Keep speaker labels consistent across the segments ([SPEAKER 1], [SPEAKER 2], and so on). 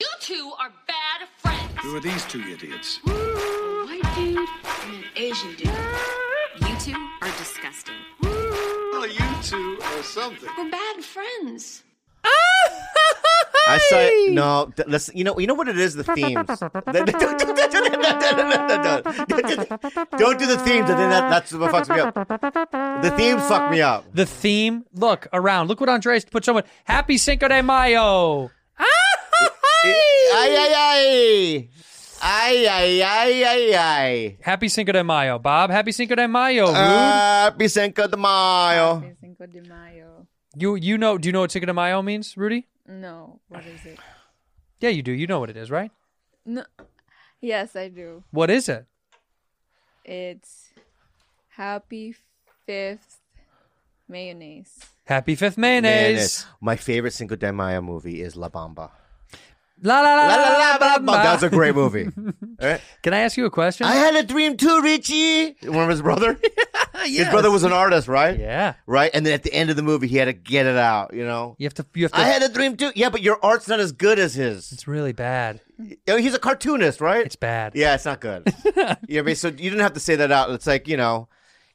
[SPEAKER 1] You two are bad friends.
[SPEAKER 2] Who are these two idiots?
[SPEAKER 1] White dude and an Asian dude.
[SPEAKER 3] You two are disgusting.
[SPEAKER 2] Well, you two or something.
[SPEAKER 1] We're bad friends.
[SPEAKER 4] I saw it. No, th- listen. You know, you know what it is. The themes. Don't do the themes. I think that, that's what fucks me up. The themes fuck me up.
[SPEAKER 5] The theme. Look around. Look what Andres put someone. Happy Cinco de Mayo.
[SPEAKER 4] Ay ay ay. Ay ay ay ay ay.
[SPEAKER 5] Happy Cinco de Mayo, Bob. Happy Cinco de Mayo. Rube.
[SPEAKER 4] Uh, Happy Cinco de Mayo.
[SPEAKER 6] Cinco de Mayo.
[SPEAKER 5] you you know? Do you know what Cinco de Mayo means, Rudy?
[SPEAKER 6] No, what is it?
[SPEAKER 5] Yeah, you do. You know what it is, right?
[SPEAKER 6] No. Yes, I do.
[SPEAKER 5] What is it?
[SPEAKER 6] It's Happy Fifth Mayonnaise.
[SPEAKER 5] Happy Fifth Mayonnaise.
[SPEAKER 4] Mayonnaise. My favorite Cinco de Mayo movie is La Bamba.
[SPEAKER 5] La la la
[SPEAKER 4] La la la la
[SPEAKER 5] ba,
[SPEAKER 4] Bamba.
[SPEAKER 5] ba.
[SPEAKER 4] That's a great movie.
[SPEAKER 5] Can I ask you a question?
[SPEAKER 4] I had a dream too, Richie. Remember his brother? His brother was an artist, right?
[SPEAKER 5] yeah.
[SPEAKER 4] Right, and then at the end of the movie, he had to get it out. You know,
[SPEAKER 5] You have to. You have to.
[SPEAKER 4] I had a dream too. Yeah, but your art's not as good as his.
[SPEAKER 5] it's really bad.
[SPEAKER 4] Oh, He's a cartoonist, right?
[SPEAKER 5] It's bad.
[SPEAKER 4] Yeah, it's not good. yeah, but so you didn't have to say that out. It's like you know,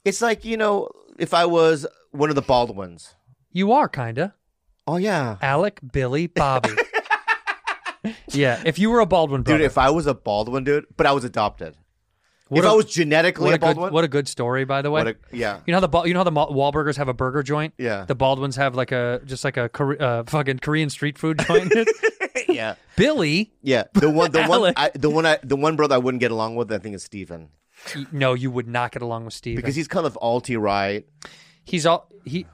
[SPEAKER 4] it's like you know, if I was one of the Baldwins.
[SPEAKER 5] You are kinda
[SPEAKER 4] Oh yeah,
[SPEAKER 5] Alec, Billy, Bobby. yeah. If you were a Baldwin
[SPEAKER 4] dude.
[SPEAKER 5] brother,
[SPEAKER 4] If I was a Baldwin, dude, but I was adopted.
[SPEAKER 5] What
[SPEAKER 4] if
[SPEAKER 5] a-
[SPEAKER 4] I was genetically
[SPEAKER 5] what a
[SPEAKER 4] a
[SPEAKER 5] good
[SPEAKER 4] Baldwin,
[SPEAKER 5] what a good story, by the way.
[SPEAKER 4] what a- yeah.
[SPEAKER 5] You know how the Ba- you know how the Ma- Wahlburgers have a burger joint.
[SPEAKER 4] Yeah.
[SPEAKER 5] The Baldwins have like a just like a Kore- uh, fucking Korean street food joint.
[SPEAKER 4] yeah,
[SPEAKER 5] Billy,
[SPEAKER 4] yeah. The one, the one,
[SPEAKER 5] Alec.
[SPEAKER 4] I, the one, I, the one brother I wouldn't get along with, I think, is Stephen
[SPEAKER 5] y- no, you would not get along with Steve
[SPEAKER 4] because he's kind of alty right.
[SPEAKER 5] he's all he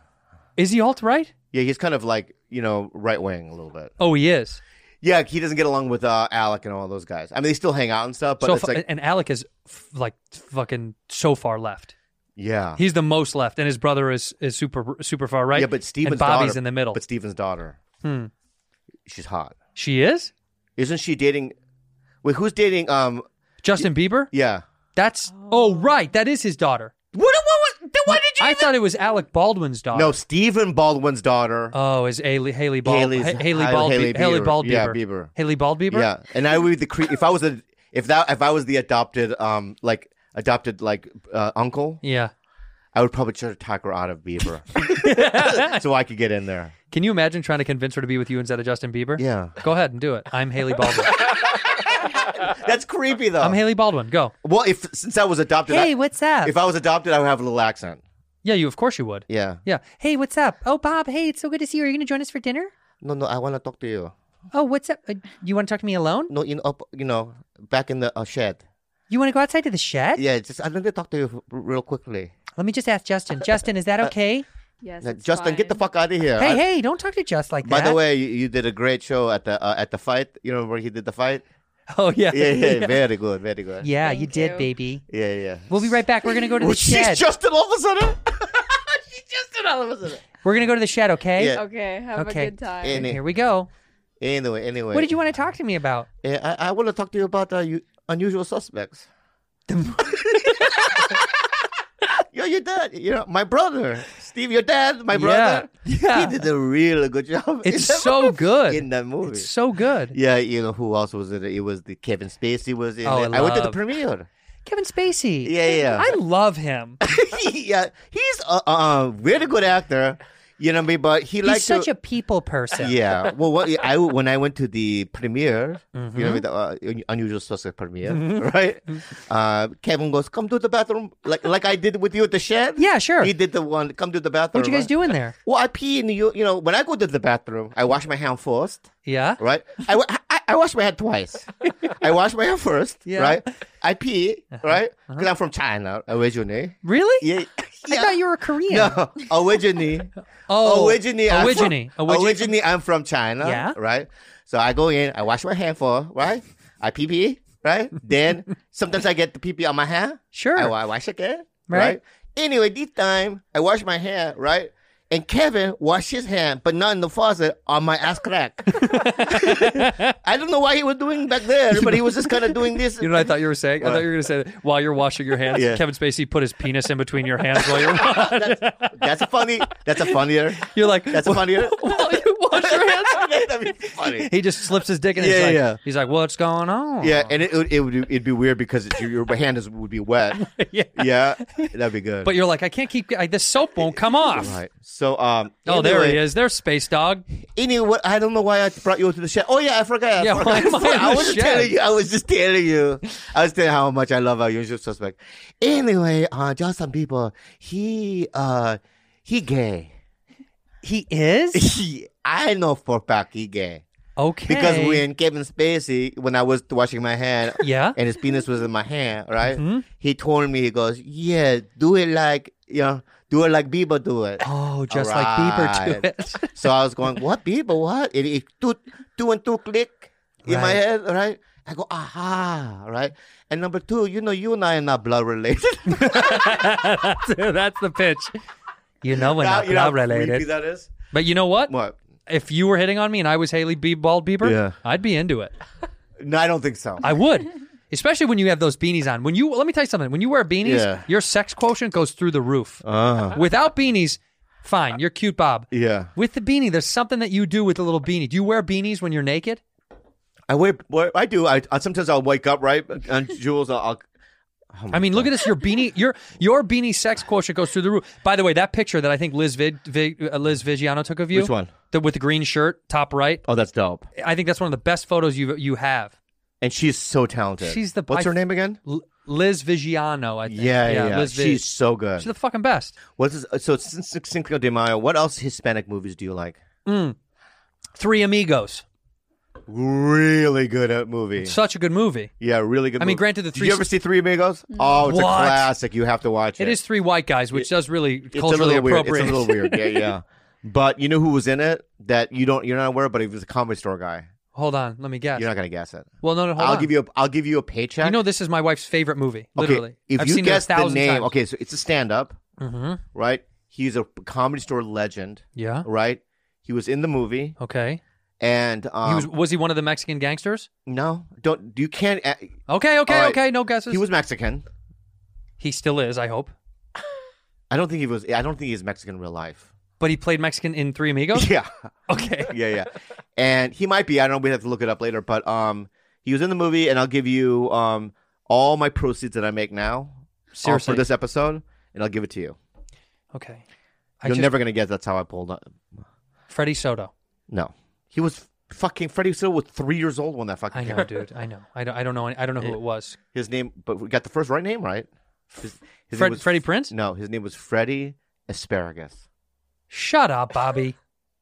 [SPEAKER 5] is he alt right?
[SPEAKER 4] Yeah, he's kind of like you know right wing a little bit.
[SPEAKER 5] Oh, he is.
[SPEAKER 4] Yeah, he doesn't get along with uh, Alec and all those guys. I mean, they still hang out and stuff, but
[SPEAKER 5] so
[SPEAKER 4] it's
[SPEAKER 5] fu-
[SPEAKER 4] like,
[SPEAKER 5] and Alec is f- like fucking so far left.
[SPEAKER 4] yeah,
[SPEAKER 5] He's the most left, and his brother is is super super far right.
[SPEAKER 4] yeah. But Stephen's
[SPEAKER 5] and Bobby's
[SPEAKER 4] daughter-
[SPEAKER 5] in the middle.
[SPEAKER 4] But Stephen's daughter,
[SPEAKER 5] Hmm.
[SPEAKER 4] she's hot,
[SPEAKER 5] She is
[SPEAKER 4] isn't she? Dating? Wait, who's dating? Um,
[SPEAKER 5] Justin Bieber.
[SPEAKER 4] yeah.
[SPEAKER 5] That's oh right, that is his daughter.
[SPEAKER 4] What? What? what why did
[SPEAKER 5] I thought it was Alec Baldwin's daughter.
[SPEAKER 4] No, Stephen Baldwin's daughter.
[SPEAKER 5] Oh, is Haley Haley Bald
[SPEAKER 4] Haley's-
[SPEAKER 5] Ha- Haley
[SPEAKER 4] Haley-
[SPEAKER 5] Bald
[SPEAKER 4] Haley
[SPEAKER 5] Bieber. Haley
[SPEAKER 4] Bieber.
[SPEAKER 5] Bald Bieber.
[SPEAKER 4] Yeah, Bieber.
[SPEAKER 5] Haley Bald Bieber.
[SPEAKER 4] yeah, and I would be the cre- if I was a if that if I was the adopted um like adopted like uh, uncle,
[SPEAKER 5] Yeah.
[SPEAKER 4] I would probably try to talk her out of Bieber, so I could get in there.
[SPEAKER 5] Can you imagine trying to convince her to be with you instead of Justin Bieber?
[SPEAKER 4] Yeah,
[SPEAKER 5] Go ahead and do it. I'm Haley Baldwin.
[SPEAKER 4] that's creepy though.
[SPEAKER 5] I'm Haley Baldwin. Go.
[SPEAKER 4] well, if since I was adopted, I-
[SPEAKER 5] what's up?
[SPEAKER 4] if I was adopted, I would have a little accent.
[SPEAKER 5] yeah, you. Of course you would.
[SPEAKER 4] Yeah.
[SPEAKER 5] Yeah. Hey, what's up? Oh, Bob. Hey, it's so good to see you. Are you going to join us for dinner?
[SPEAKER 4] No, no, I want to talk to you.
[SPEAKER 5] Oh, what's up? Uh, you want to talk to me alone?
[SPEAKER 4] No, in up, you know, back in the uh, shed.
[SPEAKER 5] You want to go outside to the shed?
[SPEAKER 4] Yeah, just I need to talk to you r- real quickly.
[SPEAKER 5] Let me just ask Justin. Justin, is that okay?
[SPEAKER 6] Yes.
[SPEAKER 4] Like,
[SPEAKER 6] it's
[SPEAKER 4] Justin, get the
[SPEAKER 6] fine.
[SPEAKER 4] fuck out of here. Uh, I-
[SPEAKER 5] hey, hey, don't talk to Just like
[SPEAKER 4] By
[SPEAKER 5] that.
[SPEAKER 4] the way, you, you did a great show at the uh, at the fight. You know where he did the fight?
[SPEAKER 5] Oh yeah.
[SPEAKER 4] Yeah, yeah, very good, very good.
[SPEAKER 5] Yeah,
[SPEAKER 6] Thank
[SPEAKER 5] you did,
[SPEAKER 6] you.
[SPEAKER 5] baby.
[SPEAKER 4] yeah, yeah.
[SPEAKER 5] We'll be right back. We're gonna go to
[SPEAKER 4] Well,
[SPEAKER 5] the
[SPEAKER 4] she's
[SPEAKER 5] shed.
[SPEAKER 4] Justin all of a sudden. she's Justin all of a sudden.
[SPEAKER 5] We're gonna go to the shed, okay?
[SPEAKER 4] Yeah.
[SPEAKER 6] Okay, have
[SPEAKER 5] Okay.
[SPEAKER 6] a good time.
[SPEAKER 4] And-
[SPEAKER 5] Here we go.
[SPEAKER 4] Anyway, anyway.
[SPEAKER 5] What did you want to talk to me about?
[SPEAKER 4] Eh, I, I want to talk to you about uh, you, unusual suspects. Yo, your dad, you know, my brother, Steve, your dad, my brother.
[SPEAKER 5] Yeah, yeah.
[SPEAKER 4] He did a really good job. in
[SPEAKER 5] It's
[SPEAKER 4] that
[SPEAKER 5] so
[SPEAKER 4] movie-
[SPEAKER 5] good.
[SPEAKER 4] In that movie.
[SPEAKER 5] It's so good.
[SPEAKER 4] yeah, you know, who else was in it? It was the Kevin Spacey was in
[SPEAKER 5] Oh, I
[SPEAKER 4] it. I went to the
[SPEAKER 5] love-
[SPEAKER 4] premiere.
[SPEAKER 5] Kevin Spacey.
[SPEAKER 4] Yeah, yeah.
[SPEAKER 5] I love him.
[SPEAKER 4] yeah, he's a, a, a really good actor. You know what I mean? But he
[SPEAKER 5] He's
[SPEAKER 4] likes
[SPEAKER 5] such
[SPEAKER 4] to,
[SPEAKER 5] a people person.
[SPEAKER 4] yeah. Well, what, I when I went to the premiere, you know,
[SPEAKER 5] Mm-hmm.
[SPEAKER 4] with the uh, Un- unusual suspect premiere, right? Uh, Kevin goes, "Come to the bathroom," like like I did with you at the shed.
[SPEAKER 5] Yeah, sure.
[SPEAKER 4] He did the one. Come to the bathroom.
[SPEAKER 5] What you guys
[SPEAKER 4] right?
[SPEAKER 5] do in there?
[SPEAKER 4] Well, I pee in the you. You know, when I go to the bathroom, I wash my hand first,
[SPEAKER 5] Yeah.
[SPEAKER 4] right? I wa- I, I wash my hand twice. I wash my hand first,
[SPEAKER 5] Yeah.
[SPEAKER 4] right? I pee, right? Because I'm from China originally.
[SPEAKER 5] Really?
[SPEAKER 4] Yeah,
[SPEAKER 5] I thought you were Korean.
[SPEAKER 4] no, originally.
[SPEAKER 5] Oh,
[SPEAKER 4] originally, I'm
[SPEAKER 5] Originally.
[SPEAKER 4] from,
[SPEAKER 5] Origi-
[SPEAKER 4] originally, I'm from China.
[SPEAKER 5] Yeah.
[SPEAKER 4] Right. So I go in, I wash my hand for right, I pee pee right. Then sometimes I get the pee pee on my hand.
[SPEAKER 5] Sure.
[SPEAKER 4] I, I wash again.
[SPEAKER 5] Right.
[SPEAKER 4] Right. Anyway, this time I wash my hand right, and Kevin washed his hand, but not in the faucet on my ass crack. I don't know why he was doing back there, but he was just kind of doing this.
[SPEAKER 5] You know what I thought you were saying? I
[SPEAKER 4] What?
[SPEAKER 5] thought you were going to say that while you're washing your hands,
[SPEAKER 4] Yeah.
[SPEAKER 5] Kevin Spacey put his penis in between your hands while you're
[SPEAKER 4] that's, that's a funny. That's a funnier.
[SPEAKER 5] you're like
[SPEAKER 4] That's a funnier.
[SPEAKER 5] while you wash your hands.
[SPEAKER 4] That'd be funny.
[SPEAKER 5] He just slips his dick in.
[SPEAKER 4] Yeah,
[SPEAKER 5] he's like,
[SPEAKER 4] yeah.
[SPEAKER 5] He's like, what's going on?
[SPEAKER 4] Yeah, and it, it, would- it would it'd be weird because it, your your hand is, would be wet.
[SPEAKER 5] Yeah.
[SPEAKER 4] yeah, that'd be good.
[SPEAKER 5] But you're like, I can't keep. I, this soap won't come off.
[SPEAKER 4] right. So um.
[SPEAKER 5] Oh, there he
[SPEAKER 4] anyway-
[SPEAKER 5] is. There's space dog.
[SPEAKER 4] Anyway, I don't know why I brought you to the shed. Oh yeah, I forgot. I
[SPEAKER 5] Yeah, why
[SPEAKER 4] forgot.
[SPEAKER 5] am I in
[SPEAKER 4] I
[SPEAKER 5] the
[SPEAKER 4] wasn't
[SPEAKER 5] shed?
[SPEAKER 4] telling you. I was just telling you. I was telling how much I love our usual suspect. Anyway, uh, just some people. He uh, he gay.
[SPEAKER 5] He is
[SPEAKER 4] He, I know for a fact he gay.
[SPEAKER 5] okay.
[SPEAKER 4] Because when Kevin Spacey, when I was washing my hand,
[SPEAKER 5] Yeah. Mm-hmm.
[SPEAKER 4] and his penis was in my hand, right? He told me, he goes, "Yeah, do it like you know, do it like Bieber do it."
[SPEAKER 5] oh, just like Bieber
[SPEAKER 4] Alright.
[SPEAKER 5] to it.
[SPEAKER 4] so I was going, "What Bieber? What?" And it two, two and two click in my
[SPEAKER 5] Right.
[SPEAKER 4] head, right? I go, "Aha!" Right? And number two, you know, you and I are not blood related.
[SPEAKER 5] that's, that's the pitch. You know we're not
[SPEAKER 4] You know how
[SPEAKER 5] blood
[SPEAKER 4] creepy
[SPEAKER 5] related.
[SPEAKER 4] That is
[SPEAKER 5] But you know what?
[SPEAKER 4] what?
[SPEAKER 5] If you were hitting on me and I was Haley B. Bald Bieber,
[SPEAKER 4] Yeah.
[SPEAKER 5] I'd be into it.
[SPEAKER 4] No, I don't think so.
[SPEAKER 5] I would. Especially when you have those beanies on. When you let me tell you something. When you wear beanies,
[SPEAKER 4] Yeah.
[SPEAKER 5] your sex quotient goes through the roof.
[SPEAKER 4] Uh,
[SPEAKER 5] Without beanies, fine, you're cute, Bob.
[SPEAKER 4] yeah,
[SPEAKER 5] With the beanie, there's something that you do with the little beanie. Do you wear beanies when you're naked?
[SPEAKER 4] I wear. wear- I do. I, I sometimes I'll wake up right, and Jules, I'll, I'll Oh
[SPEAKER 5] I mean, look at this. Your beanie, your your beanie sex quotient goes through the roof. By the way, that picture that I think Liz Vid, Vig, uh, Liz Vigiano took of you,
[SPEAKER 4] Which one?
[SPEAKER 5] the, with the green shirt, top right.
[SPEAKER 4] Oh, that's dope.
[SPEAKER 5] I think that's one of the best photos you you have.
[SPEAKER 4] And she's so talented.
[SPEAKER 5] She's the-
[SPEAKER 4] What's
[SPEAKER 5] I-
[SPEAKER 4] her name again?
[SPEAKER 5] L- Liz Vigiano, I think.
[SPEAKER 4] Yeah, yeah. yeah.
[SPEAKER 5] Liz Vig.
[SPEAKER 4] She's so good.
[SPEAKER 5] She's the fucking best.
[SPEAKER 4] What's this, so since since Cinco de Mayo? What else Hispanic movies do you like?
[SPEAKER 5] Three Amigos,
[SPEAKER 4] Really good at movie.
[SPEAKER 5] such a good movie.
[SPEAKER 4] yeah, really good.
[SPEAKER 5] I mean,
[SPEAKER 4] movie.
[SPEAKER 5] granted, the
[SPEAKER 4] Did
[SPEAKER 5] three- Mm.
[SPEAKER 4] you ever see Three Amigos? Oh, it's a
[SPEAKER 5] What?
[SPEAKER 4] classic. You have to watch it.
[SPEAKER 5] It is three white guys, which does really
[SPEAKER 4] It's a
[SPEAKER 5] culturally
[SPEAKER 4] little weird. It's
[SPEAKER 5] appropriate.
[SPEAKER 4] a little weird. Yeah, yeah. But you know who was in it that you don't you're not aware, of, but he was a comedy store guy.
[SPEAKER 5] hold on, let me guess.
[SPEAKER 4] You're not gonna guess it.
[SPEAKER 5] well, no, no, hold
[SPEAKER 4] I'll
[SPEAKER 5] on.
[SPEAKER 4] give you a I'll give you a paycheck.
[SPEAKER 5] You know, this is my wife's favorite movie.
[SPEAKER 4] Okay,
[SPEAKER 5] Literally,
[SPEAKER 4] If
[SPEAKER 5] I've
[SPEAKER 4] you
[SPEAKER 5] seen
[SPEAKER 4] guess
[SPEAKER 5] it a
[SPEAKER 4] the
[SPEAKER 5] thousand
[SPEAKER 4] name,
[SPEAKER 5] times.
[SPEAKER 4] okay, so it's a stand up,
[SPEAKER 5] Mm-hmm.
[SPEAKER 4] right? He's a comedy store legend,
[SPEAKER 5] Yeah.
[SPEAKER 4] right? He was in the movie,
[SPEAKER 5] Okay.
[SPEAKER 4] and um,
[SPEAKER 5] he was was he one of the Mexican gangsters?
[SPEAKER 4] No, don't. You can't. uh,
[SPEAKER 5] Okay, okay,
[SPEAKER 4] All right.
[SPEAKER 5] okay. No guesses.
[SPEAKER 4] He was Mexican.
[SPEAKER 5] He still is, I hope.
[SPEAKER 4] I don't think he was. I don't think he's Mexican in real life.
[SPEAKER 5] But he played Mexican in Three Amigos.
[SPEAKER 4] Yeah,
[SPEAKER 5] Okay.
[SPEAKER 4] yeah, yeah. and he might be. I don't know. We have to look it up later. But um, he was in the movie, and I'll give you um all my proceeds that I make now uh,
[SPEAKER 5] Seriously.
[SPEAKER 4] for this episode, and I'll give it to you.
[SPEAKER 5] Okay. I
[SPEAKER 4] You're
[SPEAKER 5] just,
[SPEAKER 4] never gonna guess. That's how I pulled up.
[SPEAKER 5] Freddie Soto.
[SPEAKER 4] No, he was fucking Freddie Soto was three years old when that fucking.
[SPEAKER 5] I
[SPEAKER 4] came
[SPEAKER 5] know,
[SPEAKER 4] out.
[SPEAKER 5] dude. I know. I don't. I don't know. any- I don't know who it was.
[SPEAKER 4] His name, but we got the first right name right. His, his
[SPEAKER 5] Fred-
[SPEAKER 4] name was
[SPEAKER 5] Freddie Prinze?
[SPEAKER 4] No, his name was Freddie Asparagus.
[SPEAKER 5] Shut up, Bobby.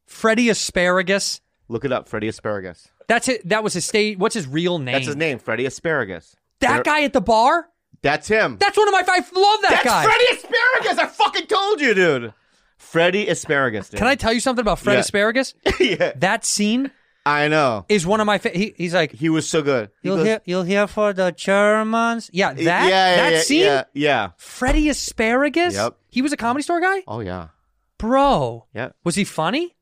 [SPEAKER 5] Freddie Asparagus.
[SPEAKER 4] Look it up, Freddie Asparagus.
[SPEAKER 5] That's it. That was his state. What's his real name?
[SPEAKER 4] That's his name, Freddie Asparagus.
[SPEAKER 5] That guy at the bar.
[SPEAKER 4] That's him.
[SPEAKER 5] That's one of my. I love that
[SPEAKER 4] That's
[SPEAKER 5] guy.
[SPEAKER 4] Freddie Asparagus. I fucking told you, dude. Freddie Asparagus. Dude.
[SPEAKER 5] Can I tell you something about Fred
[SPEAKER 4] Yeah.
[SPEAKER 5] Asparagus?
[SPEAKER 4] yeah,
[SPEAKER 5] That scene
[SPEAKER 4] I know.
[SPEAKER 5] is one of my. Fa- he, he's like,
[SPEAKER 4] He was so good. He
[SPEAKER 5] you'll
[SPEAKER 4] goes-
[SPEAKER 5] hear, you'll hear for the Germans. Yeah, that
[SPEAKER 4] yeah, yeah,
[SPEAKER 5] that
[SPEAKER 4] yeah,
[SPEAKER 5] scene.
[SPEAKER 4] Yeah, yeah.
[SPEAKER 5] Freddie Asparagus.
[SPEAKER 4] Yep.
[SPEAKER 5] He was a comedy store guy,
[SPEAKER 4] Oh yeah,
[SPEAKER 5] bro.
[SPEAKER 4] yeah.
[SPEAKER 5] Was he funny?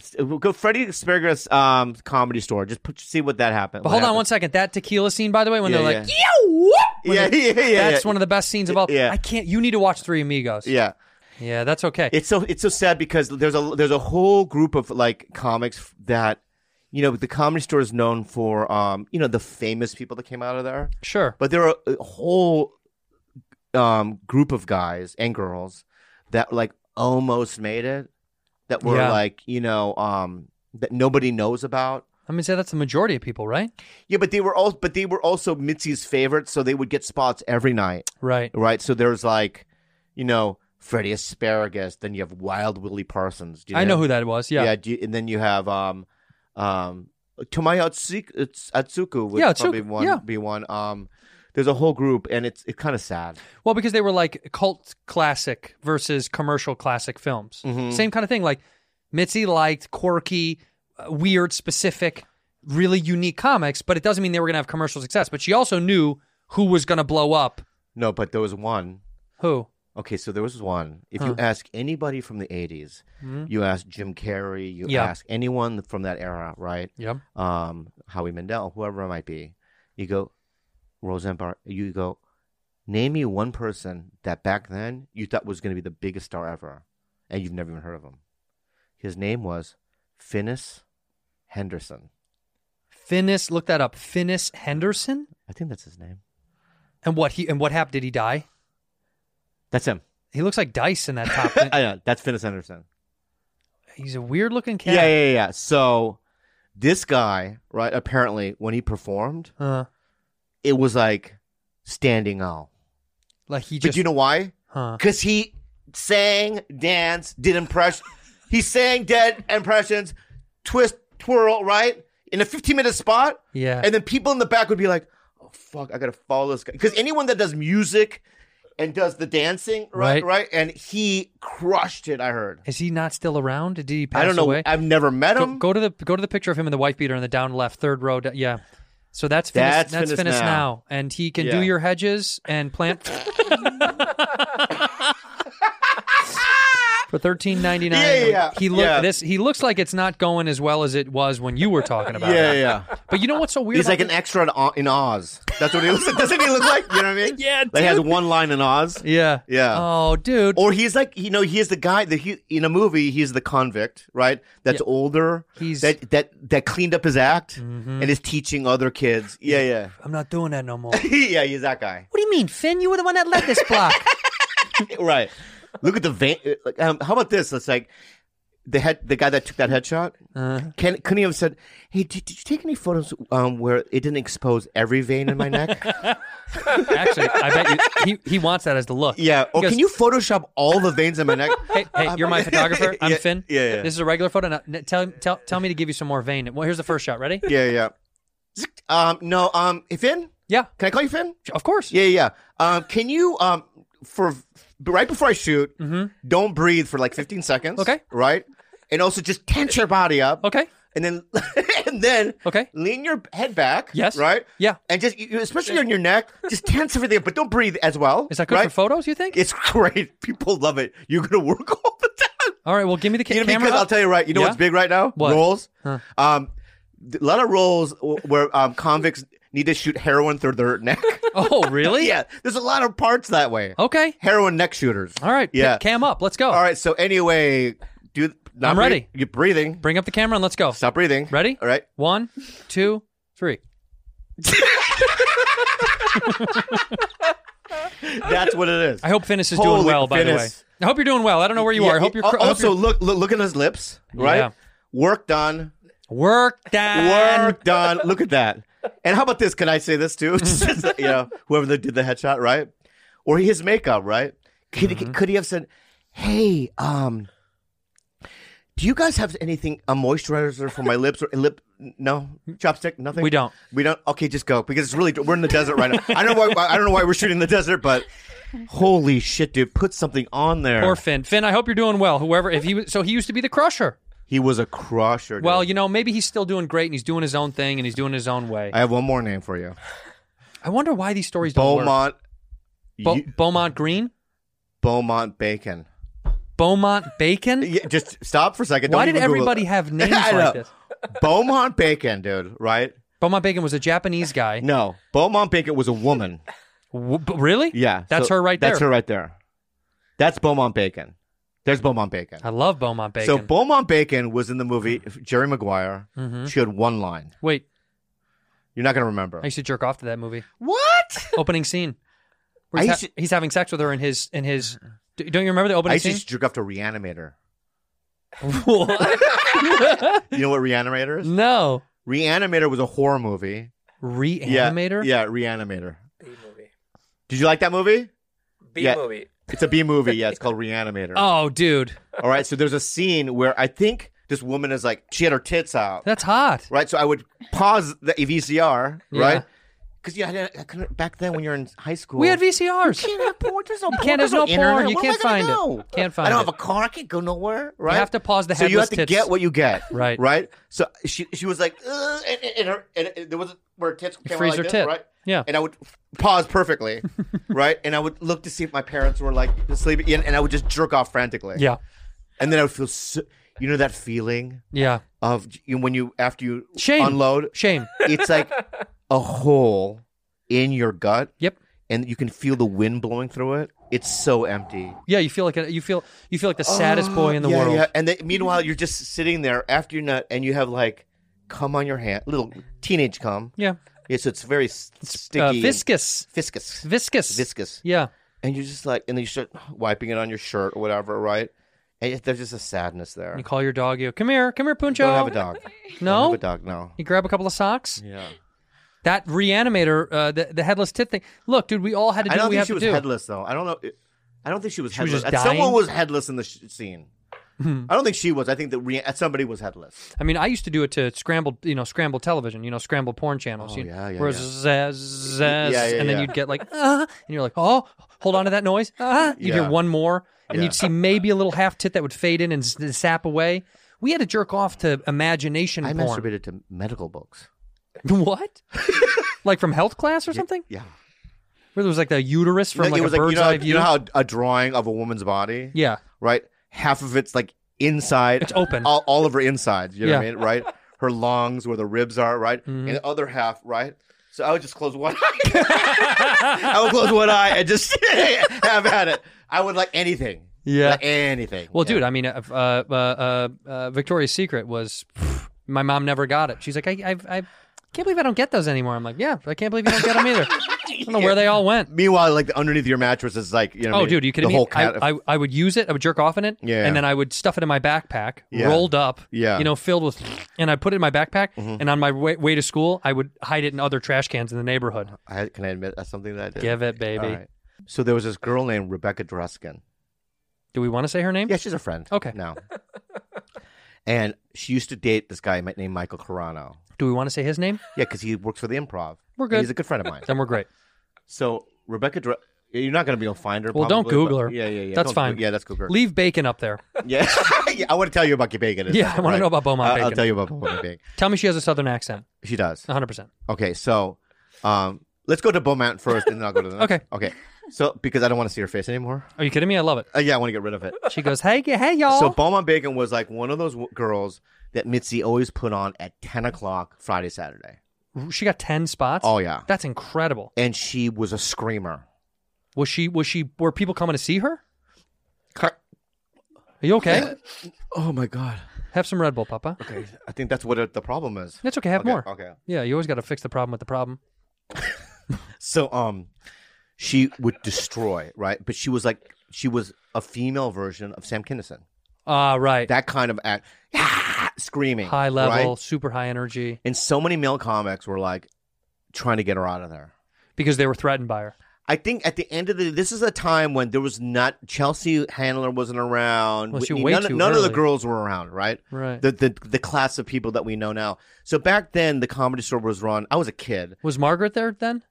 [SPEAKER 4] S- we'll Go Freddie Asparagus um comedy store. Just put, see what that happened.
[SPEAKER 5] But
[SPEAKER 4] what
[SPEAKER 5] hold on one
[SPEAKER 4] happened.
[SPEAKER 5] second. That tequila scene, by the way, when
[SPEAKER 4] Yeah,
[SPEAKER 5] they're like, yeah,
[SPEAKER 4] Yeah, yeah, yeah, yeah.
[SPEAKER 5] that's one of the best scenes of all.
[SPEAKER 4] Yeah.
[SPEAKER 5] I can't. You need to watch Three Amigos.
[SPEAKER 4] Yeah.
[SPEAKER 5] yeah, that's okay.
[SPEAKER 4] It's so it's so sad because there's a there's a whole group of like comics that you know the comedy store is known for um you know the famous people that came out of there.
[SPEAKER 5] sure.
[SPEAKER 4] But there are a whole um, group of guys and girls that like almost made it, that were
[SPEAKER 5] Yeah.
[SPEAKER 4] like you know um, that nobody knows about.
[SPEAKER 5] I mean, say that's the majority of people, right?
[SPEAKER 4] Yeah, but they were all but they were also Mitzi's favorites, so they would get spots every night,
[SPEAKER 5] Right.
[SPEAKER 4] right? So there's like, you know, Freddie Asparagus. Then you have Wild Willie Parsons. Do you
[SPEAKER 5] I know who that was. Yeah.
[SPEAKER 4] Yeah, do you, and then you have um, um, Tomoya Atsuku, it's Atsuku would
[SPEAKER 5] Yeah, Atsuku,
[SPEAKER 4] probably one
[SPEAKER 5] yeah.
[SPEAKER 4] be one. Um, there's a whole group, and it's it's kind of sad.
[SPEAKER 5] Well, because they were like cult classic versus commercial classic
[SPEAKER 4] Mm-hmm.
[SPEAKER 5] films. Same kind of thing. Like Mitzi liked quirky, uh, weird, specific. really unique comics, but it doesn't mean they were going to have commercial success. But she also knew who was going to blow up.
[SPEAKER 4] No, but there was one.
[SPEAKER 5] Who?
[SPEAKER 4] Okay, so there was one. If you ask anybody from the 80s, you ask Jim Carrey, you
[SPEAKER 5] Hmm? Yeah.
[SPEAKER 4] ask anyone from that era, right?
[SPEAKER 5] Yep.
[SPEAKER 4] Um, Howie Mandel, whoever it might be, you go, Roseanne Barr, you go, name me one person that back then you thought was going to be the biggest star ever, and you've never even heard of him. His name was Finnis Henderson.
[SPEAKER 5] Finnis. Look that up. Finnis Henderson.
[SPEAKER 4] I think that's his name.
[SPEAKER 5] And what he and what happened? Did he die?
[SPEAKER 4] That's him.
[SPEAKER 5] He looks like Dice in that top.
[SPEAKER 4] I know. That's Finnis Henderson.
[SPEAKER 5] He's a weird looking cat.
[SPEAKER 4] Yeah, yeah, yeah, yeah. So this guy, right, apparently when he performed,
[SPEAKER 5] Uh,
[SPEAKER 4] it was like standing out.
[SPEAKER 5] like he
[SPEAKER 4] But
[SPEAKER 5] just.
[SPEAKER 4] you know why?
[SPEAKER 5] Huh.
[SPEAKER 4] Because he sang, danced, did impressions. he sang, did impressions, twist, twirl, right? In a 15 minute spot.
[SPEAKER 5] Yeah.
[SPEAKER 4] And then people in the back would be like, oh, fuck, I got to follow this guy. Because anyone that does music and does the dancing,
[SPEAKER 5] Right.
[SPEAKER 4] right, right? And he crushed it, I heard.
[SPEAKER 5] is he not still around? Did he pass
[SPEAKER 4] I don't know.
[SPEAKER 5] away?
[SPEAKER 4] I've never met
[SPEAKER 5] go,
[SPEAKER 4] him.
[SPEAKER 5] go to the go to the picture of him in the white beater in the down left third row. d- Yeah. So that's finished,
[SPEAKER 4] That's Finnis
[SPEAKER 5] finished
[SPEAKER 4] now.
[SPEAKER 5] now. and he can do
[SPEAKER 4] Yeah.
[SPEAKER 5] your hedges and plant for thirteen ninety nine.
[SPEAKER 4] Yeah, yeah, yeah.
[SPEAKER 5] He look
[SPEAKER 4] Yeah.
[SPEAKER 5] this. He looks like it's not going as well as it was when you were talking about
[SPEAKER 4] yeah,
[SPEAKER 5] it.
[SPEAKER 4] yeah.
[SPEAKER 5] But you know what's so weird?
[SPEAKER 4] He's
[SPEAKER 5] about
[SPEAKER 4] like an
[SPEAKER 5] this-
[SPEAKER 4] extra in Oz- in Oz. That's what he looks like. Doesn't he look like? You know what I mean?
[SPEAKER 5] Yeah,
[SPEAKER 4] Like has
[SPEAKER 5] dude.
[SPEAKER 4] one line in Oz.
[SPEAKER 5] yeah,
[SPEAKER 4] Yeah.
[SPEAKER 5] Oh, dude.
[SPEAKER 4] Or he's like, you know, he is the guy that he in a movie. He's the convict, right? That's older.
[SPEAKER 5] He's- Mm-hmm.
[SPEAKER 4] that that that cleaned up his act and is teaching other kids. Yeah, yeah,
[SPEAKER 5] I'm not doing that no more. what
[SPEAKER 4] yeah. He's that guy,
[SPEAKER 5] do you mean, Finn? You were the one that led this block.
[SPEAKER 4] right? Look at the vein. Like, um, how about this? It's like the head, the guy that took that headshot.
[SPEAKER 5] Uh-huh.
[SPEAKER 4] Can couldn't he have said, "Hey, did, did you take any photos um, where it didn't expose every vein in my neck?"
[SPEAKER 5] Actually, I bet you he, he wants that as the look.
[SPEAKER 4] Yeah. Or
[SPEAKER 5] Because-
[SPEAKER 4] can you Photoshop all the veins in my neck?
[SPEAKER 5] Hey, hey, you're my photographer. I'm
[SPEAKER 4] Yeah,
[SPEAKER 5] Finn.
[SPEAKER 4] yeah, yeah.
[SPEAKER 5] This is a regular photo. Now, n- tell, tell, tell me to give you some more vein. Well, here's the first shot. Ready?
[SPEAKER 4] yeah, yeah. Um, no, um, hey, Finn,
[SPEAKER 5] Yeah.
[SPEAKER 4] can I call you Finn?
[SPEAKER 5] Of course.
[SPEAKER 4] Yeah, yeah. Um, can you um, for right before I shoot, don't breathe for like 15 seconds.
[SPEAKER 5] Mm-hmm. Okay.
[SPEAKER 4] Right. And also just tense your body up.
[SPEAKER 5] Okay.
[SPEAKER 4] And then, and then,
[SPEAKER 5] Okay.
[SPEAKER 4] lean your head back.
[SPEAKER 5] Yes.
[SPEAKER 4] Right.
[SPEAKER 5] Yeah.
[SPEAKER 4] And just, you- you- especially on your neck, just tense everything up, but don't breathe as well.
[SPEAKER 5] Is that good
[SPEAKER 4] right?
[SPEAKER 5] for photos? You think?
[SPEAKER 4] It's great. People love it. You're gonna work all the time.
[SPEAKER 5] All right. Well, give me the ca-
[SPEAKER 4] You know,
[SPEAKER 5] camera.
[SPEAKER 4] because I'll
[SPEAKER 5] up.
[SPEAKER 4] tell you right. You know
[SPEAKER 5] Yeah?
[SPEAKER 4] what's big right now?
[SPEAKER 5] What?
[SPEAKER 4] Rolls. Um, th- a lot of rolls w- where um, convicts need to shoot heroin through their neck.
[SPEAKER 5] Oh, really?
[SPEAKER 4] yeah, there's a lot of parts that way.
[SPEAKER 5] Okay.
[SPEAKER 4] Heroin neck shooters.
[SPEAKER 5] Oh. All right. pick
[SPEAKER 4] Yeah.
[SPEAKER 5] Cam up. Let's go.
[SPEAKER 4] All right. So anyway, do not
[SPEAKER 5] I'm
[SPEAKER 4] breathe-
[SPEAKER 5] ready.
[SPEAKER 4] You're breathing.
[SPEAKER 5] Bring up the camera and let's go.
[SPEAKER 4] Stop breathing.
[SPEAKER 5] Ready?
[SPEAKER 4] All right.
[SPEAKER 5] One, two, three.
[SPEAKER 4] That's what it is.
[SPEAKER 5] I hope Finnis is doing
[SPEAKER 4] Holy
[SPEAKER 5] well. By the way,
[SPEAKER 4] Finnis.
[SPEAKER 5] I hope you're doing well. I don't know where you
[SPEAKER 4] Yeah,
[SPEAKER 5] are. I hope you're.
[SPEAKER 4] al-
[SPEAKER 5] cr- I hope
[SPEAKER 4] also
[SPEAKER 5] you're-
[SPEAKER 4] look, look look at his lips. Right.
[SPEAKER 5] Yeah.
[SPEAKER 4] Work done.
[SPEAKER 5] work that.
[SPEAKER 4] Work done. Look at that. And how about this? Can I say this too? you know, whoever that did the headshot, right? Or his makeup, right? Could,
[SPEAKER 5] Mm-hmm.
[SPEAKER 4] he could he have said, "Hey, um, do you guys have anything a moisturizer for my lips or lip? No, chopstick, nothing.
[SPEAKER 5] We don't.
[SPEAKER 4] We don't. Okay, just go because it's really we're in the desert right now. I don't know why I don't know why we're shooting in the desert, but holy shit, dude, put something on there.
[SPEAKER 5] Poor Finn. Finn, I hope you're doing well. Whoever, if he was, so he used to be the crusher.
[SPEAKER 4] he was a crusher. Dude.
[SPEAKER 5] Well, you know, maybe he's still doing great and he's doing his own thing and he's doing his own way.
[SPEAKER 4] I have one more name for you,
[SPEAKER 5] I wonder why these stories don't work.
[SPEAKER 4] Beaumont.
[SPEAKER 5] Bo-
[SPEAKER 4] you-
[SPEAKER 5] Beaumont Green,
[SPEAKER 4] Beaumont Bacon.
[SPEAKER 5] Beaumont Bacon.
[SPEAKER 4] Yeah, just stop for a second.
[SPEAKER 5] Why
[SPEAKER 4] Don't
[SPEAKER 5] did
[SPEAKER 4] even Google
[SPEAKER 5] everybody
[SPEAKER 4] it.
[SPEAKER 5] have names
[SPEAKER 4] I
[SPEAKER 5] like
[SPEAKER 4] know.
[SPEAKER 5] this?
[SPEAKER 4] Beaumont Bacon, dude, right?
[SPEAKER 5] Beaumont Bacon was a Japanese guy.
[SPEAKER 4] No, Beaumont Bacon was a woman.
[SPEAKER 5] W- b- really?
[SPEAKER 4] Yeah,
[SPEAKER 5] That's
[SPEAKER 4] so
[SPEAKER 5] her right there.
[SPEAKER 4] That's her right there. That's Beaumont Bacon. There's Beaumont Bacon.
[SPEAKER 5] I love Beaumont Bacon. Mm-hmm.
[SPEAKER 4] So Beaumont Bacon was in the movie Jerry Maguire. She had one line.
[SPEAKER 5] Wait,
[SPEAKER 4] You're not gonna remember.
[SPEAKER 5] I used to jerk off to that movie.
[SPEAKER 4] what?
[SPEAKER 5] Opening scene. Where
[SPEAKER 4] I
[SPEAKER 5] he's,
[SPEAKER 4] used
[SPEAKER 5] ha-
[SPEAKER 4] to-
[SPEAKER 5] he's having sex with her in his in his. d- Don't you remember the
[SPEAKER 4] I
[SPEAKER 5] opening
[SPEAKER 4] used to
[SPEAKER 5] scene?
[SPEAKER 4] just jerk off to Reanimator.
[SPEAKER 5] What?
[SPEAKER 4] You know what Reanimator is?
[SPEAKER 5] no.
[SPEAKER 4] Reanimator was a horror movie.
[SPEAKER 5] Reanimator.
[SPEAKER 4] Yeah, yeah, Reanimator.
[SPEAKER 7] B movie.
[SPEAKER 4] Did you like that movie?
[SPEAKER 7] B
[SPEAKER 4] Yeah.
[SPEAKER 7] movie.
[SPEAKER 4] It's a B movie. Yeah, it's called Reanimator.
[SPEAKER 5] Oh, dude,
[SPEAKER 4] All right. So there's a scene where I think this woman is like, she had her tits out.
[SPEAKER 5] that's hot.
[SPEAKER 4] E Right. So I would pause the VCR, right? Because yeah, I, didn't- I couldn't back then when you're in high school.
[SPEAKER 5] We had VCRs.
[SPEAKER 4] You can't have porn. There's no porn.
[SPEAKER 5] can't- there's no porn.
[SPEAKER 4] internet.
[SPEAKER 5] You
[SPEAKER 4] What am
[SPEAKER 5] can't
[SPEAKER 4] I gonna
[SPEAKER 5] find it.
[SPEAKER 4] know?
[SPEAKER 5] Can't
[SPEAKER 4] I
[SPEAKER 5] find
[SPEAKER 4] don't
[SPEAKER 5] it.
[SPEAKER 4] have a car. I can't go nowhere. Right.
[SPEAKER 5] have to pause the
[SPEAKER 4] So you have
[SPEAKER 5] headless
[SPEAKER 4] to
[SPEAKER 5] tits.
[SPEAKER 4] get what you get.
[SPEAKER 5] Right.
[SPEAKER 4] Right. So she she was like, "Ugh," and, and, and her and, and there was a, where her tits came out
[SPEAKER 5] freeze
[SPEAKER 4] like
[SPEAKER 5] her
[SPEAKER 4] this,
[SPEAKER 5] tit.
[SPEAKER 4] right?
[SPEAKER 5] Yeah.
[SPEAKER 4] And I would pause perfectly, right? And I would look to see if my parents were like asleep, and, and I would just jerk off frantically.
[SPEAKER 5] Yeah.
[SPEAKER 4] And then I would feel, so, you know, that feeling
[SPEAKER 5] Yeah.
[SPEAKER 4] of you, when you after you
[SPEAKER 5] Shame.
[SPEAKER 4] unload,
[SPEAKER 5] Shame.
[SPEAKER 4] it's like a hole in your gut.
[SPEAKER 5] Yep.
[SPEAKER 4] And you can feel the wind blowing through it. It's so empty. Oh,
[SPEAKER 5] Yeah, you feel like a, you feel you feel like the saddest boy in the
[SPEAKER 4] yeah,
[SPEAKER 5] world.
[SPEAKER 4] Yeah. And then, meanwhile, you're just sitting there after you're nut, and you have like cum on your hand, little teenage cum.
[SPEAKER 5] Yeah.
[SPEAKER 4] Yeah, so it's very s- sticky,
[SPEAKER 5] Uh,
[SPEAKER 4] and
[SPEAKER 5] viscous.
[SPEAKER 4] viscous,
[SPEAKER 5] Viscous.
[SPEAKER 4] viscous.
[SPEAKER 5] Yeah.
[SPEAKER 4] And you're just like, and then you start wiping it on your shirt or whatever, right? And it- there's just a sadness there.
[SPEAKER 5] You call your dog. You go, come here, come here, Puncho.
[SPEAKER 4] Don't have a dog. Don't
[SPEAKER 5] No?
[SPEAKER 4] have a dog. No.
[SPEAKER 5] You grab a couple of socks.
[SPEAKER 4] Yeah.
[SPEAKER 5] That reanimator, uh, the, the headless tit thing. Look, dude, we all had to do
[SPEAKER 4] I don't
[SPEAKER 5] what we
[SPEAKER 4] think
[SPEAKER 5] have
[SPEAKER 4] she
[SPEAKER 5] to
[SPEAKER 4] was
[SPEAKER 5] do.
[SPEAKER 4] headless though. I don't know. I don't think she was
[SPEAKER 5] was
[SPEAKER 4] headless.
[SPEAKER 5] just
[SPEAKER 4] Uh, Someone
[SPEAKER 5] dying? Hmm.
[SPEAKER 4] was headless in the sh- scene. I don't think she was. I think that re- uh, somebody was headless.
[SPEAKER 5] I mean, I used to do it to scrambled, you know, scrambled television, you know, scrambled porn channels.
[SPEAKER 4] Oh,
[SPEAKER 5] you
[SPEAKER 4] yeah, yeah,
[SPEAKER 5] where
[SPEAKER 4] yeah.
[SPEAKER 5] zazz, zazz,
[SPEAKER 4] Yeah, yeah,
[SPEAKER 5] and then
[SPEAKER 4] yeah.
[SPEAKER 5] you'd get like, ah, and you're like, oh, hold on to that noise. Ah, you'd
[SPEAKER 4] Yeah.
[SPEAKER 5] hear one more, and
[SPEAKER 4] Yeah.
[SPEAKER 5] you'd see maybe a little half tit that would fade in and s- sap away. We had to jerk off to imagination
[SPEAKER 4] I
[SPEAKER 5] porn.
[SPEAKER 4] masturbated to medical books.
[SPEAKER 5] What? like from health class or something?
[SPEAKER 4] Yeah.
[SPEAKER 5] Where there was like the uterus from
[SPEAKER 4] Like,
[SPEAKER 5] like
[SPEAKER 4] it
[SPEAKER 5] a
[SPEAKER 4] was like,
[SPEAKER 5] bird's
[SPEAKER 4] you know,
[SPEAKER 5] eye view.
[SPEAKER 4] you know how a drawing of a woman's body,
[SPEAKER 5] yeah.
[SPEAKER 4] right? Half of it's like inside.
[SPEAKER 5] It's open.
[SPEAKER 4] All, all of her insides. You know what
[SPEAKER 5] Yeah. Mm-hmm.
[SPEAKER 4] I mean? Right? Her lungs, where the ribs are, right? And the other half, right? So I would just close one eye. I would close one eye and just have at it. I would like anything.
[SPEAKER 5] Yeah.
[SPEAKER 4] Like anything.
[SPEAKER 5] Well,
[SPEAKER 4] Yeah.
[SPEAKER 5] dude, I mean, uh, uh, uh, uh, Victoria's Secret was my mom never got it. She's like, I, I, I can't believe I don't get those anymore. I'm like, yeah, I can't believe you don't get them either. I don't know where they all went.
[SPEAKER 4] Meanwhile, like the underneath your mattress is like you know. what I
[SPEAKER 5] Oh,
[SPEAKER 4] mean?
[SPEAKER 5] dude, you
[SPEAKER 4] the
[SPEAKER 5] kidding me?
[SPEAKER 4] whole cat.
[SPEAKER 5] I, I, I would use it. I would jerk off in it,
[SPEAKER 4] Yeah.
[SPEAKER 5] and then I would stuff it in my backpack,
[SPEAKER 4] Yeah.
[SPEAKER 5] rolled up,
[SPEAKER 4] Yeah. Mm-hmm.
[SPEAKER 5] you know, filled with, and I put it in my backpack. And on my way, way to school, I would hide it in other trash cans in the neighborhood.
[SPEAKER 4] I- can I admit that's something that I did.
[SPEAKER 5] Give it, baby.
[SPEAKER 4] All right. So there was this girl named Rebecca Druskin.
[SPEAKER 5] Do we want to say her name?
[SPEAKER 4] Yeah, she's a friend.
[SPEAKER 5] Okay.
[SPEAKER 4] Now. and she used to date this guy named Michael Carano.
[SPEAKER 5] Do we want to say his name?
[SPEAKER 4] Yeah, because he works for the Improv.
[SPEAKER 5] We're
[SPEAKER 4] And
[SPEAKER 5] good.
[SPEAKER 4] he's a good friend of mine.
[SPEAKER 5] Then we're great.
[SPEAKER 4] so Rebecca, Dr- you're not going to be able to find her.
[SPEAKER 5] Well, don't
[SPEAKER 4] probably,
[SPEAKER 5] Google
[SPEAKER 4] but-
[SPEAKER 5] her.
[SPEAKER 4] Yeah, yeah, yeah.
[SPEAKER 5] That's
[SPEAKER 4] Don't-
[SPEAKER 5] fine.
[SPEAKER 4] Yeah, that's Google her.
[SPEAKER 5] Leave bacon up there.
[SPEAKER 4] yeah. yeah, I want to tell you about bacon. in a
[SPEAKER 5] Yeah, I
[SPEAKER 4] second,
[SPEAKER 5] wanna
[SPEAKER 4] right?
[SPEAKER 5] know about Beaumont
[SPEAKER 4] I- I'll
[SPEAKER 5] bacon.
[SPEAKER 4] tell you about Beaumont bacon.
[SPEAKER 5] Tell me she has a southern accent.
[SPEAKER 4] She does.
[SPEAKER 5] 100. percent
[SPEAKER 4] Okay, so um, let's go to Beaumont first, and then I'll go to the next.
[SPEAKER 5] Okay.
[SPEAKER 4] Okay. So because I don't want to see her face anymore.
[SPEAKER 5] Are you kidding me? I love it.
[SPEAKER 4] Uh, yeah, I want to get rid of it.
[SPEAKER 5] She goes, hey, g- hey, y'all.
[SPEAKER 4] So Beaumont Bacon was like one of those w- girls that Mitzi always put on at ten o'clock Friday Saturday,
[SPEAKER 5] she got 10 spots.
[SPEAKER 4] Oh, yeah.
[SPEAKER 5] That's incredible.
[SPEAKER 4] and she was a screamer.
[SPEAKER 5] Was she, was she, were people coming to see her?
[SPEAKER 4] Car-
[SPEAKER 5] Are you okay?
[SPEAKER 4] oh my god.
[SPEAKER 5] have some Red Bull, Papa.
[SPEAKER 4] Okay, I think that's what it, the problem is.
[SPEAKER 5] That's okay. Have
[SPEAKER 4] Okay,
[SPEAKER 5] more.
[SPEAKER 4] okay.
[SPEAKER 5] Yeah, you always got to fix the problem with the problem.
[SPEAKER 4] So um, she would destroy right, but she was like she was a female version of Sam Kinison.
[SPEAKER 5] Ah, right.
[SPEAKER 4] That kind of act, screaming,
[SPEAKER 5] high level,
[SPEAKER 4] right?
[SPEAKER 5] super high energy
[SPEAKER 4] And so many male comics were like trying to get her out of there.
[SPEAKER 5] because they were threatened by her.
[SPEAKER 4] I think at the end of the this is a time when there was not Chelsea Handler wasn't around.
[SPEAKER 5] Well, she
[SPEAKER 4] Whitney-
[SPEAKER 5] way
[SPEAKER 4] none
[SPEAKER 5] too
[SPEAKER 4] none of the
[SPEAKER 5] early.
[SPEAKER 4] girls were around, right?
[SPEAKER 5] Right.
[SPEAKER 4] The, the the class of people that we know now. So back then the comedy store was run. I was a kid.
[SPEAKER 5] Was Margaret there then?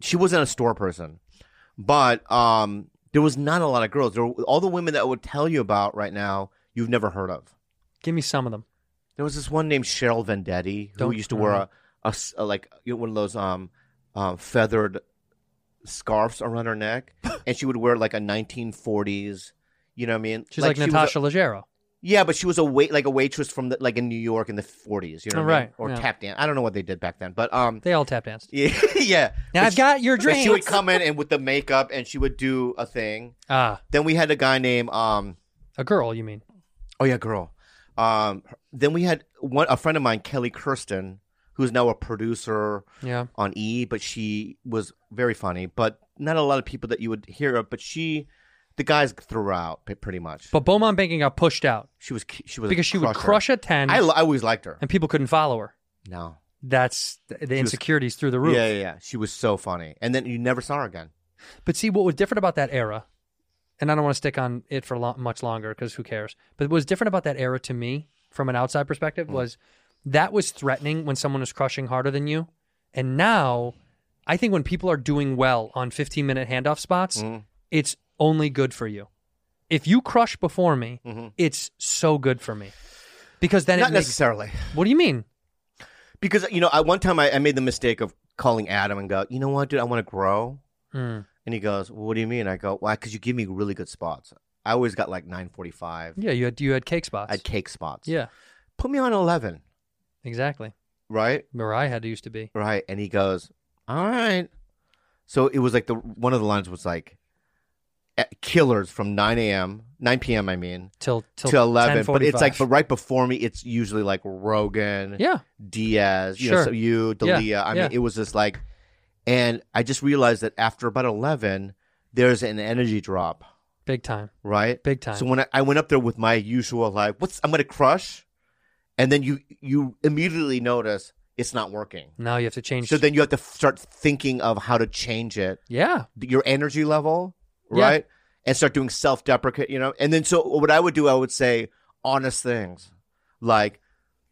[SPEAKER 4] She wasn't a store person. But um there was not a lot of girls. There were, all the women that I would tell you about right now, you've never heard of.
[SPEAKER 5] Give me some of them.
[SPEAKER 4] There was this one named Cheryl Vendetti who
[SPEAKER 5] Don't-
[SPEAKER 4] used to wear a, a s- a, like you know, one of those um, um feathered scarves around her neck, and she would wear like a 1940s. You know what I mean?
[SPEAKER 5] She's like,
[SPEAKER 4] she was
[SPEAKER 5] Natasha
[SPEAKER 4] A,
[SPEAKER 5] Leggero.
[SPEAKER 4] yeah, but she was a wait like a waitress from the, like in New York in the 40s. You know what I mean?
[SPEAKER 5] Right,
[SPEAKER 4] Or
[SPEAKER 5] yeah.
[SPEAKER 4] tap dance. I don't know what they did back then, but um.
[SPEAKER 5] They all tap danced.
[SPEAKER 4] Yeah, yeah.
[SPEAKER 5] Now
[SPEAKER 4] But
[SPEAKER 5] I've
[SPEAKER 4] she-
[SPEAKER 5] got your
[SPEAKER 4] but She would
[SPEAKER 5] drinks.
[SPEAKER 4] come in and with the makeup, and she would do a thing.
[SPEAKER 5] Ah,
[SPEAKER 4] Then we had a guy named um,
[SPEAKER 5] a girl, you mean?
[SPEAKER 4] Oh yeah, girl. Um, then we had one a friend of mine, Kelly Kirsten, who's now a producer
[SPEAKER 5] Yeah.
[SPEAKER 4] on E, but she was very funny, but not a lot of people that you would hear of. But she, the guys threw her out p- pretty much.
[SPEAKER 5] But Beaumont Banking got pushed out
[SPEAKER 4] she was she was a
[SPEAKER 5] because she would
[SPEAKER 4] crusher.
[SPEAKER 5] crush a 10
[SPEAKER 4] I, li- I always liked her.
[SPEAKER 5] and people couldn't follow her.
[SPEAKER 4] No.
[SPEAKER 5] That's the, the
[SPEAKER 4] was-
[SPEAKER 5] insecurities through the
[SPEAKER 4] Yeah,
[SPEAKER 5] roof.
[SPEAKER 4] yeah, yeah. She was so funny, and then you never saw her again.
[SPEAKER 5] But see, what was different about that era, and I don't want to stick on it for lo- much longer because who cares? But what was different about that era to me, from an outside
[SPEAKER 4] Hmm.
[SPEAKER 5] perspective, was that was threatening when someone was crushing harder than you, and now I think when people are doing well on 15 minute handoff spots,
[SPEAKER 4] Hmm.
[SPEAKER 5] it's only good for you. If you crush before me, it's so good for me because then
[SPEAKER 4] Mm-hmm. Not
[SPEAKER 5] it makes.
[SPEAKER 4] necessarily.
[SPEAKER 5] What do you mean?
[SPEAKER 4] Because, you know, I, one time I, I made the mistake of calling Adam and go, you know what, dude, I want to grow.
[SPEAKER 5] Mm.
[SPEAKER 4] And he goes, well, what do you mean? I go, why? Because you give me really good spots. I always got like 945.
[SPEAKER 5] Yeah, you had you had cake spots.
[SPEAKER 4] I had cake spots.
[SPEAKER 5] yeah,
[SPEAKER 4] Put me on 11,
[SPEAKER 5] exactly.
[SPEAKER 4] right?
[SPEAKER 5] Where I had used to be.
[SPEAKER 4] Right. And he goes, all right. So it was like the one of the lines was like, eh, killers from 9 a.m., 9 p.m., I mean,
[SPEAKER 5] till till
[SPEAKER 4] to 11. But it's like,
[SPEAKER 5] 10:45.
[SPEAKER 4] but right before me, it's usually like Rogan,
[SPEAKER 5] yeah,
[SPEAKER 4] Diaz, you know,
[SPEAKER 5] Sure.
[SPEAKER 4] so you,
[SPEAKER 5] Yeah,
[SPEAKER 4] Dalia. I
[SPEAKER 5] yeah.
[SPEAKER 4] mean, it was just like, and I just realized that after about 11, there's an energy drop,
[SPEAKER 5] big time,
[SPEAKER 4] right?
[SPEAKER 5] big time.
[SPEAKER 4] So when I, I went up there with my usual, like, what's, I'm going to crush. And then you, you immediately notice it's not working.
[SPEAKER 5] now you have to change.
[SPEAKER 4] So then you have to f- start thinking of how to change it,
[SPEAKER 5] yeah,
[SPEAKER 4] th- your energy level,
[SPEAKER 5] Yeah.
[SPEAKER 4] right? And start doing self deprecate, you know? And then so what I would do, I would say honest things like,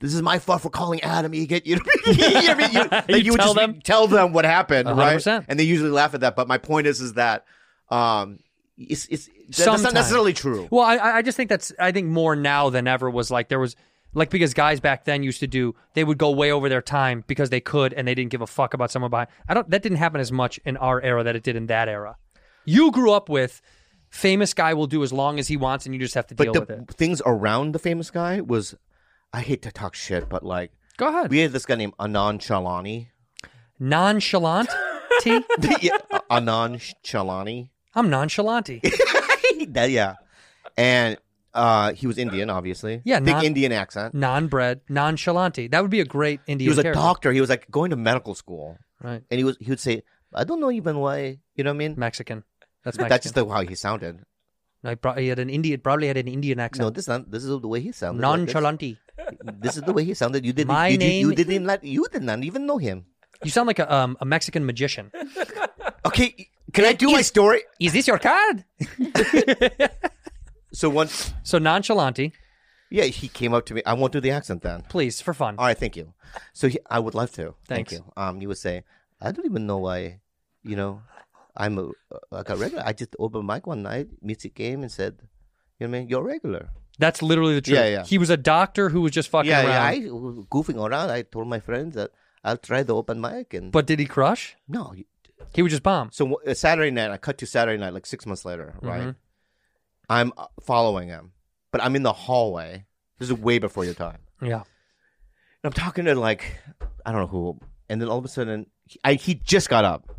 [SPEAKER 4] this is my fault for calling Adam Egan. You know, you know what I mean? You- like,
[SPEAKER 5] You
[SPEAKER 4] would
[SPEAKER 5] tell
[SPEAKER 4] just
[SPEAKER 5] them?
[SPEAKER 4] tell them what happened,
[SPEAKER 5] A hundred
[SPEAKER 4] right?
[SPEAKER 5] percent.
[SPEAKER 4] And they usually laugh at that. But my point is, is that um, it's, it's that- that's not
[SPEAKER 5] Sometime.
[SPEAKER 4] necessarily true.
[SPEAKER 5] Well, I- I I just think that's I think more now than ever was like there was like because guys back then used to do they would go way over their time because they could and they didn't give a fuck about someone behind. I don't that didn't happen as much in our era that it did in that era. You grew up with famous guy will do as long as he wants and you just have to
[SPEAKER 4] but
[SPEAKER 5] deal with
[SPEAKER 4] the
[SPEAKER 5] it.
[SPEAKER 4] things around the famous guy was, I hate to talk shit, but like,
[SPEAKER 5] Go ahead.
[SPEAKER 4] we had this guy named Anand Chalani.
[SPEAKER 5] Nonchalant. T.
[SPEAKER 4] yeah, Anand Chalani.
[SPEAKER 5] I'm nonchalanty.
[SPEAKER 4] That- yeah. And uh, he was Indian, obviously.
[SPEAKER 5] Yeah,
[SPEAKER 4] Big
[SPEAKER 5] non-
[SPEAKER 4] Indian accent.
[SPEAKER 5] Non-bred, nonchalanty. That would be a great Indian
[SPEAKER 4] he was a
[SPEAKER 5] character.
[SPEAKER 4] doctor. He was like going to medical school.
[SPEAKER 5] Right.
[SPEAKER 4] And he was he would say, I don't know even why. You know what I mean?
[SPEAKER 5] Mexican. That's Mexican.
[SPEAKER 4] That's just the, how he sounded.
[SPEAKER 5] No, he, pro- he had an Indian, probably had an Indian
[SPEAKER 4] No,
[SPEAKER 5] accent.
[SPEAKER 4] this not, this is the way he sounded. Like this.
[SPEAKER 5] Nonchalanty.
[SPEAKER 4] This is the way he sounded. You didn't.
[SPEAKER 5] My
[SPEAKER 4] you, did- you
[SPEAKER 5] name-
[SPEAKER 4] didn't. Like, you did not even know him.
[SPEAKER 5] You sound like a, um, a Mexican magician.
[SPEAKER 4] Okay, can I do my story?
[SPEAKER 5] Is this your card?
[SPEAKER 4] So once,
[SPEAKER 5] So nonchalanty,
[SPEAKER 4] yeah, he came up to me. I won't do the accent then.
[SPEAKER 5] please, for fun.
[SPEAKER 4] All right, thank you. So he, I would love to. Thank
[SPEAKER 5] Thanks.
[SPEAKER 4] you. Um, you would say, I don't even know why, you know, I'm a, like a regular. I just opened mic one night, music game, and said, you know, what I mean, you're regular.
[SPEAKER 5] That's literally the truth.
[SPEAKER 4] Yeah, yeah.
[SPEAKER 5] He was a doctor who was just fucking
[SPEAKER 4] yeah, yeah.
[SPEAKER 5] around.
[SPEAKER 4] I was goofing around. I told my friends that I'll try the open mic, and
[SPEAKER 5] But did he crush?
[SPEAKER 4] no. you-
[SPEAKER 5] He was just bomb.
[SPEAKER 4] So uh, Saturday night, I cut to Saturday night, like six months later, right?
[SPEAKER 5] Mm-hmm.
[SPEAKER 4] I'm uh, following him, but I'm in the hallway. This is way before your time.
[SPEAKER 5] Yeah.
[SPEAKER 4] And I'm talking to like I don't know who, and then all of a sudden he, I, he just got up.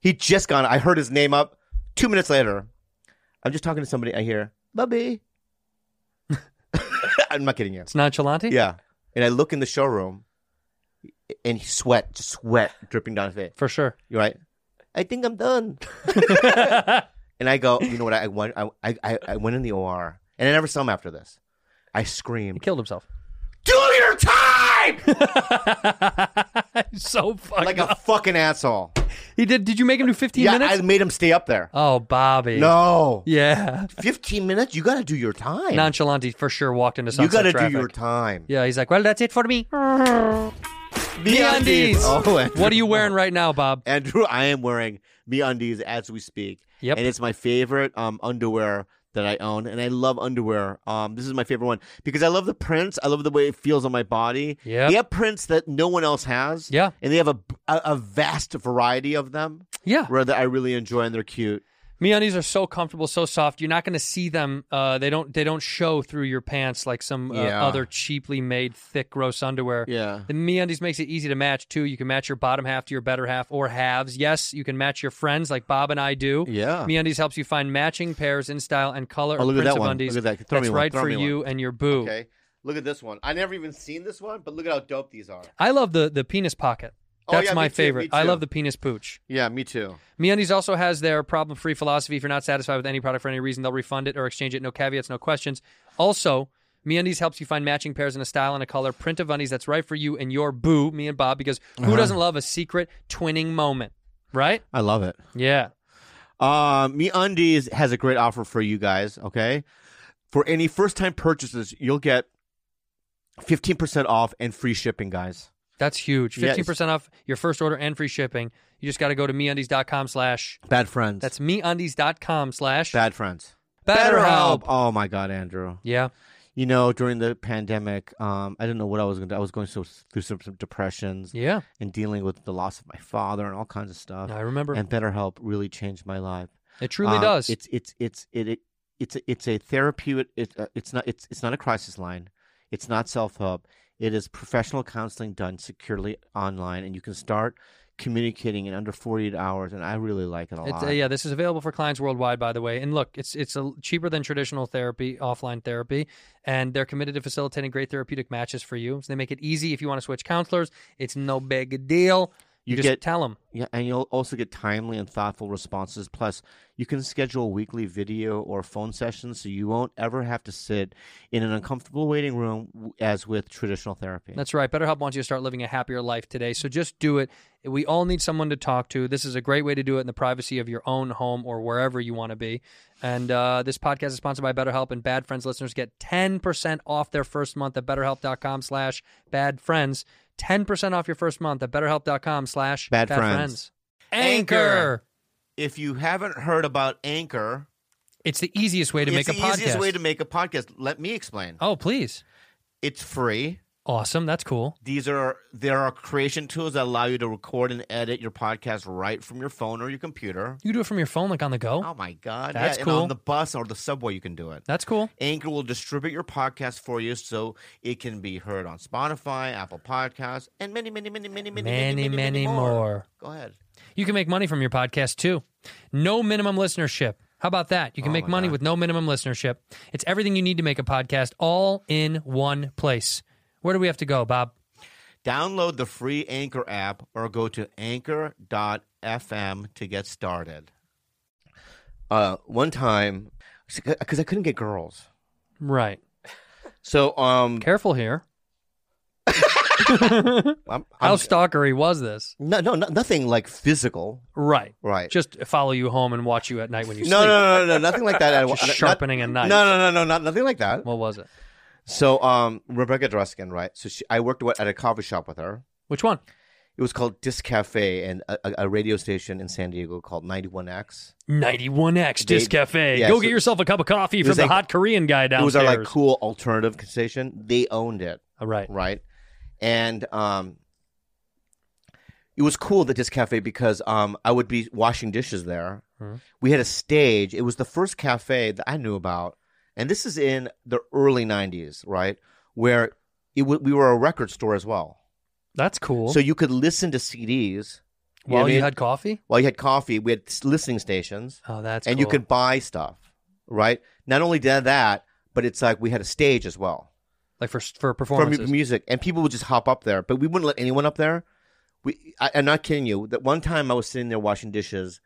[SPEAKER 4] He just got. I heard his name up. Two minutes later, I'm just talking to somebody. I hear Bubby. I'm not kidding you.
[SPEAKER 5] It's nonchalanty?
[SPEAKER 4] Yeah, and I look in the showroom, and sweat, just sweat dripping down his face.
[SPEAKER 5] For sure.
[SPEAKER 4] You're right. I think I'm done. and I go, you know what? I went. I, I I went in the OR, and I never saw him after this. I
[SPEAKER 5] He
[SPEAKER 4] screamed,
[SPEAKER 5] killed himself.
[SPEAKER 4] "Do your time!"
[SPEAKER 5] so fucking.
[SPEAKER 4] like a fucking asshole.
[SPEAKER 5] he did. Did you make him do 15
[SPEAKER 4] Yeah,
[SPEAKER 5] minutes?
[SPEAKER 4] I made him stay up there.
[SPEAKER 5] Oh, Bobby.
[SPEAKER 4] No,
[SPEAKER 5] Yeah.
[SPEAKER 4] fifteen minutes. You got to do your time.
[SPEAKER 5] Nonchalanty for sure walked into
[SPEAKER 4] you
[SPEAKER 5] sunset
[SPEAKER 4] got to do
[SPEAKER 5] traffic.
[SPEAKER 4] your time.
[SPEAKER 5] Yeah, he's like, well, that's it for me.
[SPEAKER 4] MeUndies.
[SPEAKER 5] MeUndies.
[SPEAKER 4] Oh, Andrew.
[SPEAKER 5] What are you wearing right now, Bob?
[SPEAKER 4] Andrew, I am wearing MeUndies as we speak.
[SPEAKER 5] Yep.
[SPEAKER 4] and it's my favorite um, underwear that I own, and I love underwear. Um, this is my favorite one because I love the prints. I love the way it feels on my body.
[SPEAKER 5] Yep.
[SPEAKER 4] they have prints that no one else has.
[SPEAKER 5] Yeah.
[SPEAKER 4] and they have a a, a vast variety of them.
[SPEAKER 5] Yeah.
[SPEAKER 4] where that I really enjoy and they're cute.
[SPEAKER 5] MeUndies are so comfortable, so soft. You're not going to see them. Uh, they don't. They don't show through your pants like some uh,
[SPEAKER 4] Yeah.
[SPEAKER 5] other cheaply made, thick, gross underwear.
[SPEAKER 4] Yeah.
[SPEAKER 5] The MeUndies makes it easy to match too. You can match your bottom half to your better half or halves. Yes, you can match your friends like Bob and I do.
[SPEAKER 4] Yeah.
[SPEAKER 5] MeUndies helps you find matching pairs in style and color.
[SPEAKER 4] Oh,
[SPEAKER 5] or
[SPEAKER 4] look at
[SPEAKER 5] prints
[SPEAKER 4] that
[SPEAKER 5] of
[SPEAKER 4] one.
[SPEAKER 5] Undies
[SPEAKER 4] Look at that. Throw me
[SPEAKER 5] that's
[SPEAKER 4] one.
[SPEAKER 5] right
[SPEAKER 4] Throw
[SPEAKER 5] for
[SPEAKER 4] me one.
[SPEAKER 5] you and your boo.
[SPEAKER 4] Okay, look at this one. I never even seen this one, but look at how dope these are.
[SPEAKER 5] I love the the penis pocket.
[SPEAKER 4] Oh,
[SPEAKER 5] That's
[SPEAKER 4] yeah,
[SPEAKER 5] my
[SPEAKER 4] me too, me
[SPEAKER 5] favorite. I
[SPEAKER 4] too.
[SPEAKER 5] love the penis pooch.
[SPEAKER 4] Yeah, me too.
[SPEAKER 5] MeUndies also has their problem-free philosophy. If you're not satisfied with any product for any reason, they'll refund it or exchange it. No caveats, no questions. Also, MeUndies helps you find matching pairs in a style and a color print of undies that's right for you and your boo, me and Bob, because who
[SPEAKER 4] Uh-huh.
[SPEAKER 5] doesn't love a secret twinning moment, right?
[SPEAKER 4] I love it.
[SPEAKER 5] Yeah.
[SPEAKER 4] Uh, Me Undies has a great offer for you guys. Okay, for any first-time purchases, you'll get fifteen percent off and free shipping, guys.
[SPEAKER 5] That's huge.
[SPEAKER 4] Yeah,
[SPEAKER 5] 15% off your first order and free shipping. You just got to go to meundies.com slash.
[SPEAKER 4] Bad friends.
[SPEAKER 5] That's meundies.com slash.
[SPEAKER 4] bad friends.
[SPEAKER 5] BetterHelp.
[SPEAKER 4] Oh my God, Andrew.
[SPEAKER 5] Yeah.
[SPEAKER 4] You know, during the pandemic, um, I didn't know what I was going to. I was going so, through some, some depressions
[SPEAKER 5] Yeah.
[SPEAKER 4] and dealing with the loss of my father and all kinds of stuff.
[SPEAKER 5] I remember.
[SPEAKER 4] And BetterHelp really changed my life.
[SPEAKER 5] it truly
[SPEAKER 4] Um,
[SPEAKER 5] does.
[SPEAKER 4] It's it's it's it, it it's a, it's a therapeutic. It, uh, it's not it's it's not a crisis line. It's not self help. It is professional counseling done securely online, and you can start communicating in under forty eight hours. And I really like it a
[SPEAKER 5] It's,
[SPEAKER 4] lot.
[SPEAKER 5] uh, yeah, this is available for clients worldwide, by the way. And look, it's it's a, cheaper than traditional therapy, offline therapy, and they're committed to facilitating great therapeutic matches for you. So they make it easy if you want to switch counselors. It's no big deal. You,
[SPEAKER 4] You
[SPEAKER 5] just
[SPEAKER 4] get-
[SPEAKER 5] tell them.
[SPEAKER 4] Yeah, and you'll also get timely and thoughtful responses. Plus, you can schedule weekly video or phone sessions so you won't ever have to sit in an uncomfortable waiting room w- as with traditional therapy.
[SPEAKER 5] That's right. BetterHelp wants you to start living a happier life today. So just do it. We all need someone to talk to. This is a great way to do it in the privacy of your own home or wherever you want to be. And uh, this podcast is sponsored by BetterHelp, and Bad Friends listeners get 10% off their first month at betterhelp.com slash bad friends. 10% off your first month at betterhelp.com slash
[SPEAKER 4] Bad friends.
[SPEAKER 5] friends. Anchor.
[SPEAKER 4] if you haven't heard about Anchor,
[SPEAKER 5] It's the easiest way to
[SPEAKER 4] it's
[SPEAKER 5] make a
[SPEAKER 4] the easiest
[SPEAKER 5] podcast.
[SPEAKER 4] way to make a podcast. Let me explain.
[SPEAKER 5] oh, please.
[SPEAKER 4] It's free.
[SPEAKER 5] Awesome. That's cool.
[SPEAKER 4] These are there are creation tools that allow you to record and edit your podcast right from your phone or your computer.
[SPEAKER 5] You can do it from your phone, like on the go.
[SPEAKER 4] Oh my god,
[SPEAKER 5] That's
[SPEAKER 4] yeah,
[SPEAKER 5] cool.
[SPEAKER 4] And on the bus or the subway, you can do it.
[SPEAKER 5] That's cool.
[SPEAKER 4] Anchor will distribute your podcast for you so it can be heard on Spotify, Apple Podcasts, and many, many, many, many, many, many,
[SPEAKER 5] Many, many more.
[SPEAKER 4] Go ahead.
[SPEAKER 5] You can make money from your podcast too. No minimum listenership. How about that? You can make money with no minimum listenership. It's everything you need to make a podcast all in one place. Where do we have to go, Bob?
[SPEAKER 4] Download the free Anchor app or go to anchor.fm to get started. Uh, one time, because I couldn't get girls.
[SPEAKER 5] Right.
[SPEAKER 4] So, um,
[SPEAKER 5] Careful here.
[SPEAKER 4] I'm,
[SPEAKER 5] How
[SPEAKER 4] I'm,
[SPEAKER 5] stalkery was this?
[SPEAKER 4] no, no, no, nothing like physical,
[SPEAKER 5] Right.
[SPEAKER 4] right?
[SPEAKER 5] Just follow you home and watch you at night when you
[SPEAKER 4] no,
[SPEAKER 5] sleep.
[SPEAKER 4] no, no, no, nothing like that.
[SPEAKER 5] Just
[SPEAKER 4] I- not-
[SPEAKER 5] sharpening a knife.
[SPEAKER 4] No, no, no, no, not, nothing like that.
[SPEAKER 5] What was it?
[SPEAKER 4] So, um, Rebecca Druskin, right? So, she, I worked at a coffee shop with her.
[SPEAKER 5] Which one?
[SPEAKER 4] It was called Disc Cafe and a, a- a radio station in San Diego called 91X.
[SPEAKER 5] 91X
[SPEAKER 4] They-
[SPEAKER 5] Disc Cafe.
[SPEAKER 4] yeah,
[SPEAKER 5] Go
[SPEAKER 4] so-
[SPEAKER 5] get yourself a cup of coffee from
[SPEAKER 4] was
[SPEAKER 5] the
[SPEAKER 4] like-
[SPEAKER 5] hot Korean guy
[SPEAKER 4] It
[SPEAKER 5] downstairs.
[SPEAKER 4] was our like cool alternative station. They owned it,
[SPEAKER 5] All right.
[SPEAKER 4] right? And um, it was cool the Disc Cafe because um, I would be washing dishes there.
[SPEAKER 5] Mm-hmm.
[SPEAKER 4] We had a stage. It was the first cafe that I knew about, and this is in the early 90s, right? Where it w- we were a record store as well.
[SPEAKER 5] That's cool.
[SPEAKER 4] So you could listen to CDs know
[SPEAKER 5] While
[SPEAKER 4] what I
[SPEAKER 5] you
[SPEAKER 4] mean?
[SPEAKER 5] had coffee?
[SPEAKER 4] while you had coffee. We had s- listening stations,
[SPEAKER 5] Oh, that's
[SPEAKER 4] and you
[SPEAKER 5] cool.
[SPEAKER 4] could buy stuff, right? Not only did that, but it's like we had a stage as well
[SPEAKER 5] like for for
[SPEAKER 4] for
[SPEAKER 5] performances.
[SPEAKER 4] mu- music, and people would just hop up there, but we wouldn't let anyone up there. We, I, I'm not kidding you. That one time I was sitting there washing dishes,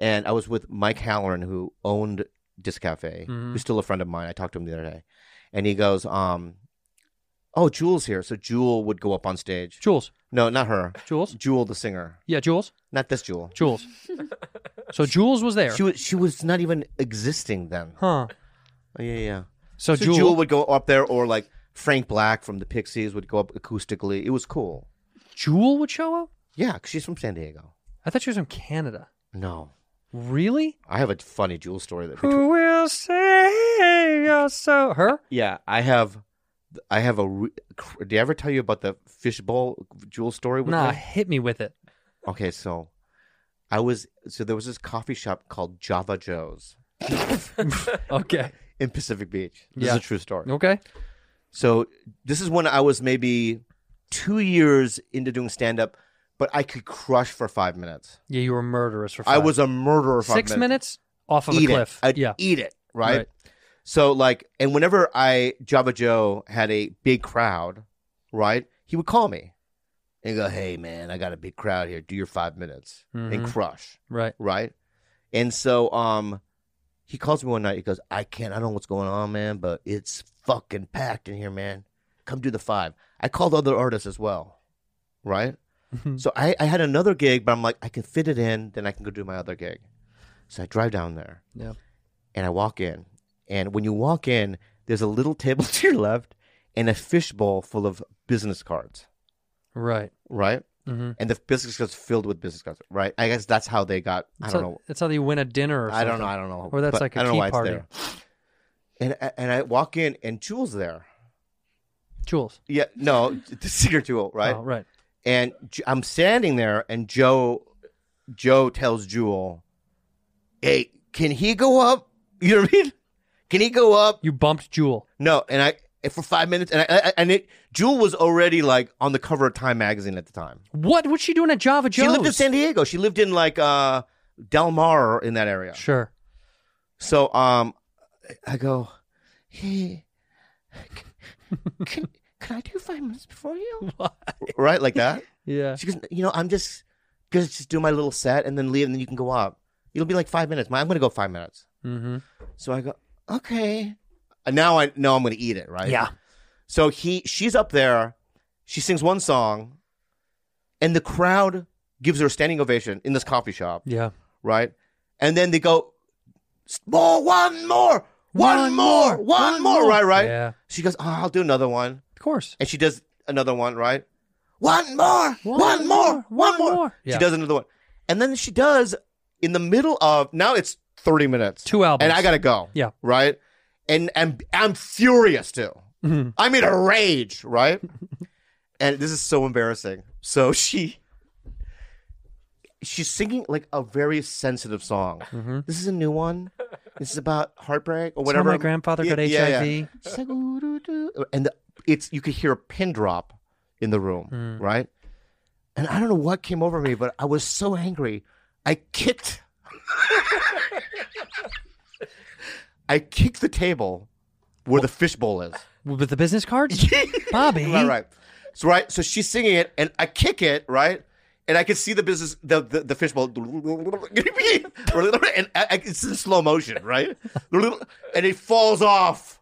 [SPEAKER 4] and I was with Mike Halloran, who owned Disc Cafe,
[SPEAKER 5] Mm-hmm.
[SPEAKER 4] who's still a friend of mine. I talked to him the other day, and he goes, um, "Oh, Jewel's here." So Jewel would go up on stage.
[SPEAKER 5] Jules.
[SPEAKER 4] No, not her.
[SPEAKER 5] Jules?
[SPEAKER 4] Jewel, the singer,
[SPEAKER 5] Yeah, Jules.
[SPEAKER 4] not this Jewel.
[SPEAKER 5] Jules. so Jules was there.
[SPEAKER 4] She was she was not even existing then.
[SPEAKER 5] huh.
[SPEAKER 4] Oh, yeah, yeah.
[SPEAKER 5] So,
[SPEAKER 4] So
[SPEAKER 5] Jewel,
[SPEAKER 4] Jewel would go up there, or like Frank Black from the Pixies would go up acoustically. It was cool.
[SPEAKER 5] Jewel would show up?
[SPEAKER 4] Yeah, 'cause she's from San Diego.
[SPEAKER 5] I thought she was from Canada.
[SPEAKER 4] No,
[SPEAKER 5] Really?
[SPEAKER 4] I have a funny Jewel story that.
[SPEAKER 5] Who will say you're so her?
[SPEAKER 4] yeah, I have. I have a. Re- cr- did I ever tell you about the fishbowl Jewel story? With
[SPEAKER 5] Nah,
[SPEAKER 4] me?
[SPEAKER 5] hit me with it.
[SPEAKER 4] Okay, so I was so there was this coffee shop called Java Joe's
[SPEAKER 5] Okay.
[SPEAKER 4] in Pacific Beach. This
[SPEAKER 5] Yeah.
[SPEAKER 4] is a true story.
[SPEAKER 5] Okay.
[SPEAKER 4] So this is when I was maybe two years into doing stand up, but I could crush for five minutes.
[SPEAKER 5] Yeah, you were murderous for five.
[SPEAKER 4] I was a murderer. for
[SPEAKER 5] six
[SPEAKER 4] five
[SPEAKER 5] minutes off of
[SPEAKER 4] Eat
[SPEAKER 5] a
[SPEAKER 4] it.
[SPEAKER 5] cliff.
[SPEAKER 4] I'd
[SPEAKER 5] yeah.
[SPEAKER 4] eat it. Right?
[SPEAKER 5] Right.
[SPEAKER 4] So like, and whenever I Java Joe had a big crowd, right? He would call me and go, "Hey man, I got a big crowd here. Do your five minutes and
[SPEAKER 5] Mm-hmm.
[SPEAKER 4] crush."
[SPEAKER 5] Right.
[SPEAKER 4] right? And so um he calls me one night, he goes, I can't, I don't know what's going on, man, but it's fucking packed in here, man. Come do the five. I called other artists as well. Right? so I, I had another gig, but I'm like, I can fit it in, then I can go do my other gig. So I drive down there
[SPEAKER 5] Yeah.
[SPEAKER 4] and I walk in. And when you walk in, there's a little table to your left and a fishbowl full of business cards.
[SPEAKER 5] Right.
[SPEAKER 4] Right?
[SPEAKER 5] Mhm.
[SPEAKER 4] and the business cards filled with business cards, right? I guess that's how they got. I
[SPEAKER 5] That's
[SPEAKER 4] don't
[SPEAKER 5] how,
[SPEAKER 4] know.
[SPEAKER 5] That's how you win a dinner. Or
[SPEAKER 4] I don't know.
[SPEAKER 5] something.
[SPEAKER 4] I don't know.
[SPEAKER 5] Or that's
[SPEAKER 4] but
[SPEAKER 5] like a
[SPEAKER 4] I don't know
[SPEAKER 5] tea
[SPEAKER 4] why
[SPEAKER 5] party.
[SPEAKER 4] it's there. And and I walk in and Jules there.
[SPEAKER 5] Jules.
[SPEAKER 4] Yeah, no, the singer duo, right?
[SPEAKER 5] Oh, right.
[SPEAKER 4] and J- I'm standing there, and Joe, Joe tells Jewel, "Hey, can he go up? You know what I mean? Can he go up?
[SPEAKER 5] You bumped Jewel.
[SPEAKER 4] No." And I and for five minutes, and I, I and it Jewel was already like on the cover of Time magazine at the time.
[SPEAKER 5] What? What's she doing at Java Joe's?
[SPEAKER 4] She lived in San Diego. She lived in like uh Del Mar in that area.
[SPEAKER 5] Sure.
[SPEAKER 4] So um, I go, hey, can can I do five minutes before you? Right, like that.
[SPEAKER 5] Yeah.
[SPEAKER 4] She goes, you know, I'm just gonna just do my little set and then leave, and then you can go up. It'll be like five minutes. Ma, I'm gonna go five minutes.
[SPEAKER 5] Mm-hmm.
[SPEAKER 4] So I go, okay. And now I know I'm gonna eat it, right?
[SPEAKER 5] Yeah.
[SPEAKER 4] So he, she's up there. She sings one song, and the crowd gives her a standing ovation in this coffee shop,
[SPEAKER 5] Yeah.
[SPEAKER 4] right? And then they go, more, one more, one,
[SPEAKER 5] One
[SPEAKER 4] more,
[SPEAKER 5] more,
[SPEAKER 4] one,
[SPEAKER 5] one
[SPEAKER 4] more,
[SPEAKER 5] more."
[SPEAKER 4] right, right.
[SPEAKER 5] Yeah.
[SPEAKER 4] She goes, oh, I'll do another one,
[SPEAKER 5] Of course.
[SPEAKER 4] and she does another one, right? One more, one, more, one more.
[SPEAKER 5] Yeah.
[SPEAKER 4] She does another one. And then she does in the middle of now it's 30 minutes.
[SPEAKER 5] Two albums.
[SPEAKER 4] And I gotta go.
[SPEAKER 5] Yeah.
[SPEAKER 4] Right? And and I'm furious too.
[SPEAKER 5] Mhm.
[SPEAKER 4] I'm in a rage, right? and this is so embarrassing. So she she's singing like a very sensitive song.
[SPEAKER 5] Mm-hmm.
[SPEAKER 4] This is a new one. This is about heartbreak or
[SPEAKER 5] That's how
[SPEAKER 4] whatever.
[SPEAKER 5] my grandfather
[SPEAKER 4] Yeah,
[SPEAKER 5] got
[SPEAKER 4] yeah, yeah.
[SPEAKER 5] HIV.
[SPEAKER 4] She's like, "Ooh, doo, doo." and the, it's you could hear a pin drop in the room,
[SPEAKER 5] Mm.
[SPEAKER 4] right? And I don't know what came over me, but I was so angry, I kicked, I kicked the table where the fishbowl is.
[SPEAKER 5] With the business cards? Bobby.
[SPEAKER 4] Right, right. So right, so she's singing it, and I kick it, right? And I could see the business, the the, the fishbowl, and I, I, it's in slow motion, right? And it falls off,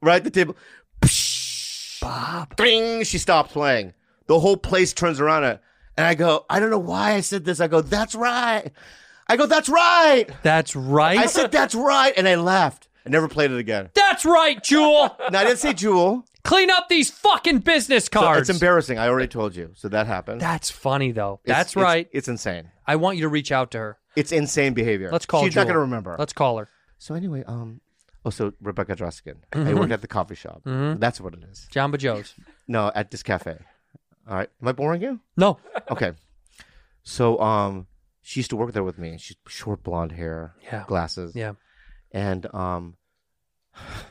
[SPEAKER 4] right? The table. Bob. Ding. She stopped playing. The whole place turns around, and and I go, I don't know why I said this. I go, that's right. I go, that's right.
[SPEAKER 5] That's right.
[SPEAKER 4] I said that's right, and I laughed. I never played it again.
[SPEAKER 5] That's right, Jewel.
[SPEAKER 4] Now I didn't say Jewel.
[SPEAKER 5] Clean up these fucking business
[SPEAKER 4] So
[SPEAKER 5] cards.
[SPEAKER 4] it's embarrassing. I already told you. So that happened.
[SPEAKER 5] That's funny though.
[SPEAKER 4] It's-
[SPEAKER 5] That's
[SPEAKER 4] it's-
[SPEAKER 5] right.
[SPEAKER 4] It's insane.
[SPEAKER 5] I want you to reach out to her.
[SPEAKER 4] It's insane behavior.
[SPEAKER 5] Let's call.
[SPEAKER 4] She's
[SPEAKER 5] Jewel.
[SPEAKER 4] not gonna remember.
[SPEAKER 5] Let's call her.
[SPEAKER 4] so anyway, um, oh, so Rebecca Droskin.
[SPEAKER 5] Mm-hmm.
[SPEAKER 4] I worked at the coffee shop. That's what it is.
[SPEAKER 5] Jamba Joe's.
[SPEAKER 4] No, at this cafe. All right. Am I boring you?
[SPEAKER 5] No.
[SPEAKER 4] Okay. So um, she used to work there with me. She's short blonde hair,
[SPEAKER 5] Yeah.
[SPEAKER 4] glasses,
[SPEAKER 5] Yeah.
[SPEAKER 4] and um, I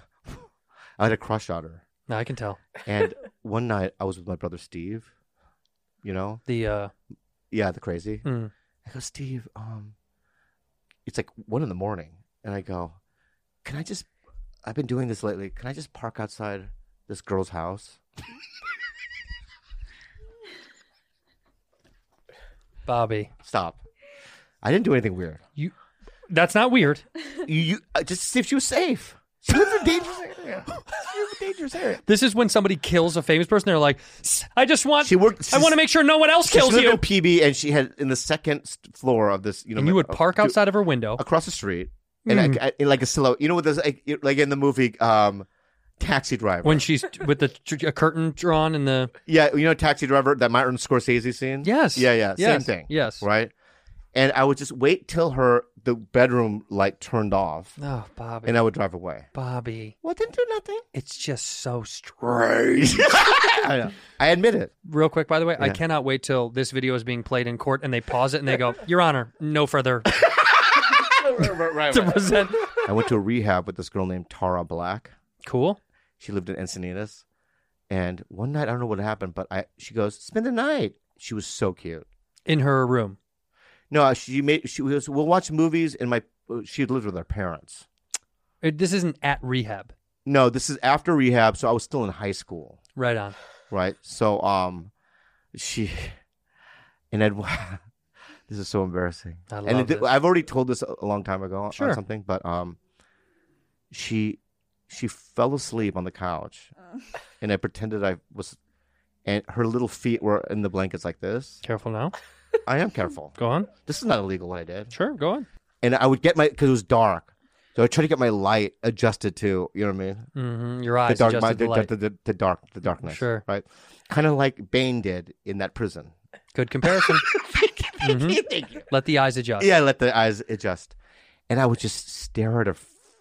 [SPEAKER 4] had a crush on her.
[SPEAKER 5] No, I can tell.
[SPEAKER 4] And one night I was with my brother Steve. You know,
[SPEAKER 5] The uh
[SPEAKER 4] yeah, the crazy.
[SPEAKER 5] mm,
[SPEAKER 4] I go, Steve, um, it's like one in the morning. And I go, can I just, I've been doing this lately. Can I just park outside this girl's house?
[SPEAKER 5] Bobby.
[SPEAKER 4] Stop. I didn't do anything weird.
[SPEAKER 5] You That's not weird.
[SPEAKER 4] You, you uh, just to see if she was safe. She lives in a dangerous area. She lives in a dangerous area.
[SPEAKER 5] This is when somebody kills a famous person. They're like, "S- I just want.
[SPEAKER 4] She worked-
[SPEAKER 5] I want to make sure no one else kills
[SPEAKER 4] she lived
[SPEAKER 5] you.
[SPEAKER 4] in PB, and she had in the second st- floor of this. You know,
[SPEAKER 5] and you would
[SPEAKER 4] uh,
[SPEAKER 5] park Mm.
[SPEAKER 4] do-
[SPEAKER 5] outside of her window.
[SPEAKER 4] across the street, and I, I, in like a silhouette. You know what? There's like, you- like in the movie, um, Taxi Driver.
[SPEAKER 5] When she's with the tr- a curtain drawn in the
[SPEAKER 4] Yeah, you know Taxi Driver, that Martin Scorsese scene?
[SPEAKER 5] Yes.
[SPEAKER 4] Yeah, yeah. Same
[SPEAKER 5] Yes.
[SPEAKER 4] thing.
[SPEAKER 5] Yes.
[SPEAKER 4] Right? And I would just wait till her the bedroom light turned off
[SPEAKER 5] oh Bobby
[SPEAKER 4] and uh, I would drive away.
[SPEAKER 5] Bobby
[SPEAKER 4] Well didn't do nothing.
[SPEAKER 5] it's just so strange.
[SPEAKER 4] I, know. I admit it.
[SPEAKER 5] Real quick, by the way, I cannot wait till this video is being played in court and they pause it and they go, Your Honor, no further to present.
[SPEAKER 4] I went to a rehab with this girl named Tara Black.
[SPEAKER 5] Cool.
[SPEAKER 4] She lived in Encinitas. And one night I don't know what happened, but I she goes, Spend the night. She was so cute.
[SPEAKER 5] In her room.
[SPEAKER 4] No, she made she was we'll watch movies and my uh, she lived with her parents.
[SPEAKER 5] It- Uh, This isn't at rehab.
[SPEAKER 4] No, this is after rehab, so I was still in high school.
[SPEAKER 5] Right on.
[SPEAKER 4] right? So um, she and I'd this is so embarrassing.
[SPEAKER 5] I
[SPEAKER 4] and
[SPEAKER 5] love
[SPEAKER 4] it-
[SPEAKER 5] this.
[SPEAKER 4] I've already told this a a long time ago
[SPEAKER 5] Sure.
[SPEAKER 4] or something, but um, she she fell asleep on the couch, and I pretended I was, and her little feet were in the blankets like this.
[SPEAKER 5] Careful now.
[SPEAKER 4] I am careful.
[SPEAKER 5] Go on.
[SPEAKER 4] This is not illegal what I did
[SPEAKER 5] Sure, go on.
[SPEAKER 4] and I would get my because it was dark, so I tried to get my light adjusted to you know what I mean.
[SPEAKER 5] hmm Your
[SPEAKER 4] The
[SPEAKER 5] eyes
[SPEAKER 4] dark,
[SPEAKER 5] adjusted
[SPEAKER 4] my,
[SPEAKER 5] to
[SPEAKER 4] the,
[SPEAKER 5] light.
[SPEAKER 4] the, the, the dark, the darkness.
[SPEAKER 5] Sure.
[SPEAKER 4] right? Kind of like Bane did in that prison.
[SPEAKER 5] Good comparison. Mm-hmm.
[SPEAKER 4] Thank you.
[SPEAKER 5] Let the eyes adjust.
[SPEAKER 4] Yeah, I let the eyes adjust. And I would just stare at her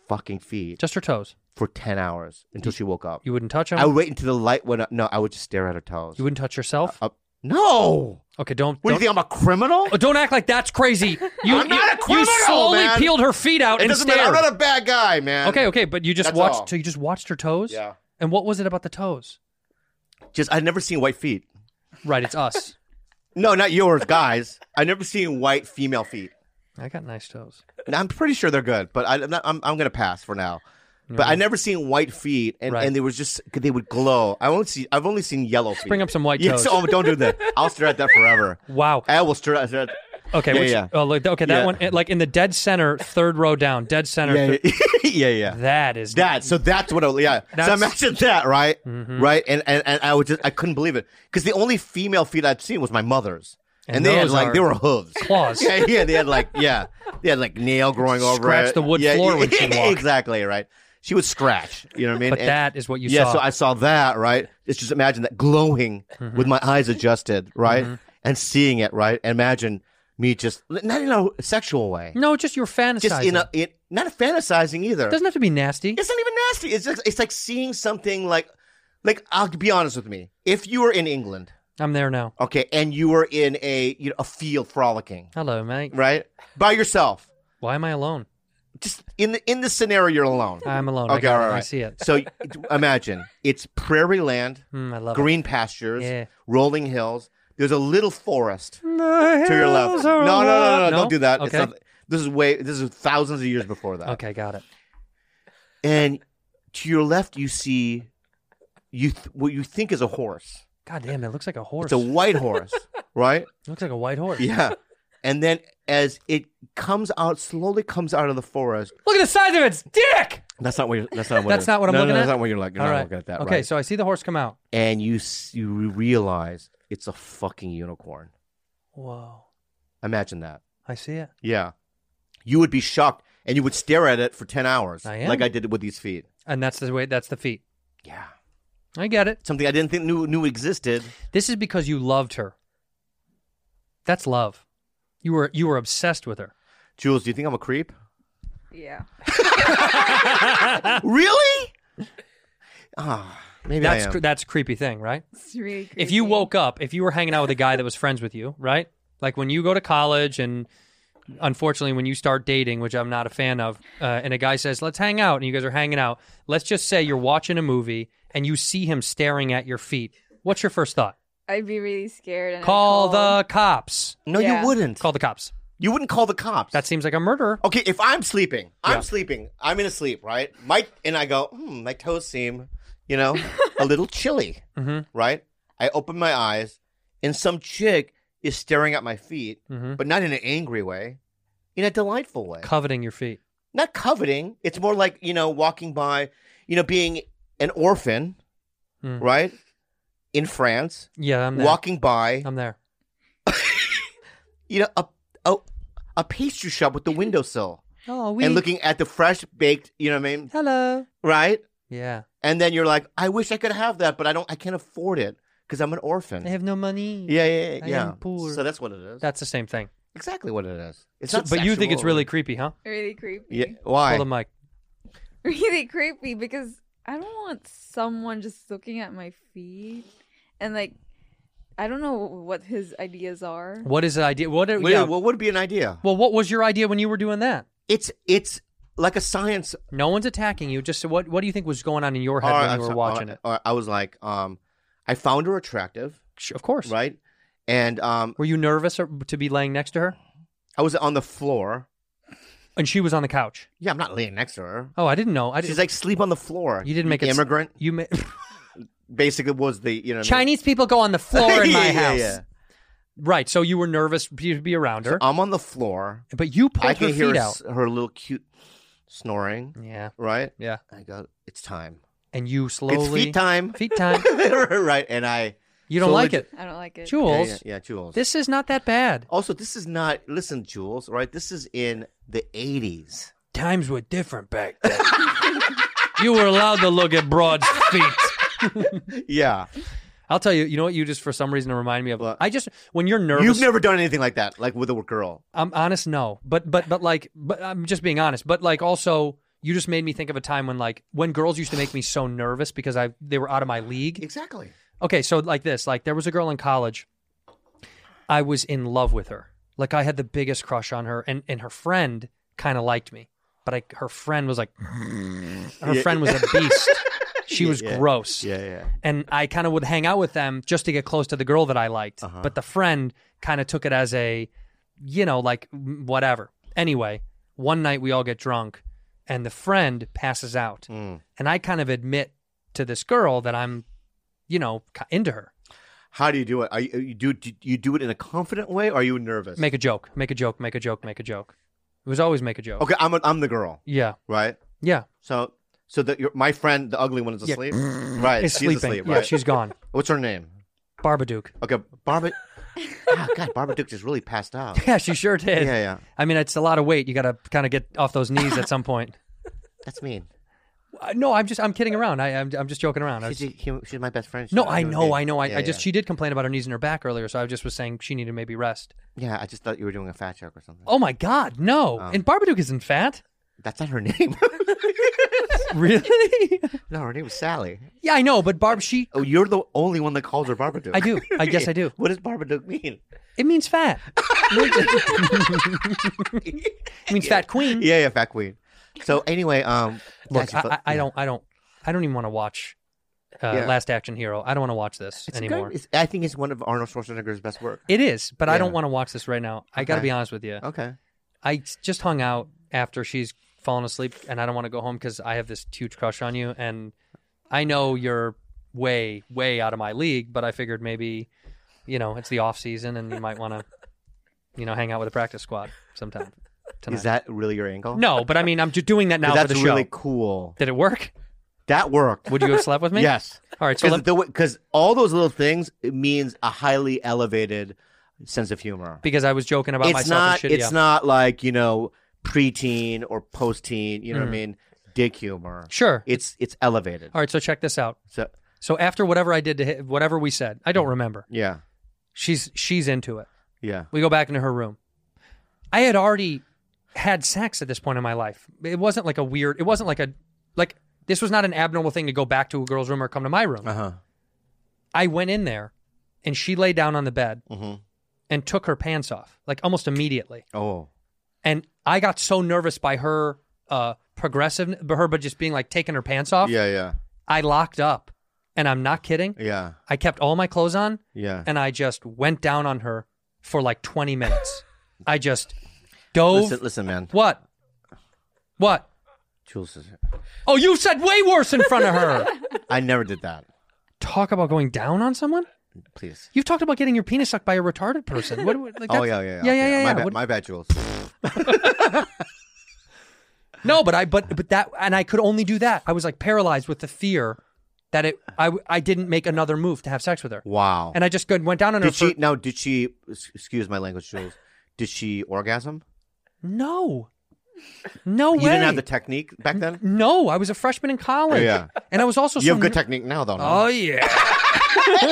[SPEAKER 4] fucking feet
[SPEAKER 5] Just her toes.
[SPEAKER 4] for 10 hours until she woke up.
[SPEAKER 5] You wouldn't touch them.
[SPEAKER 4] I would wait until the light went up. No, I would just stare at her toes.
[SPEAKER 5] you wouldn't touch yourself.
[SPEAKER 4] Up- no!
[SPEAKER 5] okay, don't.
[SPEAKER 4] Uh, What do you
[SPEAKER 5] don't,
[SPEAKER 4] think? I'm a criminal?
[SPEAKER 5] Oh, don't act like that's crazy. You,
[SPEAKER 4] I'm not a
[SPEAKER 5] you-
[SPEAKER 4] criminal,
[SPEAKER 5] You slowly
[SPEAKER 4] man.
[SPEAKER 5] peeled her feet out
[SPEAKER 4] It
[SPEAKER 5] and
[SPEAKER 4] doesn't matter.
[SPEAKER 5] stared.
[SPEAKER 4] I'm not a bad guy, man.
[SPEAKER 5] okay, okay, but you just
[SPEAKER 4] That's
[SPEAKER 5] watched.
[SPEAKER 4] all.
[SPEAKER 5] So you just watched her toes.
[SPEAKER 4] Yeah.
[SPEAKER 5] And what was it about the toes?
[SPEAKER 4] Just, I've never seen white feet.
[SPEAKER 5] Right, it's us.
[SPEAKER 4] No, not yours, guys. I've never seen white female feet.
[SPEAKER 5] I got nice toes.
[SPEAKER 4] Now, I'm pretty sure they're good, but I, am not, I'm, I'm going to pass for now. But I never seen white feet, and,
[SPEAKER 5] Mm-hmm. Right.
[SPEAKER 4] and they was just they would glow. I won't see. I've only seen yellow feet.
[SPEAKER 5] Bring up some white
[SPEAKER 4] Yes,
[SPEAKER 5] toes.
[SPEAKER 4] oh, don't do that. I'll stare at that forever.
[SPEAKER 5] Wow.
[SPEAKER 4] I will stare at that.
[SPEAKER 5] Okay.
[SPEAKER 4] Uh, Yeah,
[SPEAKER 5] which,
[SPEAKER 4] yeah.
[SPEAKER 5] Oh, look, okay, that
[SPEAKER 4] Yeah.
[SPEAKER 5] one, it- like in the dead center, third row down, dead center.
[SPEAKER 4] Yeah,
[SPEAKER 5] thir-
[SPEAKER 4] yeah, yeah, yeah.
[SPEAKER 5] That is
[SPEAKER 4] That. So that's what. I, yeah. so
[SPEAKER 5] That's- Mm-hmm.
[SPEAKER 4] imagine that, right? Right. And, and and I would just I couldn't believe it because the only female feet I'd seen was my mother's,
[SPEAKER 5] And
[SPEAKER 4] and, they had
[SPEAKER 5] those
[SPEAKER 4] like
[SPEAKER 5] are
[SPEAKER 4] they were hooves.
[SPEAKER 5] claws.
[SPEAKER 4] yeah, yeah, they had like yeah, they had like nail growing over
[SPEAKER 5] Scratch
[SPEAKER 4] it.
[SPEAKER 5] the wood
[SPEAKER 4] yeah,
[SPEAKER 5] floor
[SPEAKER 4] yeah,
[SPEAKER 5] when she walked.
[SPEAKER 4] Exactly right. She would scratch. You know what I mean?
[SPEAKER 5] But
[SPEAKER 4] And-
[SPEAKER 5] that is what you
[SPEAKER 4] yeah,
[SPEAKER 5] saw.
[SPEAKER 4] so I saw that, right? It's just imagine that glowing
[SPEAKER 5] Mm-hmm.
[SPEAKER 4] with my eyes adjusted, right? And seeing it, right? Imagine me just not in a sexual way.
[SPEAKER 5] no, just your fantasizing.
[SPEAKER 4] just in a it not fantasizing either.
[SPEAKER 5] Doesn't have to be nasty.
[SPEAKER 4] it's not even nasty. It's just, it's like seeing something like like I'll be honest with me. If you were in England,
[SPEAKER 5] I'm there now.
[SPEAKER 4] okay, and you were in a you know a field frolicking,
[SPEAKER 5] Hello, mate.
[SPEAKER 4] right? By yourself.
[SPEAKER 5] Why am I alone?
[SPEAKER 4] Just in the in the scenario you're alone.
[SPEAKER 5] I'm alone. I,
[SPEAKER 4] Okay,
[SPEAKER 5] got
[SPEAKER 4] all
[SPEAKER 5] it.
[SPEAKER 4] right.
[SPEAKER 5] I see it.
[SPEAKER 4] So imagine it's prairie land.
[SPEAKER 5] Mm, I love
[SPEAKER 4] green pastures,
[SPEAKER 5] Yeah.
[SPEAKER 4] rolling hills. There's a little forest
[SPEAKER 5] it.
[SPEAKER 4] to your left. No, no, no, no, no, don't do that. It's
[SPEAKER 5] Okay.
[SPEAKER 4] not- this is way. This is thousands of years before that.
[SPEAKER 5] okay, got it.
[SPEAKER 4] And to your left, you see you th- what you think is a horse.
[SPEAKER 5] God damn, that looks like a horse.
[SPEAKER 4] It's a white horse, right?
[SPEAKER 5] looks like a white horse.
[SPEAKER 4] Yeah. And then as it comes out, slowly comes out of the forest.
[SPEAKER 5] Look at the size of its dick.
[SPEAKER 4] That's not what. You're, that's not what.
[SPEAKER 5] That's
[SPEAKER 4] you're-
[SPEAKER 5] not what I'm
[SPEAKER 4] no,
[SPEAKER 5] looking
[SPEAKER 4] no,
[SPEAKER 5] at?
[SPEAKER 4] That's not what you're looking. You're
[SPEAKER 5] All
[SPEAKER 4] not
[SPEAKER 5] right.
[SPEAKER 4] looking at that.
[SPEAKER 5] okay,
[SPEAKER 4] right?
[SPEAKER 5] so I see the horse come out.
[SPEAKER 4] and you s- you realize it's a fucking unicorn.
[SPEAKER 5] Whoa,
[SPEAKER 4] Imagine that.
[SPEAKER 5] I see it.
[SPEAKER 4] Yeah. You would be shocked and you would stare at it for 10 hours.
[SPEAKER 5] I am.
[SPEAKER 4] Like I did with these feet.
[SPEAKER 5] And that's the way. That's the feet.
[SPEAKER 4] Yeah.
[SPEAKER 5] I get it.
[SPEAKER 4] Something I didn't think knew, knew existed.
[SPEAKER 5] This is because you loved her. That's love. You were you were obsessed with her.
[SPEAKER 4] Jules, do you think I'm a creep?
[SPEAKER 6] Yeah.
[SPEAKER 4] really? Ah, maybe
[SPEAKER 5] That's
[SPEAKER 4] I am.
[SPEAKER 5] cre- that's a creepy thing, right?
[SPEAKER 6] It's really creepy.
[SPEAKER 5] If you woke up, if you were hanging out with a guy that was friends with you, right? Like when you go to college and unfortunately when you start dating, which I'm not a fan of, uh, and a guy says, "Let's hang out," and you guys are hanging out. Let's just say you're watching a movie and you see him staring at your feet. What's your first thought?
[SPEAKER 6] I'd be really scared. And I'd
[SPEAKER 5] Call the cops.
[SPEAKER 4] no,
[SPEAKER 6] Yeah.
[SPEAKER 4] you wouldn't.
[SPEAKER 5] Call the cops.
[SPEAKER 4] you wouldn't call the cops.
[SPEAKER 5] That seems like a murderer.
[SPEAKER 4] Okay, if I'm sleeping, I'm
[SPEAKER 5] Yeah.
[SPEAKER 4] sleeping, I'm in a sleep, right? My and I go, hmm, my toes seem, you know, a little chilly,
[SPEAKER 5] Mhm.
[SPEAKER 4] right? I open my eyes, and some chick is staring at my feet,
[SPEAKER 5] Mhm.
[SPEAKER 4] but not in an angry way, in a delightful way.
[SPEAKER 5] Coveting your feet.
[SPEAKER 4] not coveting. It's more like you know walking by, you know, being an orphan,
[SPEAKER 5] Mm.
[SPEAKER 4] right? In France,
[SPEAKER 5] Yeah, I'm there.
[SPEAKER 4] walking by,
[SPEAKER 5] I'm there.
[SPEAKER 4] you know, a a, a pastry shop with the windowsill
[SPEAKER 5] Oh, we.
[SPEAKER 4] and looking at the fresh baked, you know what I mean,
[SPEAKER 5] Hello.
[SPEAKER 4] right?
[SPEAKER 5] Yeah,
[SPEAKER 4] And then you're like, I wish I could have that, but I don't. I can't afford it because I'm an orphan.
[SPEAKER 5] I have no money.
[SPEAKER 4] yeah, yeah, yeah.
[SPEAKER 5] I
[SPEAKER 4] yeah.
[SPEAKER 5] am poor.
[SPEAKER 4] So that's what it is.
[SPEAKER 5] That's the same thing.
[SPEAKER 4] exactly what it is. It's
[SPEAKER 5] So-
[SPEAKER 4] not
[SPEAKER 5] but you think it's
[SPEAKER 4] sexual.
[SPEAKER 5] really creepy, huh?
[SPEAKER 6] Really creepy.
[SPEAKER 4] Yeah. Why?
[SPEAKER 5] Hold the mic.
[SPEAKER 6] Really creepy because I don't want someone just looking at my feet and like I don't know what his ideas are.
[SPEAKER 5] What is the idea? What? Are,
[SPEAKER 4] What-
[SPEAKER 5] yeah.
[SPEAKER 4] What would be an idea?
[SPEAKER 5] well, what was your idea when you were doing that?
[SPEAKER 4] It's it's like a science
[SPEAKER 5] No one's attacking you. Just so what? What do you think was going on in your head
[SPEAKER 4] All
[SPEAKER 5] when
[SPEAKER 4] right, Oh,
[SPEAKER 5] you
[SPEAKER 4] I'm
[SPEAKER 5] were
[SPEAKER 4] so- all
[SPEAKER 5] watching
[SPEAKER 4] right,
[SPEAKER 5] it?
[SPEAKER 4] all right. I was like, um, I found her attractive,
[SPEAKER 5] Sh- Of course.
[SPEAKER 4] right? And um,
[SPEAKER 5] Were you nervous or, to be laying next to her?
[SPEAKER 4] I was on the floor.
[SPEAKER 5] And she was on the couch.
[SPEAKER 4] Yeah, I'm not laying next to her.
[SPEAKER 5] Oh, I didn't know. I
[SPEAKER 4] She's
[SPEAKER 5] didn't.
[SPEAKER 4] like sleep on the floor.
[SPEAKER 5] you didn't make
[SPEAKER 4] the
[SPEAKER 5] it. s-
[SPEAKER 4] immigrant.
[SPEAKER 5] You ma-
[SPEAKER 4] Basically, was the you know what I mean?
[SPEAKER 5] Chinese people go on the floor in my
[SPEAKER 4] Yeah, yeah,
[SPEAKER 5] house.
[SPEAKER 4] yeah.
[SPEAKER 5] Right. So you were nervous to be around her,
[SPEAKER 4] I'm on the floor.
[SPEAKER 5] but you pulled
[SPEAKER 4] um, I can
[SPEAKER 5] her
[SPEAKER 4] hear
[SPEAKER 5] feet
[SPEAKER 4] her,
[SPEAKER 5] out.
[SPEAKER 4] s- her little cute snoring.
[SPEAKER 5] Yeah.
[SPEAKER 4] Right?
[SPEAKER 5] Yeah.
[SPEAKER 4] I go. It's time.
[SPEAKER 5] And you slowly.
[SPEAKER 4] It's feet time.
[SPEAKER 5] Feet time.
[SPEAKER 4] right? And I.
[SPEAKER 5] You don't
[SPEAKER 4] Slowly
[SPEAKER 5] like
[SPEAKER 4] ju-
[SPEAKER 5] it,
[SPEAKER 6] I don't like it.
[SPEAKER 4] Yeah,
[SPEAKER 5] Jules.
[SPEAKER 4] yeah, yeah, Jules.
[SPEAKER 5] This is not that bad.
[SPEAKER 4] also, this is not. Listen, Jules. Right? This is in the 80s.
[SPEAKER 5] Times were different back then. you were allowed to look at broads' feet.
[SPEAKER 4] Yeah.
[SPEAKER 5] I'll tell you. You know what? You just for some reason remind me of.
[SPEAKER 4] What?
[SPEAKER 5] I just when you're nervous.
[SPEAKER 4] You've never done anything like that, like with a girl.
[SPEAKER 5] I'm honest, no. But but but like but I'm just being honest. But like also you just made me think of a time when like when girls used to make me so nervous because I they were out of my league.
[SPEAKER 4] Exactly.
[SPEAKER 5] Okay, so like this, like there was a girl in college. I was in love with her. Like I had the biggest crush on her and and her friend kind of liked me. But I, her friend was like her friend was a beast. She was
[SPEAKER 4] yeah.
[SPEAKER 5] gross
[SPEAKER 4] Yeah, yeah.
[SPEAKER 5] and I kind of would hang out with them just to get close to the girl that I liked.
[SPEAKER 4] Uh-huh.
[SPEAKER 5] But the friend kind of took it as a, you know, like m- whatever. Anyway, one night we all get drunk, and the friend passes out,
[SPEAKER 4] Mm.
[SPEAKER 5] and I kind of admit to this girl that I'm, you know, ki- into her.
[SPEAKER 4] How do you do it? Are you, you do do you do it in a confident way? or Are you nervous?
[SPEAKER 5] Make a joke, make a joke, make a joke, make a joke. It was always make a joke.
[SPEAKER 4] okay, I'm a, I'm the girl,
[SPEAKER 5] Yeah.
[SPEAKER 4] right?
[SPEAKER 5] Yeah.
[SPEAKER 4] So so that your my friend, the ugly one, is
[SPEAKER 5] Yeah.
[SPEAKER 4] asleep. Right,
[SPEAKER 5] It's
[SPEAKER 4] she's
[SPEAKER 5] sleeping.
[SPEAKER 4] asleep.
[SPEAKER 5] Yeah,
[SPEAKER 4] right.
[SPEAKER 5] she's gone.
[SPEAKER 4] What's her name?
[SPEAKER 5] Barbaduke.
[SPEAKER 4] Okay, Barbara. Ah, God, Barbara Duke just really passed out.
[SPEAKER 5] Yeah, she sure did.
[SPEAKER 4] Yeah, yeah.
[SPEAKER 5] I mean, it's a lot of weight. You got to kind of get off those knees at some point.
[SPEAKER 4] That's mean.
[SPEAKER 5] Uh, no, I'm just I'm kidding around. I, I'm I'm just joking around. I was-
[SPEAKER 4] She's, he- she's my best friend. She's
[SPEAKER 5] no,
[SPEAKER 4] a
[SPEAKER 5] I
[SPEAKER 4] human
[SPEAKER 5] know,
[SPEAKER 4] being.
[SPEAKER 5] I know. I,
[SPEAKER 4] Yeah,
[SPEAKER 5] I just
[SPEAKER 4] yeah.
[SPEAKER 5] she did complain about her knees and her back earlier, so I just was saying she needed to maybe rest.
[SPEAKER 4] Yeah, I just thought you were doing a fat joke or something.
[SPEAKER 5] Oh my God, no! And Barbaduke isn't fat,
[SPEAKER 4] That's not her name.
[SPEAKER 5] really?
[SPEAKER 4] no, her name is Sally.
[SPEAKER 5] yeah, I know, but Barb, she
[SPEAKER 4] Oh, you're the only one that calls her Barbara Duke.
[SPEAKER 5] I do. I guess I do.
[SPEAKER 4] What does Barbara Duke mean?
[SPEAKER 5] it means fat. it means fat queen.
[SPEAKER 4] Yeah, yeah, fat queen. So anyway, um,
[SPEAKER 5] Look,
[SPEAKER 4] yeah, she
[SPEAKER 5] I,
[SPEAKER 4] felt-
[SPEAKER 5] I, I
[SPEAKER 4] yeah.
[SPEAKER 5] don't, I don't, I don't even want to watch uh,
[SPEAKER 4] Yeah.
[SPEAKER 5] Last Action Hero. I don't want to watch this
[SPEAKER 4] It's
[SPEAKER 5] anymore.
[SPEAKER 4] good. It's- I think it's one of Arnold Schwarzenegger's best work.
[SPEAKER 5] It is, but I
[SPEAKER 4] Yeah.
[SPEAKER 5] don't want to watch this right now. I got to
[SPEAKER 4] Okay.
[SPEAKER 5] be honest with you.
[SPEAKER 4] Okay.
[SPEAKER 5] I just hung out after she's fallen asleep, and I don't want to go home because I have this huge crush on you, and I know you're way, way out of my league. But I figured maybe, you know, it's the off season, and you might want to, you know, hang out with the practice squad sometime tonight.
[SPEAKER 4] Is that really your angle?
[SPEAKER 5] no, but I mean, I'm just doing that now
[SPEAKER 4] But
[SPEAKER 5] for
[SPEAKER 4] that's
[SPEAKER 5] the show.
[SPEAKER 4] really cool.
[SPEAKER 5] Did it work?
[SPEAKER 4] That worked.
[SPEAKER 5] Would you have slept with me?
[SPEAKER 4] Yes.
[SPEAKER 5] All right. So
[SPEAKER 4] Because
[SPEAKER 5] let,
[SPEAKER 4] all those little things it means a highly elevated sense of humor.
[SPEAKER 5] because I was joking about
[SPEAKER 4] It's
[SPEAKER 5] myself
[SPEAKER 4] not.
[SPEAKER 5] and shit.
[SPEAKER 4] it's
[SPEAKER 5] yeah.
[SPEAKER 4] not like you know preteen or post-teen. You know what I mean? Dick humor.
[SPEAKER 5] Sure.
[SPEAKER 4] It's it's elevated.
[SPEAKER 5] Mm. All right. So check this out.
[SPEAKER 4] So
[SPEAKER 5] So after whatever I did to hit, whatever we said, I don't remember.
[SPEAKER 4] yeah,
[SPEAKER 5] She's she's into it.
[SPEAKER 4] yeah.
[SPEAKER 5] We go back into her room. I had already had sex at this point in my life. It wasn't like a weird. It wasn't like a like this was not an abnormal thing to go back to a girl's room or come to my room.
[SPEAKER 4] huh.
[SPEAKER 5] I went in there, and she lay down on the bed
[SPEAKER 4] Mm-hmm.
[SPEAKER 5] and took her pants off like almost immediately.
[SPEAKER 4] Oh,
[SPEAKER 5] And I got so nervous by her uh progressive, by her but just being like taking her pants off.
[SPEAKER 4] yeah, yeah,
[SPEAKER 5] I locked up, and I'm not kidding.
[SPEAKER 4] yeah,
[SPEAKER 5] I kept all my clothes on
[SPEAKER 4] yeah.
[SPEAKER 5] and I just went down on her for like 20 minutes. I just dove.
[SPEAKER 4] listen, listen, man.
[SPEAKER 5] What? What?
[SPEAKER 4] Jules is.
[SPEAKER 5] Oh, you said way worse in front of her.
[SPEAKER 4] I never did that.
[SPEAKER 5] Talk about going down on someone?
[SPEAKER 4] Please.
[SPEAKER 5] You've talked about getting your penis sucked by a retarded person. What? what- Like
[SPEAKER 4] Oh
[SPEAKER 5] that's-
[SPEAKER 4] yeah, yeah,
[SPEAKER 5] yeah, yeah, yeah.
[SPEAKER 4] My,
[SPEAKER 5] yeah.
[SPEAKER 4] bad,
[SPEAKER 5] What-
[SPEAKER 4] my bad, Jules.
[SPEAKER 5] no, but I, but, but that, and I could only do that. I was like paralyzed with the fear that it, I, I didn't make another move to have sex with her,
[SPEAKER 4] Wow.
[SPEAKER 5] and I just good, went down on her.
[SPEAKER 4] did
[SPEAKER 5] for,
[SPEAKER 4] she? Now, did she? Excuse my language, Jules. Did she orgasm?
[SPEAKER 5] No, no way.
[SPEAKER 4] You didn't have the technique back then.
[SPEAKER 5] no, I was a freshman in college.
[SPEAKER 4] Yeah.
[SPEAKER 5] and I was also
[SPEAKER 4] You
[SPEAKER 5] so
[SPEAKER 4] have good
[SPEAKER 5] ner-
[SPEAKER 4] technique now, though. no?
[SPEAKER 5] Oh yeah.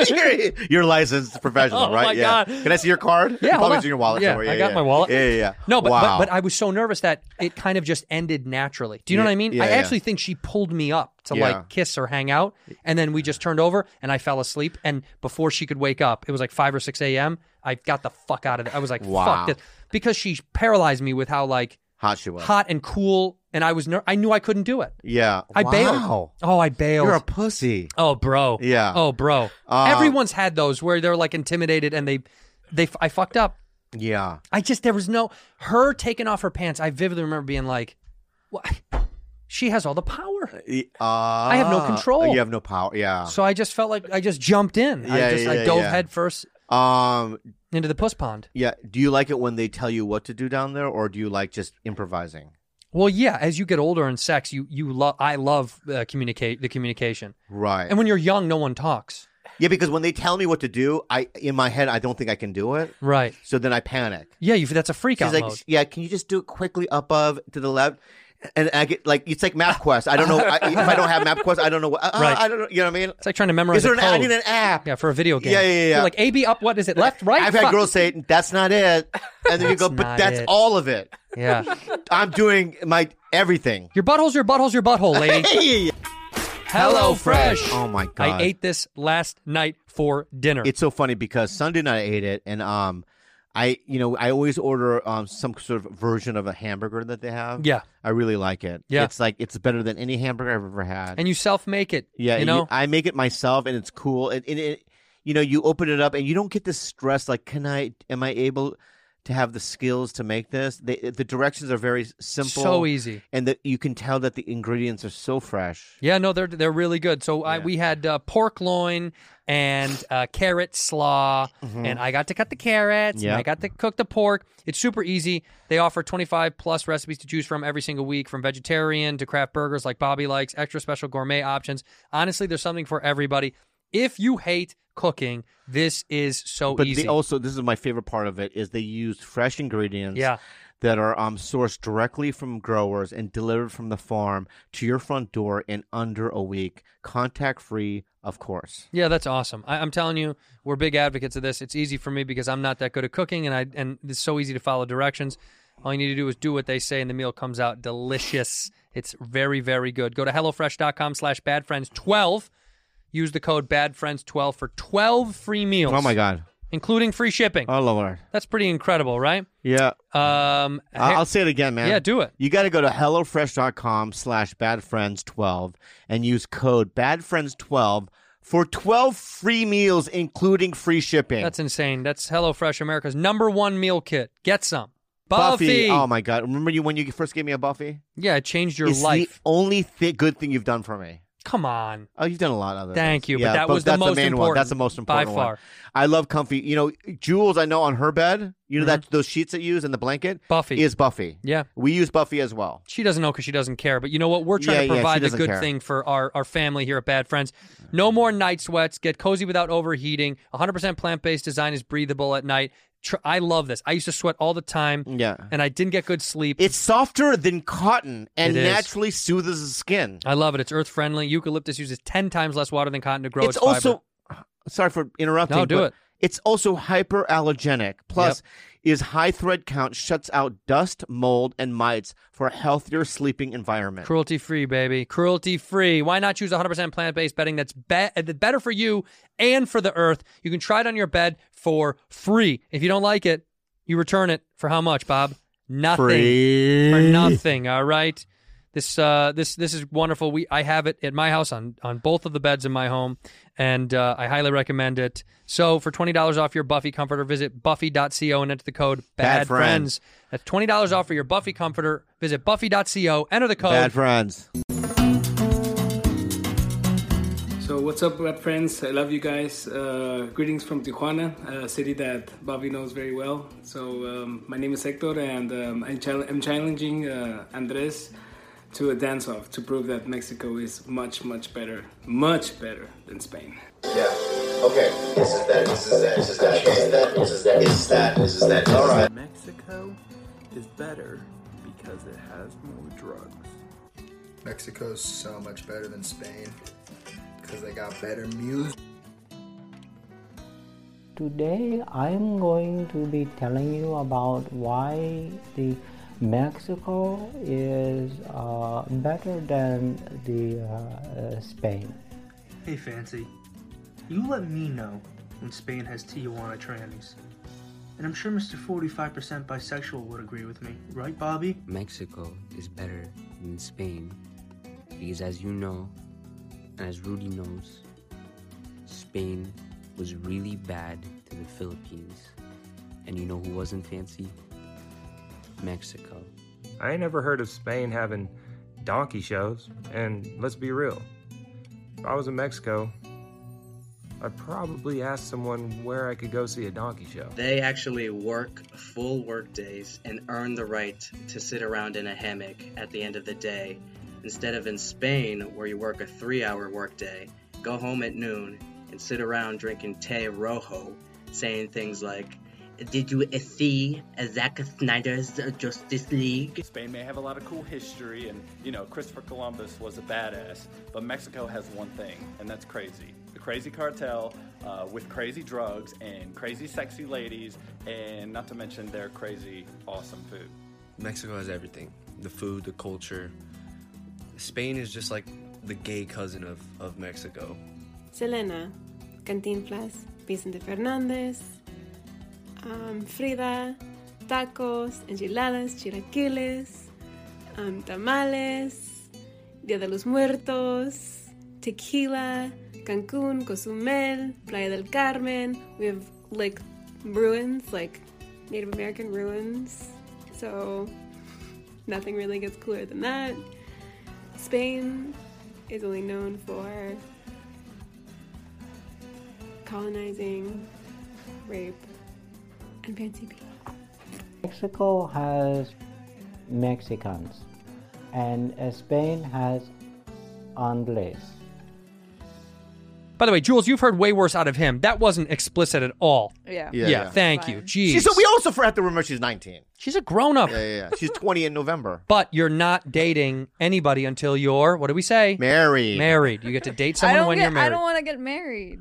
[SPEAKER 4] you're, you're licensed professional,
[SPEAKER 5] Oh,
[SPEAKER 4] right?
[SPEAKER 5] my
[SPEAKER 4] yeah.
[SPEAKER 5] God.
[SPEAKER 4] Can I see your card?
[SPEAKER 5] Yeah, hold
[SPEAKER 4] Probably
[SPEAKER 5] on.
[SPEAKER 4] it's in your wallet
[SPEAKER 5] Yeah,
[SPEAKER 4] somewhere.
[SPEAKER 5] I got
[SPEAKER 4] yeah.
[SPEAKER 5] my wallet.
[SPEAKER 4] Yeah, yeah. yeah.
[SPEAKER 5] No, but,
[SPEAKER 4] wow.
[SPEAKER 5] but but I was so nervous that it kind of just ended naturally. Do you know
[SPEAKER 4] Yeah,
[SPEAKER 5] what I mean?
[SPEAKER 4] yeah,
[SPEAKER 5] I
[SPEAKER 4] yeah.
[SPEAKER 5] actually think she pulled me up to
[SPEAKER 4] Yeah.
[SPEAKER 5] like kiss or hang out, and then we just turned over and I fell asleep. And before she could wake up, it was like five or six a.m. I got the fuck out of there. I was like,
[SPEAKER 4] Wow.
[SPEAKER 5] fuck this, because she paralyzed me with how like
[SPEAKER 4] hot she was.
[SPEAKER 5] hot and cool, and I was ner- I knew I couldn't do it.
[SPEAKER 4] Yeah.
[SPEAKER 5] I
[SPEAKER 4] wow.
[SPEAKER 5] bailed. Oh, I bailed.
[SPEAKER 4] You're a pussy.
[SPEAKER 5] oh, bro.
[SPEAKER 4] Yeah.
[SPEAKER 5] Oh, bro.
[SPEAKER 4] Uh,
[SPEAKER 5] Everyone's had those where they're like intimidated and they, they I fucked up.
[SPEAKER 4] Yeah.
[SPEAKER 5] I just there was no her taking off her pants. I vividly remember being like, "What? She has all the power."
[SPEAKER 4] I
[SPEAKER 5] have no control.
[SPEAKER 4] Ah. You have no power. Yeah.
[SPEAKER 5] So I just felt like I just jumped in.
[SPEAKER 4] Yeah,
[SPEAKER 5] I just
[SPEAKER 4] yeah,
[SPEAKER 5] I dove
[SPEAKER 4] yeah.
[SPEAKER 5] headfirst
[SPEAKER 4] Um.
[SPEAKER 5] into the puss pond.
[SPEAKER 4] Yeah. Do you like it when they tell you what to do down there, or do you like just improvising?
[SPEAKER 5] Well, yeah, as you get older in sex, you you love I love uh, communicate the communication.
[SPEAKER 4] Right.
[SPEAKER 5] And when you're young, no one talks.
[SPEAKER 4] yeah, because when they tell me what to do, I in my head I don't think I can do it,
[SPEAKER 5] Right.
[SPEAKER 4] so then I panic.
[SPEAKER 5] Yeah, you that's a freak
[SPEAKER 4] She's
[SPEAKER 5] out
[SPEAKER 4] like,
[SPEAKER 5] mode.
[SPEAKER 4] yeah, can you just do it quickly above to the left? and I get like it's like MapQuest. I don't know I, if I don't have MapQuest. I don't know. What, uh,
[SPEAKER 5] Right.
[SPEAKER 4] I don't know. You know what I mean?
[SPEAKER 5] It's like trying to memorize.
[SPEAKER 4] Is there
[SPEAKER 5] a
[SPEAKER 4] an? I
[SPEAKER 5] code.
[SPEAKER 4] need an app.
[SPEAKER 5] Yeah, for a video game.
[SPEAKER 4] Yeah, yeah, yeah, yeah.
[SPEAKER 5] You're like A B up. What is it? Left, right.
[SPEAKER 4] I've had
[SPEAKER 5] Fuck.
[SPEAKER 4] girls say that's not it, and then you go, but
[SPEAKER 5] not
[SPEAKER 4] that's
[SPEAKER 5] it.
[SPEAKER 4] all of it.
[SPEAKER 5] Yeah.
[SPEAKER 4] I'm doing my everything.
[SPEAKER 5] Your butthole's your butthole's your butthole, lady.
[SPEAKER 4] Hey,
[SPEAKER 5] Hello Fresh.
[SPEAKER 4] Oh my god!
[SPEAKER 5] I ate this last night for dinner.
[SPEAKER 4] It's so funny because Sunday night I ate it, and um, I you know I always order um some sort of version of a hamburger that they have.
[SPEAKER 5] yeah.
[SPEAKER 4] I really like it.
[SPEAKER 5] Yeah.
[SPEAKER 4] it's like it's better than any hamburger I've ever had.
[SPEAKER 5] And you self make it.
[SPEAKER 4] yeah,
[SPEAKER 5] You know?
[SPEAKER 4] I make it myself, and it's cool. And, and it, you know, you open it up, and you don't get this stress. Like, can I? Am I able? To have the skills to make this, they, the directions are very simple.
[SPEAKER 5] So easy.
[SPEAKER 4] and that you can tell that the ingredients are so fresh.
[SPEAKER 5] Yeah, no, they're they're really good. So I, we had uh, pork loin and uh, carrot slaw,
[SPEAKER 4] Mm-hmm.
[SPEAKER 5] and I got to cut the carrots. and
[SPEAKER 4] Yeah.
[SPEAKER 5] I got to cook the pork. It's super easy. They offer twenty five plus recipes to choose from every single week, from vegetarian to craft burgers like Bobby likes, extra special gourmet options. Honestly, there's something for everybody. If you hate cooking, this is so
[SPEAKER 4] But
[SPEAKER 5] easy.
[SPEAKER 4] they also, this is my favorite part of it, is they use fresh ingredients
[SPEAKER 5] Yeah.
[SPEAKER 4] that are um, sourced directly from growers and delivered from the farm to your front door in under a week, contact free, of course.
[SPEAKER 5] Yeah, that's awesome. I, I'm telling you, we're big advocates of this. It's easy for me because I'm not that good at cooking, and I and it's so easy to follow directions. All you need to do is do what they say, and the meal comes out delicious. It's very, very good. Go to hellofresh.com/badfriends12. Use the code badfriends12 for 12 free meals.
[SPEAKER 4] Oh my god!
[SPEAKER 5] including free shipping.
[SPEAKER 4] Oh lord!
[SPEAKER 5] that's pretty incredible, right?
[SPEAKER 4] Yeah,
[SPEAKER 5] Um,
[SPEAKER 4] I- I'll say it again, man.
[SPEAKER 5] Yeah, do it.
[SPEAKER 4] You got to go to hellofresh.com slash badfriends12 and use code badfriends12 for 12 free meals, including free shipping.
[SPEAKER 5] that's insane. That's HelloFresh America's number one meal kit. Get some. Buffy.
[SPEAKER 4] Buffy. Oh my god! Remember you when you first gave me a Buffy?
[SPEAKER 5] yeah, it changed your
[SPEAKER 4] it's
[SPEAKER 5] life.
[SPEAKER 4] the only thi- good thing you've done for me.
[SPEAKER 5] Come on.
[SPEAKER 4] Oh, you've done a lot of other.
[SPEAKER 5] Thank
[SPEAKER 4] things.
[SPEAKER 5] you, but
[SPEAKER 4] Yeah,
[SPEAKER 5] that was the
[SPEAKER 4] that's
[SPEAKER 5] most
[SPEAKER 4] main One.
[SPEAKER 5] important
[SPEAKER 4] That's the most
[SPEAKER 5] by
[SPEAKER 4] important one.
[SPEAKER 5] far.
[SPEAKER 4] I love comfy. You know, Jules. I know on her bed. You know that those sheets that you use and the blanket.
[SPEAKER 5] Mm-hmm. Buffy.
[SPEAKER 4] is Buffy.
[SPEAKER 5] Yeah.
[SPEAKER 4] we use Buffy as well.
[SPEAKER 5] She doesn't know because she doesn't care. But you know what? We're trying
[SPEAKER 4] Yeah,
[SPEAKER 5] to
[SPEAKER 4] yeah, she
[SPEAKER 5] provide the
[SPEAKER 4] doesn't
[SPEAKER 5] good
[SPEAKER 4] care.
[SPEAKER 5] thing for our, our family here at Bad Friends. No more night sweats. Get cozy without overheating. 100% plant based design is breathable at night. Tr- I love this. I used to sweat all the time.
[SPEAKER 4] Yeah.
[SPEAKER 5] And I didn't get good sleep.
[SPEAKER 4] It's softer than cotton and
[SPEAKER 5] It is.
[SPEAKER 4] naturally soothes the skin.
[SPEAKER 5] I love it. It's earth friendly. Eucalyptus uses 10 times less water than cotton to grow
[SPEAKER 4] it's
[SPEAKER 5] its,
[SPEAKER 4] also.
[SPEAKER 5] fiber.
[SPEAKER 4] Sorry for interrupting.
[SPEAKER 5] No, do
[SPEAKER 4] but
[SPEAKER 5] it.
[SPEAKER 4] It's also hyperallergenic. Plus, is high thread count shuts out dust, mold, and mites for a healthier sleeping environment.
[SPEAKER 5] Cruelty free, baby. Cruelty free. Why not choose 100% plant based bedding that's be- that's better for you and for the earth? You can try it on your bed for free. If you don't like it, you return it for how much, Bob? Nothing. For nothing. All right. This uh this this is wonderful. We I have it at my house on on both of the beds in my home, and uh, I highly recommend it. So for twenty dollars off your Buffy comforter, visit Buffy.co and enter the code Bad,
[SPEAKER 4] Bad
[SPEAKER 5] Friends.
[SPEAKER 4] Friends.
[SPEAKER 5] That's twenty dollars off for your Buffy comforter. Visit Buffy.co, enter the code
[SPEAKER 4] Bad friends.
[SPEAKER 7] So what's up, web friends? I love you guys. Uh, greetings from Tijuana, a city that Bobby knows very well. So um, my name is Hector, and um, I'm, chal- I'm challenging uh, Andres to a dance-off to prove that Mexico is much, much better, much better than Spain.
[SPEAKER 8] Yeah. Okay. This is that. This is that. This is that. This is that. This is that. This is that. This is that. All right.
[SPEAKER 9] Mexico is better because it has more drugs.
[SPEAKER 10] Mexico's so much better than Spain because they got better music.
[SPEAKER 9] Today I'm going to be telling you about why the Mexico is uh, better than the uh, uh, Spain.
[SPEAKER 10] Hey, Fancy. You let me know when Spain has Tijuana trannies. And I'm sure Mr. 45% bisexual would agree with me, right, Bobby?
[SPEAKER 9] Mexico is better than Spain because, as you know, and as Rudy knows, Spain was really bad to the Philippines. And you know who wasn't fancy? Mexico.
[SPEAKER 10] I ain't never heard of Spain having donkey shows, and let's be real. If I was in Mexico, I'd probably ask someone where I could go see a donkey show.
[SPEAKER 9] They actually work full work days and earn the right to sit around in a hammock at the end of the day instead of in Spain where you work a 3-hour workday, go home at noon and sit around drinking té rojo saying things like
[SPEAKER 11] Did you see Zack Snyder's Justice League?
[SPEAKER 12] Spain may have a lot of cool history, and you know, Christopher Columbus was a badass, but Mexico has one thing, and that's crazy. The crazy cartel uh, with crazy drugs and crazy sexy ladies, and not to mention their crazy awesome food.
[SPEAKER 13] Mexico has everything the food, the culture. Spain is just like the gay cousin of, of Mexico.
[SPEAKER 14] Selena, Cantinflas, Vicente Fernandez, um, Frida, tacos, enchiladas, chilaquiles, um, tamales, Dia de los Muertos, tequila, Cancun, Cozumel, Playa del Carmen. We have like ruins, like Native American ruins. So nothing really gets cooler than that. Spain is only known for colonizing, rape, and fancy people.
[SPEAKER 15] Mexico has Mexicans, and uh, Spain has Andes.
[SPEAKER 5] By the way, Jules, you've heard way worse out of him. That wasn't explicit at all.
[SPEAKER 6] Yeah.
[SPEAKER 5] Yeah. thank you. Jeez.
[SPEAKER 4] She's, so we also forgot to remember she's 19.
[SPEAKER 5] She's a grown up.
[SPEAKER 4] Yeah, yeah, yeah. She's 20 in November.
[SPEAKER 5] but you're not dating anybody until you're what do we say?
[SPEAKER 4] Married.
[SPEAKER 5] Married. You get to date
[SPEAKER 6] I
[SPEAKER 5] someone
[SPEAKER 6] don't
[SPEAKER 5] when
[SPEAKER 6] get,
[SPEAKER 5] you're married.
[SPEAKER 6] I don't want to get married.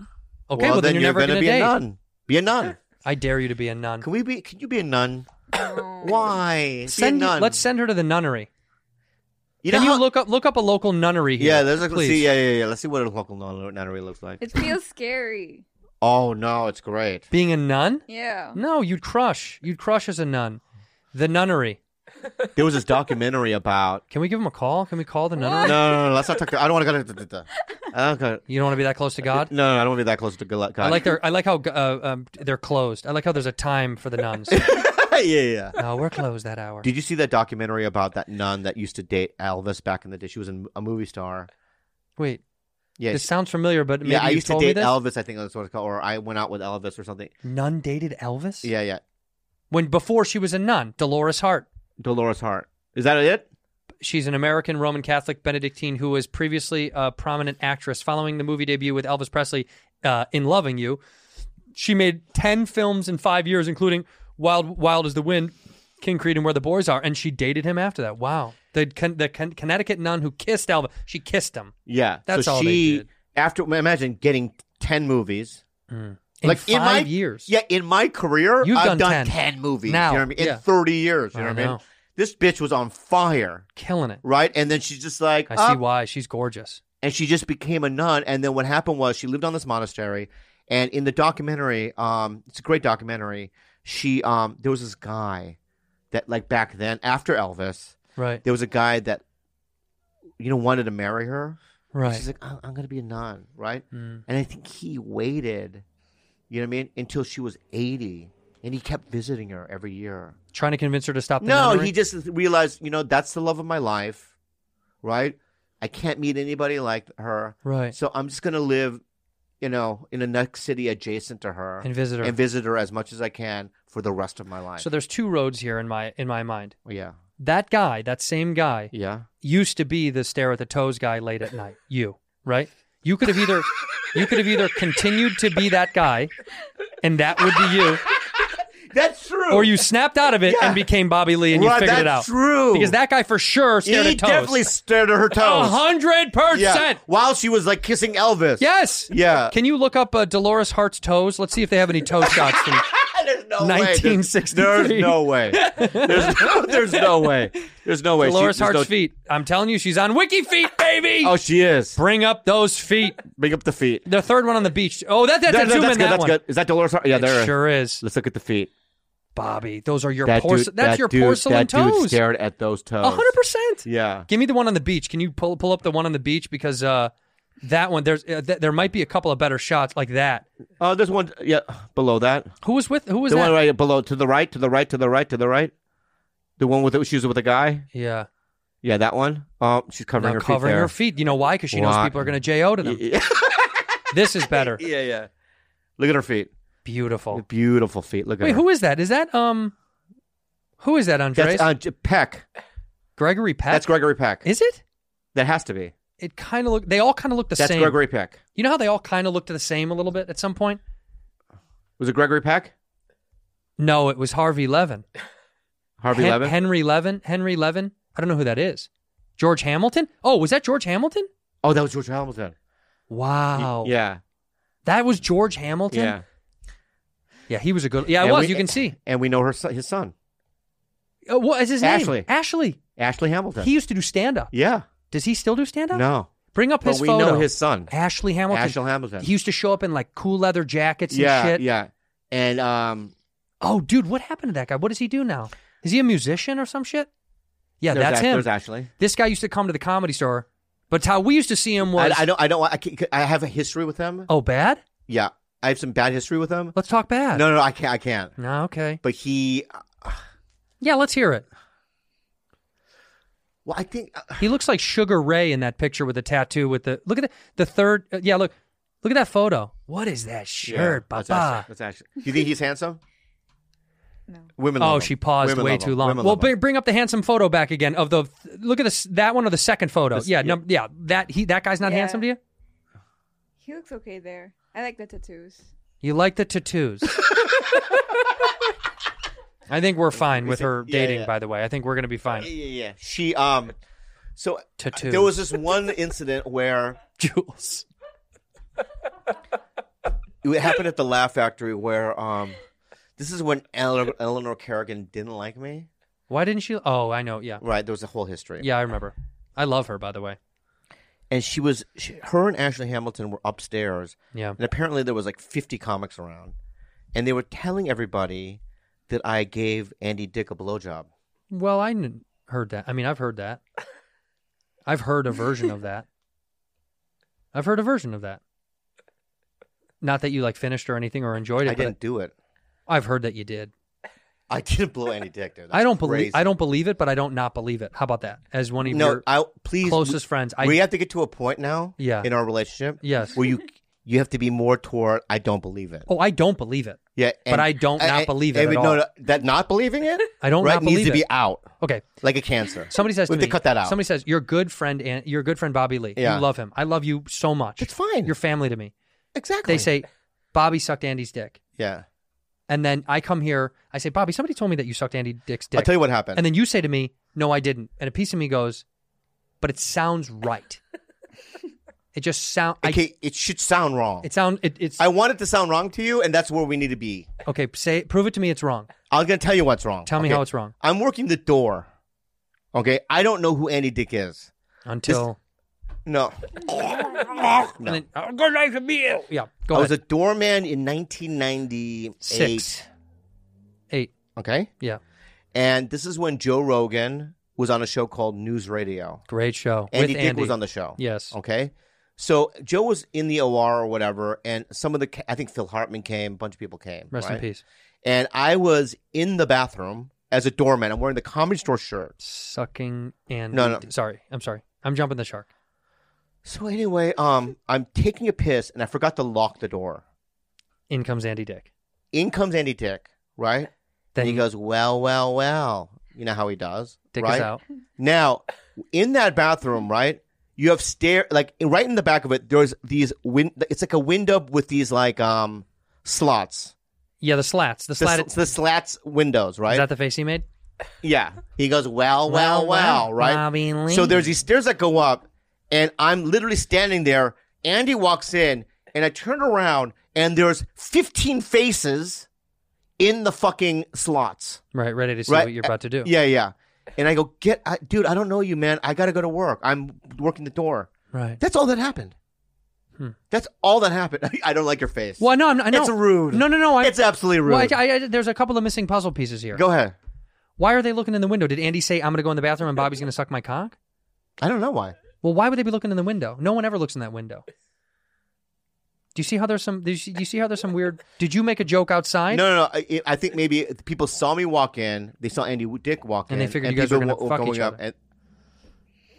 [SPEAKER 5] Okay, well, then, you're, never
[SPEAKER 4] gonna
[SPEAKER 5] going to
[SPEAKER 4] be
[SPEAKER 5] date.
[SPEAKER 4] a nun. Be a nun.
[SPEAKER 5] I dare you to be a nun.
[SPEAKER 4] Can we be? Can you be a nun? Why?
[SPEAKER 5] Send-
[SPEAKER 4] be a nun.
[SPEAKER 5] Let's send her to the nunnery. Can you look up look up a local nunnery here?
[SPEAKER 4] yeah, let's, let's
[SPEAKER 5] please.
[SPEAKER 4] see. Yeah, yeah, yeah. Let's see what a local nun- nunnery looks like.
[SPEAKER 6] It feels scary.
[SPEAKER 4] Oh no, it's great.
[SPEAKER 5] Being a nun?
[SPEAKER 4] Hmm?
[SPEAKER 6] Yeah.
[SPEAKER 5] No, you'd crush. You'd crush as a nun. The nunnery.
[SPEAKER 4] There was this documentary about.
[SPEAKER 5] Can we give him a call? Can we call the
[SPEAKER 4] No,
[SPEAKER 5] nunnery?
[SPEAKER 4] no, no. Let's not talk. To, I don't want to go. I don't go.
[SPEAKER 5] You don't want to be that close to God.
[SPEAKER 4] No, no, I don't want to be that close to God.
[SPEAKER 5] I like their. I like how uh, um, they're closed. I like how there's a time for the nuns.
[SPEAKER 4] yeah, yeah.
[SPEAKER 5] No, we're closed that hour.
[SPEAKER 4] Did you see that documentary about that nun that used to date Elvis back in the day? She was an- a movie star.
[SPEAKER 5] Wait.
[SPEAKER 4] Yeah,
[SPEAKER 5] This
[SPEAKER 4] she-
[SPEAKER 5] sounds familiar, but maybe
[SPEAKER 4] yeah, I
[SPEAKER 5] you
[SPEAKER 4] used to
[SPEAKER 5] told me
[SPEAKER 4] date
[SPEAKER 5] this?
[SPEAKER 4] Elvis. I think that's what it's called, or I went out with Elvis or something.
[SPEAKER 5] Nun dated Elvis.
[SPEAKER 4] Yeah, yeah.
[SPEAKER 5] When before she was a nun, Dolores Hart.
[SPEAKER 4] Dolores Hart. Is that it?
[SPEAKER 5] She's an American Roman Catholic Benedictine who was previously a prominent actress. Following the movie debut with Elvis Presley uh, in Loving You, she made 10 films in five years, including Wild Wild as the Wind, King Creed, and Where the Boys Are. And she dated him after that. Wow. The, Con- the Con- Connecticut nun who kissed Elvis, she kissed him.
[SPEAKER 4] Yeah,
[SPEAKER 5] That's
[SPEAKER 4] so
[SPEAKER 5] all
[SPEAKER 4] she
[SPEAKER 5] they did.
[SPEAKER 4] after imagine getting ten movies.
[SPEAKER 5] In
[SPEAKER 4] like in my
[SPEAKER 5] five years.
[SPEAKER 4] yeah, in my career,
[SPEAKER 5] You've
[SPEAKER 4] I've
[SPEAKER 5] done
[SPEAKER 4] done,
[SPEAKER 5] 10.
[SPEAKER 4] 10. movies.
[SPEAKER 5] Now,
[SPEAKER 4] you know what I mean? In
[SPEAKER 5] yeah.
[SPEAKER 4] thirty years, you
[SPEAKER 5] I
[SPEAKER 4] know what I mean?
[SPEAKER 5] know.
[SPEAKER 4] This bitch was on fire,
[SPEAKER 5] Killing it.
[SPEAKER 4] right? And then she's just like,
[SPEAKER 5] I see
[SPEAKER 4] up,
[SPEAKER 5] why. She's gorgeous.
[SPEAKER 4] and she just became a nun. And then what happened was she lived on this monastery, and in the documentary, um, it's a great documentary. She, um, there was this guy that like back then after Elvis,
[SPEAKER 5] Right.
[SPEAKER 4] There was a guy that you know wanted to marry her,
[SPEAKER 5] Right.
[SPEAKER 4] She's like, I'm, I'm gonna be a nun, right?
[SPEAKER 5] Mm.
[SPEAKER 4] And I think he waited, you know what I mean, until she was 80, and he kept visiting her every year.
[SPEAKER 5] Trying to convince her to stop the
[SPEAKER 4] No,
[SPEAKER 5] nunnery?
[SPEAKER 4] he just realized, you know, that's the love of my life, right? I can't meet anybody like her.
[SPEAKER 5] Right.
[SPEAKER 4] So I'm just going to live, you know, in the next city adjacent to her
[SPEAKER 5] And visit her.
[SPEAKER 4] And visit her as much as I can for the rest of my life. Oh,
[SPEAKER 5] So there's two roads here in my in my mind.
[SPEAKER 4] Yeah.
[SPEAKER 5] That guy, that same guy,
[SPEAKER 4] yeah,
[SPEAKER 5] used to be the stare at the toes guy late at night. You, right? You could have either you could have either continued to be that guy and that would be you
[SPEAKER 4] That's true.
[SPEAKER 5] or you snapped out of it and became Bobby Lee and you
[SPEAKER 4] Right,
[SPEAKER 5] figured it out.
[SPEAKER 4] that's true.
[SPEAKER 5] Because that guy for sure stared
[SPEAKER 4] he
[SPEAKER 5] at toes.
[SPEAKER 4] definitely stared at her toes.
[SPEAKER 5] A hundred percent.
[SPEAKER 4] While she was like kissing Elvis.
[SPEAKER 5] Yes.
[SPEAKER 4] Yeah.
[SPEAKER 5] Can you look up uh, Dolores Hart's toes? Let's see if they have any toe shots from
[SPEAKER 4] There's no way. There's-
[SPEAKER 5] 1963.
[SPEAKER 4] There's no way. There's no, there's no way. There's no way. She- there's
[SPEAKER 5] Dolores Hart's
[SPEAKER 4] no-
[SPEAKER 5] feet. I'm telling you, she's on Wiki Feet, baby.
[SPEAKER 4] Oh, she is.
[SPEAKER 5] Bring up those feet.
[SPEAKER 4] Bring up the feet.
[SPEAKER 5] The third one on the beach. Oh, that, that,
[SPEAKER 4] That-
[SPEAKER 5] that's
[SPEAKER 4] that-
[SPEAKER 5] zoom
[SPEAKER 4] that's
[SPEAKER 5] in
[SPEAKER 4] good.
[SPEAKER 5] that
[SPEAKER 4] that's
[SPEAKER 5] one.
[SPEAKER 4] good. Is that Dolores Hart? Yeah,
[SPEAKER 5] It
[SPEAKER 4] there
[SPEAKER 5] sure is.
[SPEAKER 4] Let's look at the feet.
[SPEAKER 5] Bobby, those are your
[SPEAKER 4] that
[SPEAKER 5] porce-
[SPEAKER 4] dude,
[SPEAKER 5] that's
[SPEAKER 4] that
[SPEAKER 5] your
[SPEAKER 4] dude,
[SPEAKER 5] porcelain
[SPEAKER 4] that
[SPEAKER 5] toes.
[SPEAKER 4] Dude stared at those toes.
[SPEAKER 5] A hundred percent.
[SPEAKER 4] Yeah.
[SPEAKER 5] Give me the one on the beach. Can you pull pull up the one on the beach because uh, that one there's uh, th- there might be a couple of better shots like that.
[SPEAKER 4] Oh, there's one. Yeah, below that.
[SPEAKER 5] Who was with? Who was
[SPEAKER 4] the
[SPEAKER 5] that?
[SPEAKER 4] one right below to the right, to the right, to the right, to the right? The one with the, she was with a guy.
[SPEAKER 5] Yeah.
[SPEAKER 4] Yeah, that one. Um, she's covering
[SPEAKER 5] Now
[SPEAKER 4] her feet.
[SPEAKER 5] covering
[SPEAKER 4] there.
[SPEAKER 5] her feet. You know why? Because she knows
[SPEAKER 4] Why?
[SPEAKER 5] people are going to jo to them. this is better.
[SPEAKER 4] Yeah, yeah. Look at her feet.
[SPEAKER 5] Beautiful.
[SPEAKER 4] Beautiful feet. Look at
[SPEAKER 5] Oh. Wait,
[SPEAKER 4] her.
[SPEAKER 5] who is that? Is that um, who is that? Andres
[SPEAKER 4] That's uh, J- Peck.
[SPEAKER 5] Gregory Peck.
[SPEAKER 4] That's Gregory Peck.
[SPEAKER 5] Is it?
[SPEAKER 4] That has to be.
[SPEAKER 5] It kind of look. They all kind of look the
[SPEAKER 4] That's
[SPEAKER 5] same.
[SPEAKER 4] Gregory Peck.
[SPEAKER 5] You know how they all kind of looked the same a little bit at some point.
[SPEAKER 4] Was it Gregory Peck?
[SPEAKER 5] No, it was Harvey Levin.
[SPEAKER 4] Harvey
[SPEAKER 5] Hen-
[SPEAKER 4] Levin?
[SPEAKER 5] Henry Levin. Henry Levin. I don't know who that is. George Hamilton? Oh, was that George Hamilton?
[SPEAKER 4] Oh, that was George Hamilton.
[SPEAKER 5] Wow.
[SPEAKER 4] Yeah.
[SPEAKER 5] That was George Hamilton?
[SPEAKER 4] Yeah.
[SPEAKER 5] Yeah, he was a good. Yeah, it
[SPEAKER 4] And
[SPEAKER 5] was.
[SPEAKER 4] we-
[SPEAKER 5] you can see.
[SPEAKER 4] And we know her son, his son,
[SPEAKER 5] Uh, what is his
[SPEAKER 4] Ashley.
[SPEAKER 5] name? Ashley.
[SPEAKER 4] Ashley Hamilton.
[SPEAKER 5] He used to do stand up.
[SPEAKER 4] Yeah.
[SPEAKER 5] Does he still do stand up?
[SPEAKER 4] No.
[SPEAKER 5] Bring up
[SPEAKER 4] But
[SPEAKER 5] his
[SPEAKER 4] we
[SPEAKER 5] photo.
[SPEAKER 4] know his son.
[SPEAKER 5] Ashley Hamilton.
[SPEAKER 4] Ashley Hamilton.
[SPEAKER 5] He used to show up in like cool leather jackets and
[SPEAKER 4] yeah,
[SPEAKER 5] shit.
[SPEAKER 4] yeah. And um
[SPEAKER 5] Oh, dude, what happened to that guy? What does he do now? Is he a musician or some shit? Yeah,
[SPEAKER 4] There's
[SPEAKER 5] that's
[SPEAKER 4] Ash-
[SPEAKER 5] him.
[SPEAKER 4] there's Ashley.
[SPEAKER 5] This guy used to come to the comedy store, but how we used to see him was
[SPEAKER 4] I, I don't I don't I, can't, I have a history with him.
[SPEAKER 5] Oh, bad?
[SPEAKER 4] Yeah. I have some bad history with him.
[SPEAKER 5] Let's talk bad.
[SPEAKER 4] No, no, no I can't I can't.
[SPEAKER 5] No, okay.
[SPEAKER 4] But he
[SPEAKER 5] Yeah, let's hear it.
[SPEAKER 4] Well, I think uh,
[SPEAKER 5] he looks like Sugar Ray in that picture with the tattoo. With the look at the, the third. uh, yeah, look, look at that photo. What is that
[SPEAKER 4] Yeah,
[SPEAKER 5] shirt,
[SPEAKER 4] that's
[SPEAKER 5] Papa?
[SPEAKER 4] Ashley. That's Ashley. Do you think he's handsome? No. Women love
[SPEAKER 5] oh,
[SPEAKER 4] him.
[SPEAKER 5] she paused
[SPEAKER 4] Women
[SPEAKER 5] way
[SPEAKER 4] love him.
[SPEAKER 5] too long.
[SPEAKER 4] Women
[SPEAKER 5] well,
[SPEAKER 4] love him.
[SPEAKER 5] br- bring up the handsome photo back again of the. Look at this. That one or the second photo.
[SPEAKER 4] This-
[SPEAKER 5] yeah,
[SPEAKER 4] yeah.
[SPEAKER 5] num- yeah. That he that guy's not
[SPEAKER 6] Yeah.
[SPEAKER 5] handsome to you.
[SPEAKER 6] He looks okay there. I like the tattoos.
[SPEAKER 5] You like the tattoos. I think we're fine with her
[SPEAKER 4] Yeah,
[SPEAKER 5] dating.
[SPEAKER 4] yeah.
[SPEAKER 5] By the way, I think we're gonna be fine.
[SPEAKER 4] Yeah, yeah, yeah. She um so uh,
[SPEAKER 5] Tattoos.
[SPEAKER 4] there was this one incident where
[SPEAKER 5] Jules
[SPEAKER 4] it happened at the Laugh Factory where um this is when Ele- Eleanor Kerrigan didn't like me.
[SPEAKER 5] Why didn't she? Oh, I know. Yeah,
[SPEAKER 4] Right, there was a whole history.
[SPEAKER 5] yeah. I remember. I love her. By the way.
[SPEAKER 4] And she was she, her and Ashley Hamilton were upstairs.
[SPEAKER 5] Yeah.
[SPEAKER 4] And apparently there was like 50 comics around and they were telling everybody that I gave Andy Dick a blowjob.
[SPEAKER 5] Well, I kn- heard that. I mean, I've heard that. I've heard a version of that. I've heard a version of that. Not that you like finished or anything or enjoyed
[SPEAKER 4] I
[SPEAKER 5] it. but
[SPEAKER 4] didn't do it.
[SPEAKER 5] I've heard that you did.
[SPEAKER 4] I didn't blow Andy Dick, dude.
[SPEAKER 5] I
[SPEAKER 4] That's
[SPEAKER 5] don't
[SPEAKER 4] crazy.
[SPEAKER 5] believe. I don't believe it, but I don't not believe it. How about that? As one of
[SPEAKER 4] No,
[SPEAKER 5] your
[SPEAKER 4] I please
[SPEAKER 5] closest friends, I
[SPEAKER 4] we have to get to a point now
[SPEAKER 5] Yeah.
[SPEAKER 4] in our relationship
[SPEAKER 5] Yes.
[SPEAKER 4] where you you have to be more toward I don't believe it.
[SPEAKER 5] oh, I don't believe it.
[SPEAKER 4] Yeah,
[SPEAKER 5] But I don't not believe it
[SPEAKER 4] and
[SPEAKER 5] at
[SPEAKER 4] we- no,
[SPEAKER 5] all.
[SPEAKER 4] no, that not believing it,
[SPEAKER 5] I don't
[SPEAKER 4] right,
[SPEAKER 5] not
[SPEAKER 4] needs
[SPEAKER 5] believe
[SPEAKER 4] to be
[SPEAKER 5] it.
[SPEAKER 4] out,
[SPEAKER 5] Okay.
[SPEAKER 4] like a cancer.
[SPEAKER 5] Somebody says
[SPEAKER 4] we
[SPEAKER 5] to
[SPEAKER 4] have
[SPEAKER 5] me,
[SPEAKER 4] to cut that out.
[SPEAKER 5] Somebody says, "Your good friend, and your good friend Bobby Lee.
[SPEAKER 4] Yeah.
[SPEAKER 5] You love him. I love you so much. It's
[SPEAKER 4] fine.
[SPEAKER 5] You're family to me.
[SPEAKER 4] Exactly.
[SPEAKER 5] They say, Bobby sucked Andy's dick.
[SPEAKER 4] yeah,
[SPEAKER 5] And then I come here, I say, Bobby, somebody told me that you sucked Andy Dick's dick.
[SPEAKER 4] I'll tell you what happened.
[SPEAKER 5] And then you say to me, No, I didn't. And a piece of me goes, But it sounds right. it just sound.
[SPEAKER 4] okay, it should sound wrong.
[SPEAKER 5] It sound. It, it's.
[SPEAKER 4] I want it to sound wrong to you, and that's where we need to be.
[SPEAKER 5] I, okay, say prove it to me. It's wrong.
[SPEAKER 4] I'm gonna tell you what's wrong.
[SPEAKER 5] Tell me
[SPEAKER 4] okay?
[SPEAKER 5] how it's wrong.
[SPEAKER 4] I'm working the door. Okay, I don't know who Andy Dick is
[SPEAKER 5] Until.
[SPEAKER 4] no.
[SPEAKER 5] And then, I'm gonna like to be ill. Yeah. Go
[SPEAKER 4] I
[SPEAKER 5] ahead.
[SPEAKER 4] was a doorman in 1998.
[SPEAKER 5] Six. Eight.
[SPEAKER 4] Okay.
[SPEAKER 5] Yeah.
[SPEAKER 4] And this is when Joe Rogan was on a show called News Radio.
[SPEAKER 5] Great show.
[SPEAKER 4] Andy
[SPEAKER 5] With
[SPEAKER 4] Dick
[SPEAKER 5] Andy.
[SPEAKER 4] was on the show.
[SPEAKER 5] Yes.
[SPEAKER 4] Okay. So Joe was in the OR or whatever, and some of the ca- I think Phil Hartman came, a bunch of people came.
[SPEAKER 5] Rest in
[SPEAKER 4] right?
[SPEAKER 5] peace.
[SPEAKER 4] And I was in the bathroom as a doorman. I'm wearing the comedy store shirt.
[SPEAKER 5] Sucking Andy.
[SPEAKER 4] No, no.
[SPEAKER 5] Di- Sorry. I'm sorry. I'm jumping the shark.
[SPEAKER 4] So anyway, um, I'm taking a piss and I forgot to lock the door.
[SPEAKER 5] In comes Andy Dick.
[SPEAKER 4] In comes Andy Dick, right? Then he goes, well, well, well. You know how he does,
[SPEAKER 5] Dick is
[SPEAKER 4] right?
[SPEAKER 5] out.
[SPEAKER 4] Now, in that bathroom, right? You have stair like right in the back of it. There's these win. It's like a window with these like um slots.
[SPEAKER 5] Yeah, the slats. The
[SPEAKER 4] The
[SPEAKER 5] slat.
[SPEAKER 4] sl- the slats windows, right?
[SPEAKER 5] Is that the face he made?
[SPEAKER 4] Yeah. He goes, well, well,
[SPEAKER 5] Well, well,
[SPEAKER 4] well, right?
[SPEAKER 5] Bobby Lee.
[SPEAKER 4] So there's these stairs that go up, and I'm literally standing there. Andy walks in, and I turn around, and there's 15 faces in the fucking slots.
[SPEAKER 5] Right, ready to see
[SPEAKER 4] Right?
[SPEAKER 5] what you're about to do.
[SPEAKER 4] Yeah, yeah. And I go, get, I, dude, I don't know you, man. I got to go to work. I'm working the door.
[SPEAKER 5] Right.
[SPEAKER 4] That's all that happened.
[SPEAKER 5] Hmm.
[SPEAKER 4] That's all that happened. I don't like your face.
[SPEAKER 5] Well, no, I'm, I know.
[SPEAKER 4] It's rude.
[SPEAKER 5] No, no, no. I'm,
[SPEAKER 4] It's absolutely rude.
[SPEAKER 5] Well, I, I, I- there's a couple of missing puzzle pieces here.
[SPEAKER 4] Go ahead.
[SPEAKER 5] Why are they looking in the window? Did Andy say, I'm going to go in the bathroom and Bobby's going to suck my cock?
[SPEAKER 4] I don't know why.
[SPEAKER 5] Well, why would they be looking in the window? No one ever looks in that window. Do you see how there's some? Do you see, do you see how there's some weird? Did you make a joke outside?
[SPEAKER 4] No, no, no. I, I think maybe people saw me walk in. They saw Andy Dick walk
[SPEAKER 5] And
[SPEAKER 4] in.
[SPEAKER 5] they figured you guys were
[SPEAKER 4] people
[SPEAKER 5] gonna fuck
[SPEAKER 4] going
[SPEAKER 5] each
[SPEAKER 4] up
[SPEAKER 5] other.
[SPEAKER 4] and-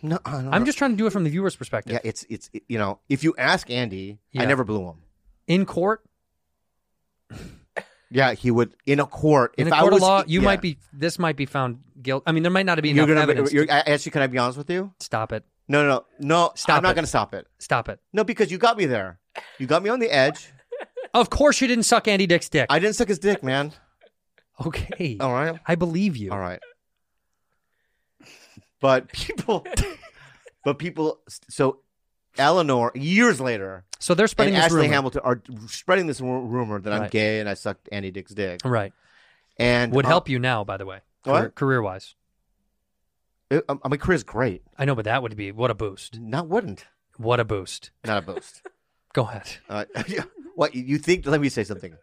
[SPEAKER 4] no, I don't
[SPEAKER 5] I'm
[SPEAKER 4] know.
[SPEAKER 5] just trying to do it from the viewer's perspective.
[SPEAKER 4] Yeah, it's it's it- you know, if you ask Andy, I
[SPEAKER 5] Yeah.
[SPEAKER 4] never blew him.
[SPEAKER 5] In court,
[SPEAKER 4] Yeah, he would in a court.
[SPEAKER 5] in
[SPEAKER 4] if
[SPEAKER 5] a
[SPEAKER 4] I
[SPEAKER 5] court
[SPEAKER 4] was,
[SPEAKER 5] of law, you
[SPEAKER 4] yeah.
[SPEAKER 5] might be. This might be found guilt. I mean, there might not be
[SPEAKER 4] You're
[SPEAKER 5] enough
[SPEAKER 4] gonna.
[SPEAKER 5] evidence.
[SPEAKER 4] You're,
[SPEAKER 5] to-
[SPEAKER 4] I- actually, can I be honest with you?
[SPEAKER 5] stop it.
[SPEAKER 4] No, no, no.
[SPEAKER 5] Stop
[SPEAKER 4] I'm not
[SPEAKER 5] it.
[SPEAKER 4] gonna stop it.
[SPEAKER 5] Stop it.
[SPEAKER 4] No, because you got me there. You got me on the edge.
[SPEAKER 5] Of course, you didn't suck Andy Dick's dick.
[SPEAKER 4] I didn't suck his dick, man.
[SPEAKER 5] Okay.
[SPEAKER 4] All right.
[SPEAKER 5] I believe you.
[SPEAKER 4] All right. But people, but people. So Eleanor, years later.
[SPEAKER 5] So they're spreading
[SPEAKER 4] and
[SPEAKER 5] this
[SPEAKER 4] Ashley
[SPEAKER 5] rumor.
[SPEAKER 4] Hamilton are spreading this ru- rumor that I'm
[SPEAKER 5] Right.
[SPEAKER 4] gay and I sucked Andy Dick's dick.
[SPEAKER 5] Right.
[SPEAKER 4] And
[SPEAKER 5] Would
[SPEAKER 4] uh,
[SPEAKER 5] help you now, by the way.
[SPEAKER 4] What?
[SPEAKER 5] Career wise.
[SPEAKER 4] I I mean, Chris, great.
[SPEAKER 5] I know, but that would be what a boost.
[SPEAKER 4] Not wouldn't.
[SPEAKER 5] What a boost.
[SPEAKER 4] Not a boost.
[SPEAKER 5] Go ahead.
[SPEAKER 4] Uh, what you think? Let me say something.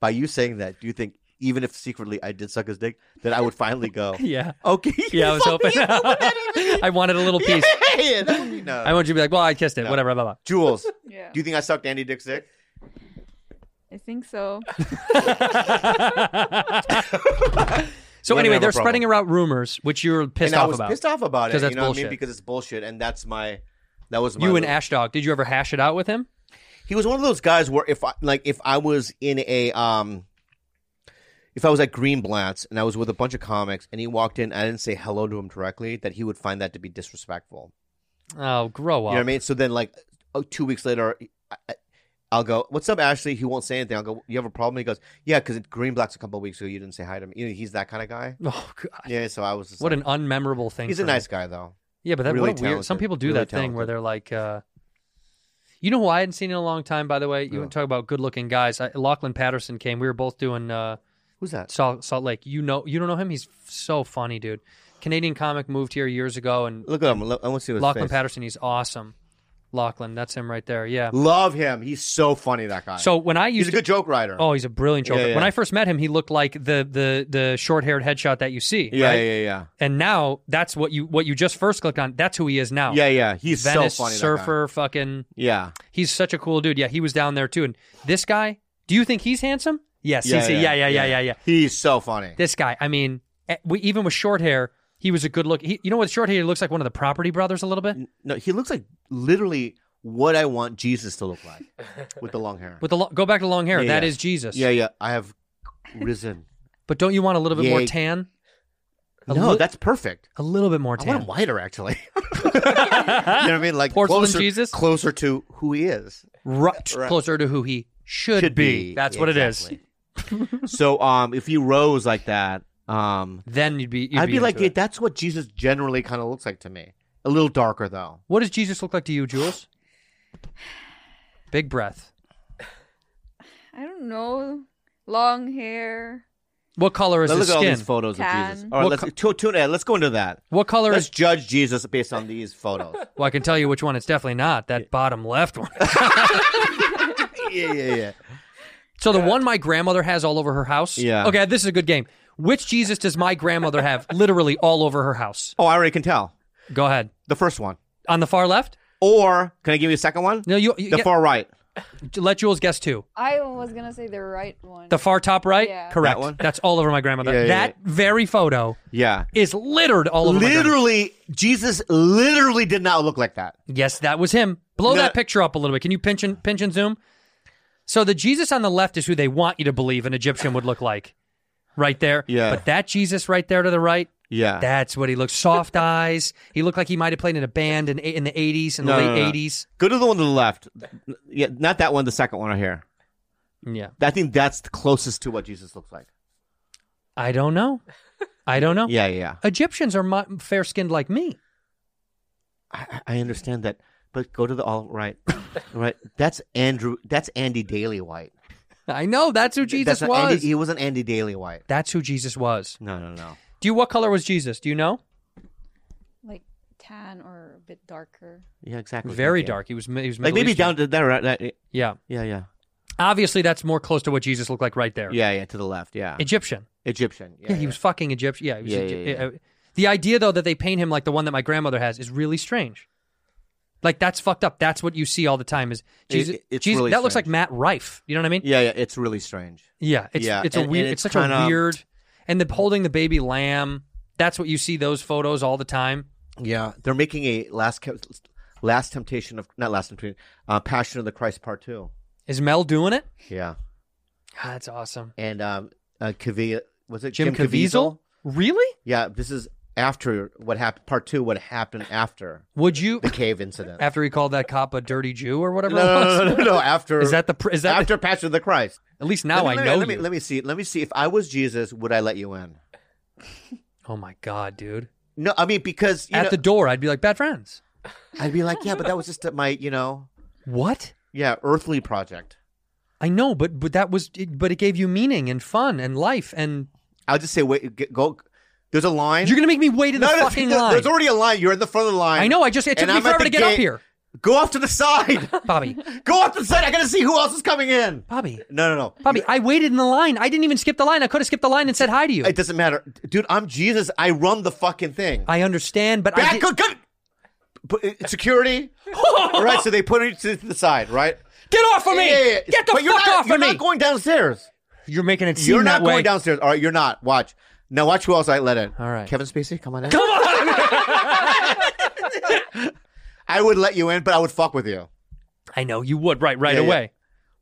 [SPEAKER 4] By you saying that, do you think even if secretly I did suck his dick, that I would finally go?
[SPEAKER 5] Yeah.
[SPEAKER 4] Okay.
[SPEAKER 5] Yeah, I was
[SPEAKER 4] Fuck
[SPEAKER 5] hoping.
[SPEAKER 4] you.
[SPEAKER 5] I wanted a little piece.
[SPEAKER 4] Yeah, that would be no.
[SPEAKER 5] I want you to be like, well, I kissed it, whatever, blah, blah.
[SPEAKER 4] Jules,
[SPEAKER 6] Yeah.
[SPEAKER 4] do you think I sucked Andy Dick's dick?
[SPEAKER 6] I think so.
[SPEAKER 5] So
[SPEAKER 4] We're gonna
[SPEAKER 5] anyway,
[SPEAKER 4] have a
[SPEAKER 5] they're
[SPEAKER 4] problem.
[SPEAKER 5] spreading out rumors, which you're pissed
[SPEAKER 4] and
[SPEAKER 5] off
[SPEAKER 4] I was
[SPEAKER 5] about.
[SPEAKER 4] pissed off about it.
[SPEAKER 5] Because that's
[SPEAKER 4] you know what I
[SPEAKER 5] bullshit.
[SPEAKER 4] mean? Because it's bullshit, and that's my that was my
[SPEAKER 5] you and
[SPEAKER 4] little-
[SPEAKER 5] Ash Dog, did you ever hash it out with him?
[SPEAKER 4] He was one of those guys where if I like if I was in a um if I was at Greenblatt's and I was with a bunch of comics and he walked in, I didn't say hello to him directly, that he would find that to be disrespectful.
[SPEAKER 5] Oh, grow
[SPEAKER 4] You
[SPEAKER 5] up.
[SPEAKER 4] know what I mean? So then, like, oh, two weeks later, I, I- I'll go, "What's up, Ashley?" He won't say anything. I'll go, "You have a problem?" He goes, "Yeah, because Green Black's a couple of weeks ago. You didn't say hi to me." You know, he's that kind of guy.
[SPEAKER 5] Oh God.
[SPEAKER 4] Yeah. So I was just
[SPEAKER 5] What
[SPEAKER 4] like-
[SPEAKER 5] an unmemorable thing
[SPEAKER 4] He's a
[SPEAKER 5] for
[SPEAKER 4] nice
[SPEAKER 5] him.
[SPEAKER 4] guy, though.
[SPEAKER 5] Yeah, but that
[SPEAKER 4] really
[SPEAKER 5] what a weird. Some
[SPEAKER 4] talented,
[SPEAKER 5] people do
[SPEAKER 4] really
[SPEAKER 5] that thing where
[SPEAKER 4] talented.
[SPEAKER 5] they're like, uh, you know, who I hadn't seen in a long time. By the way, you talk about good-looking guys. I, Lachlan Patterson came. We were both doing. Uh,
[SPEAKER 4] Who's that?
[SPEAKER 5] Salt, Salt Lake. You know, you don't know him. He's f- so funny, dude. Canadian comic moved here years ago, and
[SPEAKER 4] Look at him. Look- I want to see his
[SPEAKER 5] Lachlan
[SPEAKER 4] face.
[SPEAKER 5] Patterson. He's awesome. Lachlan, that's him right there. Yeah.
[SPEAKER 4] Love him. He's so funny. That guy.
[SPEAKER 5] So when I
[SPEAKER 4] he's
[SPEAKER 5] used
[SPEAKER 4] a
[SPEAKER 5] to-
[SPEAKER 4] good joke writer.
[SPEAKER 5] Oh, he's a brilliant
[SPEAKER 4] Yeah,
[SPEAKER 5] joker.
[SPEAKER 4] yeah.
[SPEAKER 5] When I first met him, he looked like the the the short haired headshot that you see.
[SPEAKER 4] Yeah,
[SPEAKER 5] right?
[SPEAKER 4] yeah, yeah.
[SPEAKER 5] And now that's what you what you just first clicked on. That's who he is now.
[SPEAKER 4] Yeah, yeah. He's so
[SPEAKER 5] Oh. Venice
[SPEAKER 4] funny, that
[SPEAKER 5] Surfer, fucking.
[SPEAKER 4] Yeah.
[SPEAKER 5] He's such a cool dude. Yeah, he was down there too. And this guy, do you think he's handsome? Yes. he's- Yeah, yeah, yeah, yeah, yeah, yeah.
[SPEAKER 4] He's so funny.
[SPEAKER 5] This guy. I mean, eh, we, even with short hair, he was a good look. He, you know what? Short hair he looks like one of the Property Brothers a little bit.
[SPEAKER 4] No, he looks like literally what I want Jesus to look like with the long hair.
[SPEAKER 5] With the lo- go back to long hair. That
[SPEAKER 4] Yeah,
[SPEAKER 5] is
[SPEAKER 4] yeah.
[SPEAKER 5] Jesus.
[SPEAKER 4] Yeah, yeah. I have risen.
[SPEAKER 5] But don't you want a little bit
[SPEAKER 4] Yeah.
[SPEAKER 5] more tan? A
[SPEAKER 4] no,
[SPEAKER 5] lit-
[SPEAKER 4] that's perfect.
[SPEAKER 5] A little bit more
[SPEAKER 4] I
[SPEAKER 5] tan.
[SPEAKER 4] want him whiter, actually. you know what I mean? Like
[SPEAKER 5] Porcelain
[SPEAKER 4] closer,
[SPEAKER 5] Jesus?
[SPEAKER 4] closer to who he is.
[SPEAKER 5] Right,
[SPEAKER 4] Right.
[SPEAKER 5] closer to who he should,
[SPEAKER 4] Should
[SPEAKER 5] be.
[SPEAKER 4] be,
[SPEAKER 5] That's what it is.
[SPEAKER 4] so, um, if you rose like that, um,
[SPEAKER 5] Then you'd be. You'd
[SPEAKER 4] I'd be, like,
[SPEAKER 5] into
[SPEAKER 4] yeah,
[SPEAKER 5] it.
[SPEAKER 4] that's what Jesus generally kind of looks like to me. A little darker though.
[SPEAKER 5] What does Jesus look like to you, Jules? Big breath.
[SPEAKER 6] I don't know. Long hair.
[SPEAKER 5] What color is
[SPEAKER 4] Let's
[SPEAKER 5] his
[SPEAKER 4] look at all
[SPEAKER 5] skin?
[SPEAKER 4] these photos of Jesus.
[SPEAKER 6] Tan.
[SPEAKER 4] All right,
[SPEAKER 5] What
[SPEAKER 4] let's tu- tune in. Let's go into that.
[SPEAKER 5] What color
[SPEAKER 4] Let's
[SPEAKER 5] is?
[SPEAKER 4] judge Jesus based on these photos.
[SPEAKER 5] Well, I can tell you which one. It's definitely not that bottom left one.
[SPEAKER 4] yeah, yeah, yeah.
[SPEAKER 5] So the one my grandmother has all over her house.
[SPEAKER 4] Yeah.
[SPEAKER 5] Okay, this is a good game. Which Jesus does my grandmother have literally all over her house?
[SPEAKER 4] Oh, I already can tell.
[SPEAKER 5] Go ahead.
[SPEAKER 4] The first one.
[SPEAKER 5] On the far left.
[SPEAKER 4] Or can I give you a second one?
[SPEAKER 5] No, you. you
[SPEAKER 4] the
[SPEAKER 5] get-
[SPEAKER 4] far right.
[SPEAKER 5] Let Jules guess too.
[SPEAKER 6] I was gonna say the right one.
[SPEAKER 5] The far top right.
[SPEAKER 6] Yeah.
[SPEAKER 5] Correct.
[SPEAKER 4] That one?
[SPEAKER 5] That's all over my grandmother.
[SPEAKER 4] Yeah, yeah,
[SPEAKER 5] that very photo
[SPEAKER 4] Yeah.
[SPEAKER 5] is littered all over. my grandmother.
[SPEAKER 4] Literally, Jesus literally did not look like that.
[SPEAKER 5] Yes, that was him. Blow
[SPEAKER 4] No.
[SPEAKER 5] that picture up a little bit. Can you pinch and pinch and zoom? So the Jesus on the left is who they want you to believe an Egyptian would look like, right there.
[SPEAKER 4] Yeah.
[SPEAKER 5] But that Jesus right there to the right,
[SPEAKER 4] Yeah.
[SPEAKER 5] that's what he looks. Soft eyes. He looked like he might have played in a band in in the eighties and
[SPEAKER 4] No,
[SPEAKER 5] the
[SPEAKER 4] no,
[SPEAKER 5] late
[SPEAKER 4] no.
[SPEAKER 5] eighties.
[SPEAKER 4] Go to the one to the left. Yeah, not that one. The second one right here.
[SPEAKER 5] Yeah.
[SPEAKER 4] I think that's the closest to what Jesus looks like.
[SPEAKER 5] I don't know. I don't know.
[SPEAKER 4] Yeah, yeah.
[SPEAKER 5] Egyptians are mu fair skinned like me.
[SPEAKER 4] I, I understand that, but go to the all right, right. That's Andrew. That's Andy Daly White.
[SPEAKER 5] I know that's who
[SPEAKER 4] that's
[SPEAKER 5] Jesus
[SPEAKER 4] not e-,
[SPEAKER 5] was.
[SPEAKER 4] Andy, he wasn't Andy Daly White.
[SPEAKER 5] that's who Jesus was.
[SPEAKER 4] No, no, no.
[SPEAKER 5] Do you what color was Jesus? Do you know?
[SPEAKER 6] like tan or a bit darker.
[SPEAKER 4] Yeah, exactly.
[SPEAKER 5] Very
[SPEAKER 4] Thank you.
[SPEAKER 5] dark. He was mi- he was
[SPEAKER 4] Like
[SPEAKER 5] Middle
[SPEAKER 4] maybe
[SPEAKER 5] Eastern.
[SPEAKER 4] down to that. Right, that-
[SPEAKER 5] Yeah.
[SPEAKER 4] yeah, yeah,
[SPEAKER 5] Obviously, that's more close to what Jesus looked like right there.
[SPEAKER 4] yeah, yeah. To the left. Yeah.
[SPEAKER 5] Egyptian.
[SPEAKER 4] Egyptian. Yeah,
[SPEAKER 5] Yeah, he was fucking Egyptian. Yeah, he was
[SPEAKER 4] Yeah,
[SPEAKER 5] Egy-
[SPEAKER 4] yeah, yeah.
[SPEAKER 5] uh, The idea though that they paint him like the one that my grandmother has is really strange. Like that's fucked up. That's what you see all the time. Is Jesus?
[SPEAKER 4] It- it's
[SPEAKER 5] Jesus-
[SPEAKER 4] really
[SPEAKER 5] that looks like
[SPEAKER 4] strange.
[SPEAKER 5] Matt Rife. You know what I mean?
[SPEAKER 4] Yeah, yeah. It's really strange.
[SPEAKER 5] Yeah. It's
[SPEAKER 4] Yeah,
[SPEAKER 5] it's
[SPEAKER 4] and-
[SPEAKER 5] a
[SPEAKER 4] and
[SPEAKER 5] weird.
[SPEAKER 4] it's
[SPEAKER 5] It's, such
[SPEAKER 4] kinda-
[SPEAKER 5] a weird. And the holding the baby lamb. That's what you see those photos all the time.
[SPEAKER 4] Yeah, they're making a last Ca- last temptation of not last temptation, uh, Passion of the Christ Part Two.
[SPEAKER 5] Is Mel doing it?
[SPEAKER 4] Yeah,
[SPEAKER 5] Ah, that's awesome.
[SPEAKER 4] and um, uh, Cavie was it
[SPEAKER 5] Jim, Caviezel? Really?
[SPEAKER 4] Yeah, this is after what happened, part two, what happened after
[SPEAKER 5] Would you
[SPEAKER 4] the cave incident.
[SPEAKER 5] after he called that cop a dirty Jew or whatever?
[SPEAKER 4] No,
[SPEAKER 5] it
[SPEAKER 4] no,
[SPEAKER 5] was?
[SPEAKER 4] no, no, no, no, After
[SPEAKER 5] is that the pr- is that
[SPEAKER 4] after Passion of the Christ?
[SPEAKER 5] At least
[SPEAKER 4] Let
[SPEAKER 5] now
[SPEAKER 4] me-
[SPEAKER 5] I
[SPEAKER 4] let me-
[SPEAKER 5] know
[SPEAKER 4] Let me
[SPEAKER 5] you.
[SPEAKER 4] let me see. Let me see. If I was Jesus, would I let you in?
[SPEAKER 5] Oh my god, dude!
[SPEAKER 4] No, I mean because you
[SPEAKER 5] At
[SPEAKER 4] know,
[SPEAKER 5] the door, I'd be like bad friends.
[SPEAKER 4] I'd be like, yeah, but that was just my, you know,
[SPEAKER 5] What?
[SPEAKER 4] yeah, earthly project.
[SPEAKER 5] I know, but but that was it, but it gave you meaning and fun and life and
[SPEAKER 4] I'll just say wait, g- go. There's a line.
[SPEAKER 5] you're gonna make me wait in the fucking
[SPEAKER 4] there-
[SPEAKER 5] line.
[SPEAKER 4] There's already a line. You're in the front of the line.
[SPEAKER 5] I know. I just it
[SPEAKER 4] and
[SPEAKER 5] took me
[SPEAKER 4] I'm at
[SPEAKER 5] forever
[SPEAKER 4] the
[SPEAKER 5] to get up
[SPEAKER 4] gate.
[SPEAKER 5] here,
[SPEAKER 4] Go off to the side.
[SPEAKER 5] Bobby.
[SPEAKER 4] go off to the side. I gotta see who else is coming in.
[SPEAKER 5] Bobby.
[SPEAKER 4] No, no, no.
[SPEAKER 5] Bobby, I waited in the line. I didn't even skip the line. I could have skipped the line and said hi to you.
[SPEAKER 4] It doesn't matter, dude. I'm Jesus. I run the fucking thing.
[SPEAKER 5] I understand, but I
[SPEAKER 4] Back,
[SPEAKER 5] did-
[SPEAKER 4] good, good. But, uh, Security. All right, so they put it to the side, right?
[SPEAKER 5] Get off of me!
[SPEAKER 4] Yeah, yeah, yeah.
[SPEAKER 5] Get the
[SPEAKER 4] But you're
[SPEAKER 5] fuck
[SPEAKER 4] not-
[SPEAKER 5] off of
[SPEAKER 4] you're
[SPEAKER 5] me!
[SPEAKER 4] not going downstairs.
[SPEAKER 5] you're making it seem
[SPEAKER 4] You're not
[SPEAKER 5] that way.
[SPEAKER 4] going downstairs. All right, you're not. Watch. Now watch who else I let in. All
[SPEAKER 5] right.
[SPEAKER 4] Kevin Spacey, come on in.
[SPEAKER 5] Come on!
[SPEAKER 4] I would let you in, but I would fuck with you.
[SPEAKER 5] I know you would right right
[SPEAKER 4] Yeah, yeah.
[SPEAKER 5] away.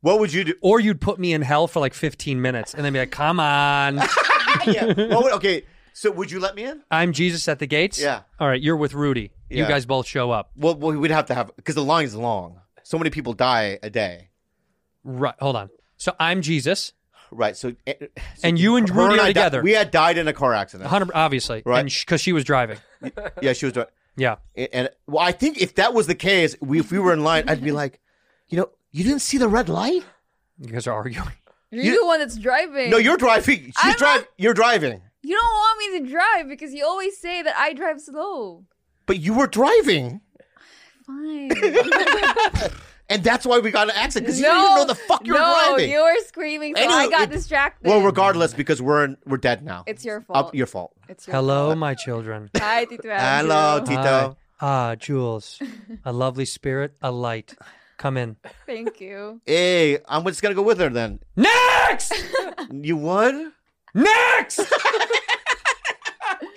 [SPEAKER 4] What would you do?
[SPEAKER 5] Or you'd put me in hell for like 15 minutes and then be like, "Come on,
[SPEAKER 4] yeah. What would- okay. So would you let me in?
[SPEAKER 5] I'm Jesus at the gates."
[SPEAKER 4] Yeah.
[SPEAKER 5] All right, you're with Rudy. You
[SPEAKER 4] Yeah.
[SPEAKER 5] guys both show up.
[SPEAKER 4] Well, well we'd have to have because the line's long. So many people die a day.
[SPEAKER 5] Right. Hold on. So I'm Jesus,
[SPEAKER 4] Right. So, eh, so
[SPEAKER 5] and you and
[SPEAKER 4] her
[SPEAKER 5] Rudy
[SPEAKER 4] I
[SPEAKER 5] are
[SPEAKER 4] di-
[SPEAKER 5] together.
[SPEAKER 4] we had died in a car accident.
[SPEAKER 5] 100 obviously,
[SPEAKER 4] Right.
[SPEAKER 5] And because she was driving.
[SPEAKER 4] Yeah, she was. dri-
[SPEAKER 5] Yeah.
[SPEAKER 4] And, and well, I think if that was the case, we, if we were in line, I'd be like, you know, you didn't see the red light.
[SPEAKER 5] You guys are arguing.
[SPEAKER 6] You're
[SPEAKER 4] You-
[SPEAKER 6] the one that's driving.
[SPEAKER 4] No, you're driving. She's
[SPEAKER 6] I'm
[SPEAKER 4] driving. You're driving.
[SPEAKER 6] You don't want me to drive because you always say that I drive slow.
[SPEAKER 4] But you were driving,
[SPEAKER 6] Fine.
[SPEAKER 4] and that's why we got in an accident because you
[SPEAKER 6] No,
[SPEAKER 4] didn't even know the fuck you were
[SPEAKER 6] no,
[SPEAKER 4] driving.
[SPEAKER 6] you were screaming, so I
[SPEAKER 4] Anyway,
[SPEAKER 6] got
[SPEAKER 4] it-
[SPEAKER 6] distracted.
[SPEAKER 4] Well, regardless, because we're in, we're dead now.
[SPEAKER 6] It's your fault.
[SPEAKER 4] Up- your fault.
[SPEAKER 6] It's your
[SPEAKER 5] Hello, my children.
[SPEAKER 6] fault. Hi, Tito
[SPEAKER 4] Hello,
[SPEAKER 6] Andrew.
[SPEAKER 4] Tito.
[SPEAKER 5] Hi. Ah, Jules, a lovely spirit, a light. Come in.
[SPEAKER 6] Thank you.
[SPEAKER 4] Hey, I'm just gonna go with her then.
[SPEAKER 5] Next!
[SPEAKER 4] You would?
[SPEAKER 5] Next!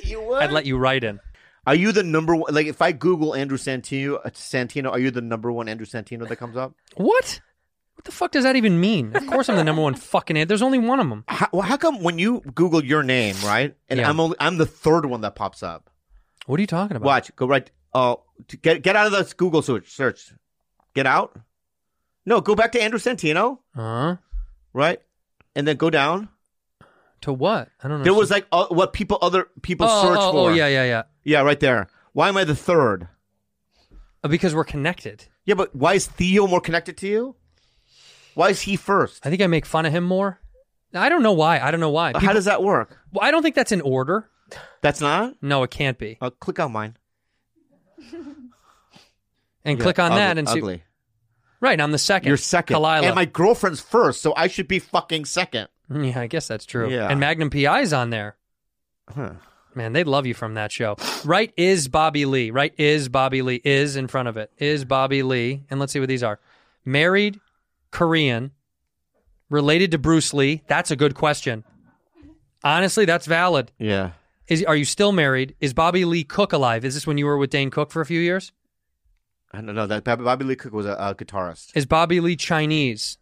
[SPEAKER 4] You would?
[SPEAKER 5] I'd let you right in.
[SPEAKER 4] Are you the number one? Like, if I Google Andrew Santino, uh, Santino, are you the number one Andrew Santino that comes up?
[SPEAKER 5] What? What the fuck does that even mean? Of course, I'm the number one fucking ant. There's only one of them.
[SPEAKER 4] How, well, how come when you Google your name, right? And
[SPEAKER 5] Yeah.
[SPEAKER 4] I'm only I'm the third one that pops up.
[SPEAKER 5] What are you talking about?
[SPEAKER 4] Watch, go right. Oh, to get get out of the Google search. Search, get out. No, go back to Andrew Santino,
[SPEAKER 5] Huh?
[SPEAKER 4] right? And then go down.
[SPEAKER 5] To what? I don't know.
[SPEAKER 4] There was like uh, what people other people
[SPEAKER 5] oh,
[SPEAKER 4] search
[SPEAKER 5] oh,
[SPEAKER 4] for.
[SPEAKER 5] Oh yeah, yeah, yeah.
[SPEAKER 4] yeah, right there. Why am I the third?
[SPEAKER 5] Uh, Because we're connected.
[SPEAKER 4] Yeah, but why is Theo more connected to you? Why is he first?
[SPEAKER 5] I think I make fun of him more. I don't know why. I don't know why.
[SPEAKER 4] Uh, How
[SPEAKER 5] People-
[SPEAKER 4] does that work?
[SPEAKER 5] Well, I don't think that's in order.
[SPEAKER 4] That's not.
[SPEAKER 5] No, it can't be.
[SPEAKER 4] Uh, click on mine
[SPEAKER 5] And
[SPEAKER 4] Yeah,
[SPEAKER 5] click on
[SPEAKER 4] ugly-
[SPEAKER 5] that and
[SPEAKER 4] ugly.
[SPEAKER 5] see. Right, I'm the second.
[SPEAKER 4] You're second,
[SPEAKER 5] Kalila.
[SPEAKER 4] and my girlfriend's first, so I should be fucking second.
[SPEAKER 5] Mm, Yeah, I guess that's true.
[SPEAKER 4] Yeah.
[SPEAKER 5] And Magnum PI's on there.
[SPEAKER 4] Huh.
[SPEAKER 5] Man, they love you from that show. Right is Bobby Lee. Right is Bobby Lee. Is in front of it. Is Bobby Lee. And let's see what these are. Married, Korean, related to Bruce Lee. That's a good question. Honestly, that's valid.
[SPEAKER 4] Yeah.
[SPEAKER 5] Is are you still married? Is Bobby Lee Cook alive? Is this when you were with Dane Cook for a few years?
[SPEAKER 4] I don't know that Bobby Bobby Lee Cook was a, a guitarist.
[SPEAKER 5] Is Bobby Lee Chinese?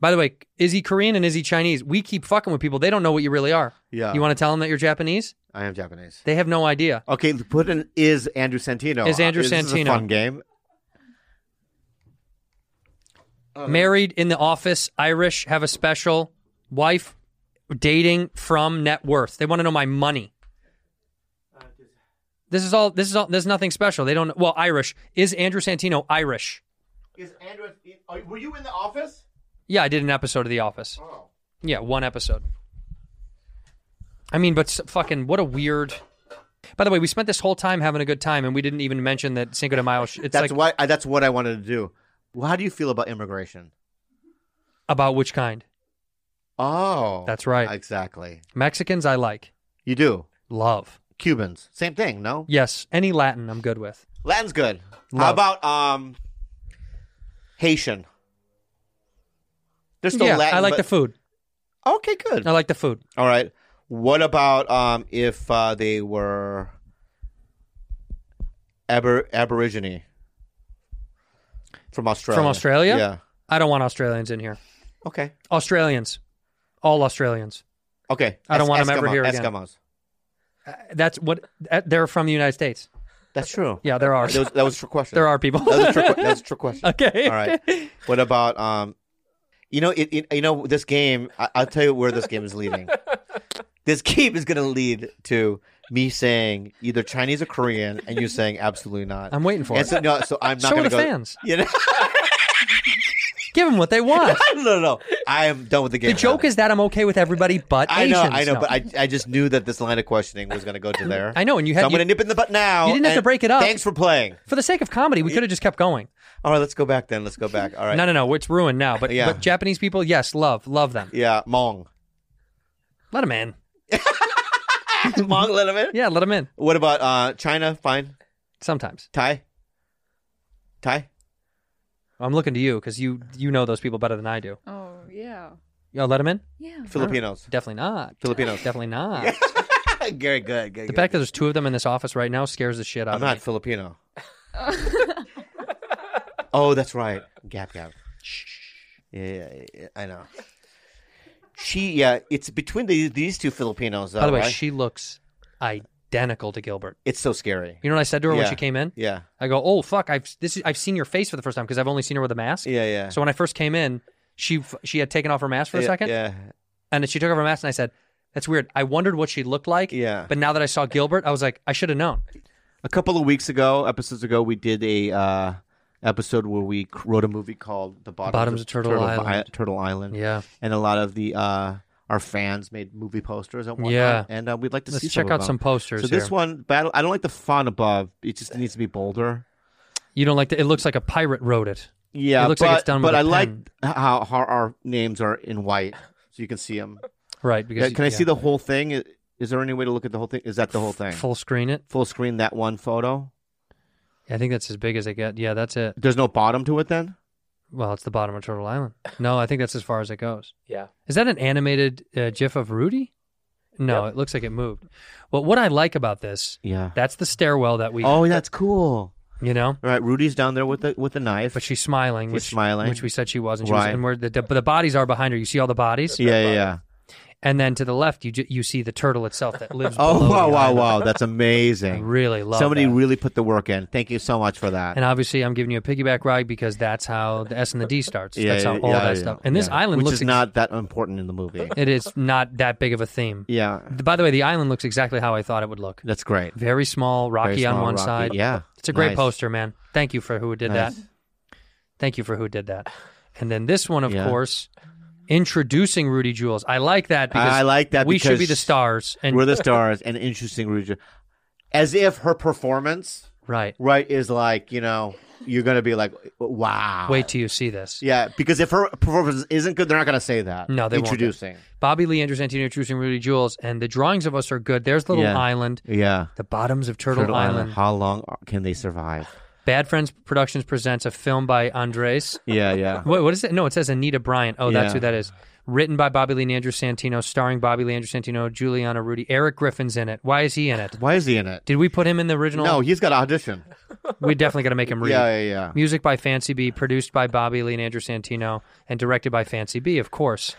[SPEAKER 5] By the way, is he Korean and is he Chinese? We keep fucking with people. They don't know what you really are.
[SPEAKER 4] Yeah.
[SPEAKER 5] You want to tell them that you're Japanese?
[SPEAKER 4] I am Japanese.
[SPEAKER 5] They have no idea.
[SPEAKER 4] Okay, put in is Andrew Santino.
[SPEAKER 5] Is Andrew
[SPEAKER 4] Uh, This is a
[SPEAKER 5] Santino.
[SPEAKER 4] fun game.
[SPEAKER 5] Married in the office, Irish, have a special wife, dating from net worth. They want to know my money. This is all. This is all. There's nothing special. They don't. Well, Irish is Andrew Santino Irish.
[SPEAKER 4] Is Andrew? Were you in the office?
[SPEAKER 5] Yeah, I did an episode of The Office.
[SPEAKER 4] Oh.
[SPEAKER 5] Yeah, one episode. I mean, but s- fucking, what a weird. By the way, we spent this whole time having a good time, and we didn't even mention that Cinco de Mayo. sh- It's
[SPEAKER 4] That's
[SPEAKER 5] like
[SPEAKER 4] why. I, that's what I wanted to do. Well, how do you feel about immigration?
[SPEAKER 5] about which kind?
[SPEAKER 4] Oh,
[SPEAKER 5] That's right.
[SPEAKER 4] Exactly.
[SPEAKER 5] Mexicans, I like,
[SPEAKER 4] You do
[SPEAKER 5] love.
[SPEAKER 4] Cubans. Same thing. No,
[SPEAKER 5] Yes, any Latin, I'm good with.
[SPEAKER 4] Latin's good. How
[SPEAKER 5] Love.
[SPEAKER 4] about um, Haitian? There's still
[SPEAKER 5] yeah,
[SPEAKER 4] Latin.
[SPEAKER 5] I like
[SPEAKER 4] but-
[SPEAKER 5] the food.
[SPEAKER 4] Okay, good.
[SPEAKER 5] I like the food.
[SPEAKER 4] All right. What about um, if uh, they were aber- aborigine from Australia?
[SPEAKER 5] From Australia?
[SPEAKER 4] Yeah.
[SPEAKER 5] I don't want Australians in here.
[SPEAKER 4] Okay.
[SPEAKER 5] Australians, all Australians.
[SPEAKER 4] Okay.
[SPEAKER 5] I don't
[SPEAKER 4] Es-
[SPEAKER 5] want 'em ever
[SPEAKER 4] Eskimo-
[SPEAKER 5] here again.
[SPEAKER 4] Eskimos.
[SPEAKER 5] That's what uh, they're from the United States.
[SPEAKER 4] That's true.
[SPEAKER 5] Yeah, there are.
[SPEAKER 4] That was, that was a trick question.
[SPEAKER 5] There are people.
[SPEAKER 4] That was a trick, that was a trick question.
[SPEAKER 5] Okay.
[SPEAKER 4] All right. What about um? You know, it, it you know this game. I, I'll tell you where this game is leading. This game is going to lead to me saying either Chinese or Korean, and you saying absolutely not.
[SPEAKER 5] I'm waiting for
[SPEAKER 4] And
[SPEAKER 5] it.
[SPEAKER 4] So, no, so I'm not
[SPEAKER 5] Show
[SPEAKER 4] going
[SPEAKER 5] the
[SPEAKER 4] to go.
[SPEAKER 5] fans.
[SPEAKER 4] You know,
[SPEAKER 5] Give them what they want.
[SPEAKER 4] no, no, no. I am done with the game.
[SPEAKER 5] The joke is that I'm okay with everybody but
[SPEAKER 4] I know,
[SPEAKER 5] Asians.
[SPEAKER 4] I know,
[SPEAKER 5] No.
[SPEAKER 4] but I, I just knew that this line of questioning was going to go to there.
[SPEAKER 5] I know, and you had-
[SPEAKER 4] So I'm
[SPEAKER 5] you-
[SPEAKER 4] going to nip it in the butt now.
[SPEAKER 5] you didn't have to
[SPEAKER 4] and
[SPEAKER 5] break it up.
[SPEAKER 4] Thanks for playing.
[SPEAKER 5] for the sake of comedy, we could have just kept going.
[SPEAKER 4] All right, let's go back then. Let's go back. All right.
[SPEAKER 5] No, no, no. It's ruined now. But
[SPEAKER 4] Yeah.
[SPEAKER 5] but Japanese people, yes, love, love them.
[SPEAKER 4] Yeah, Mong.
[SPEAKER 5] Let them in.
[SPEAKER 4] Mong, let him in.
[SPEAKER 5] Yeah, let them in.
[SPEAKER 4] What about uh, China? Fine.
[SPEAKER 5] Sometimes
[SPEAKER 4] Thai. Thai.
[SPEAKER 5] I'm looking to you because you you know those people better than I do.
[SPEAKER 6] Oh yeah.
[SPEAKER 5] Yo, let them in.
[SPEAKER 6] Yeah.
[SPEAKER 4] Filipinos.
[SPEAKER 5] Definitely not.
[SPEAKER 4] Filipinos.
[SPEAKER 5] Definitely not.
[SPEAKER 4] Very good. good,
[SPEAKER 5] The
[SPEAKER 4] good.
[SPEAKER 5] fact that there's two of them in this office right now scares the shit out
[SPEAKER 4] I'm
[SPEAKER 5] of me.
[SPEAKER 4] not Filipino. oh, that's right. Gap gap. Yeah, yeah, yeah, I know. She, yeah, it's between the, these two Filipinos. Though,
[SPEAKER 5] By the way,
[SPEAKER 4] right?
[SPEAKER 5] she looks identical to Gilbert.
[SPEAKER 4] it's so scary.
[SPEAKER 5] You know what I said to her when
[SPEAKER 4] Yeah.
[SPEAKER 5] she came in?
[SPEAKER 4] Yeah.
[SPEAKER 5] I go, "Oh fuck, I've this is, I've seen your face for the first time because I've only seen her with a mask."
[SPEAKER 4] Yeah, yeah.
[SPEAKER 5] So when I first came in, she f- she had taken off her mask for a
[SPEAKER 4] Yeah,
[SPEAKER 5] second.
[SPEAKER 4] yeah.
[SPEAKER 5] And then she took off her mask, and I said, "That's weird." I wondered what she looked like.
[SPEAKER 4] Yeah.
[SPEAKER 5] But now that I saw Gilbert, I was like, I should have known.
[SPEAKER 4] a couple of weeks ago, episodes ago, we did a uh, episode where we c- wrote a movie called "The Bottoms,
[SPEAKER 5] Bottoms of Turtle Island.
[SPEAKER 4] Vi- Turtle Island.
[SPEAKER 5] Yeah.
[SPEAKER 4] and a lot of the uh, our fans made movie posters and whatnot.
[SPEAKER 5] Yeah.
[SPEAKER 4] and uh, we'd like to
[SPEAKER 5] Let's
[SPEAKER 4] see
[SPEAKER 5] check
[SPEAKER 4] some
[SPEAKER 5] out
[SPEAKER 4] of them.
[SPEAKER 5] some posters
[SPEAKER 4] So this
[SPEAKER 5] here.
[SPEAKER 4] one, battle. I don't like the font above; it just needs to be bolder.
[SPEAKER 5] You don't like that? It looks like a pirate wrote it.
[SPEAKER 4] Yeah,
[SPEAKER 5] It looks
[SPEAKER 4] but,
[SPEAKER 5] like it's done.
[SPEAKER 4] But
[SPEAKER 5] with a
[SPEAKER 4] I like
[SPEAKER 5] pen.
[SPEAKER 4] how, how our names are in white, so you can see them.
[SPEAKER 5] Right, because-
[SPEAKER 4] can I see
[SPEAKER 5] yeah.
[SPEAKER 4] the whole thing? I- Is there any way to look at the whole thing? Is that the whole thing?
[SPEAKER 5] full screen it.
[SPEAKER 4] Full screen that one photo.
[SPEAKER 5] I think that's as big as I get. Yeah, that's it.
[SPEAKER 4] There's no bottom to it then.
[SPEAKER 5] Well, it's the bottom of Turtle Island. No, I think that's as far as it goes.
[SPEAKER 16] Yeah.
[SPEAKER 5] Is that an animated uh, GIF of Rudy? No, it looks like it moved. Well, what I like about this,
[SPEAKER 4] Yeah.
[SPEAKER 5] that's the stairwell that we.
[SPEAKER 4] Oh, that's cool.
[SPEAKER 5] You know,
[SPEAKER 4] All right, Rudy's down there with the with the knife, but
[SPEAKER 5] she's smiling.
[SPEAKER 4] She's
[SPEAKER 5] which,
[SPEAKER 4] smiling,
[SPEAKER 5] which we said she was, and, she was,
[SPEAKER 4] right?
[SPEAKER 5] and where the, the the bodies are behind her. You see all the bodies.
[SPEAKER 4] yeah, yeah, yeah.
[SPEAKER 5] And then to the left, you ju- you see the turtle itself that lives.
[SPEAKER 4] Oh
[SPEAKER 5] below
[SPEAKER 4] wow,
[SPEAKER 5] the
[SPEAKER 4] wow,
[SPEAKER 5] island.
[SPEAKER 4] wow! That's amazing.
[SPEAKER 5] I really love
[SPEAKER 4] Somebody
[SPEAKER 5] that.
[SPEAKER 4] really put the work in. Thank you so much for that.
[SPEAKER 5] And obviously, I'm giving you a piggyback ride because that's how the S and the D starts.
[SPEAKER 4] yeah,
[SPEAKER 5] that's how
[SPEAKER 4] yeah,
[SPEAKER 5] all
[SPEAKER 4] yeah,
[SPEAKER 5] that
[SPEAKER 4] yeah,
[SPEAKER 5] stuff. And this
[SPEAKER 4] yeah.
[SPEAKER 5] island
[SPEAKER 4] which
[SPEAKER 5] looks
[SPEAKER 4] is
[SPEAKER 5] ex-
[SPEAKER 4] not that important in the movie.
[SPEAKER 5] It is not that big of a theme.
[SPEAKER 4] Yeah.
[SPEAKER 5] By the way, the island looks exactly how I thought it would look.
[SPEAKER 4] That's great.
[SPEAKER 5] Very small, rocky
[SPEAKER 4] Very
[SPEAKER 5] on
[SPEAKER 4] small,
[SPEAKER 5] one
[SPEAKER 4] rocky.
[SPEAKER 5] side.
[SPEAKER 4] Yeah.
[SPEAKER 5] It's a great
[SPEAKER 4] Nice.
[SPEAKER 5] poster, man. Thank you for who did that.
[SPEAKER 4] Nice.
[SPEAKER 5] Thank you for who did that. And then this one, of
[SPEAKER 4] Yeah.
[SPEAKER 5] course, introducing Rudy Jules. I like that because
[SPEAKER 4] I like that.
[SPEAKER 5] We should
[SPEAKER 4] because
[SPEAKER 5] be the stars. And
[SPEAKER 4] we're the stars. And interesting, Rudy, as if her performance,
[SPEAKER 5] right,
[SPEAKER 4] right, is like you know you're gonna be like wow.
[SPEAKER 5] Wait till you see this.
[SPEAKER 4] Yeah, because if her performance isn't good, they're not gonna say that.
[SPEAKER 5] No, they won't.
[SPEAKER 4] introducing.
[SPEAKER 5] Bobby Lee Andrews Antino introducing Rudy Jules, and the drawings of us are good. There's the little
[SPEAKER 4] Yeah.
[SPEAKER 5] island.
[SPEAKER 4] Yeah.
[SPEAKER 5] The bottoms of Turtle, Island.
[SPEAKER 4] How long are- can they survive?
[SPEAKER 5] Bad Friends Productions presents a film by Andres.
[SPEAKER 4] Yeah, yeah.
[SPEAKER 5] Wait, what is it? No, it says Anita Bryant. Oh, that's
[SPEAKER 4] Yeah.
[SPEAKER 5] who that is. Written by Bobby Lee and Andrew Santino, starring Bobby Lee Andrew Santino, Juliana Rudy. Eric Griffin's in it. Why is he in it?
[SPEAKER 4] Why is he in it?
[SPEAKER 5] Did we put him in the original?
[SPEAKER 4] No, he's got to audition.
[SPEAKER 5] We definitely got to make him read.
[SPEAKER 4] Yeah, yeah, yeah.
[SPEAKER 5] Music by Fancy B, produced by Bobby Lee and Andrew Santino, and directed by Fancy B, of course.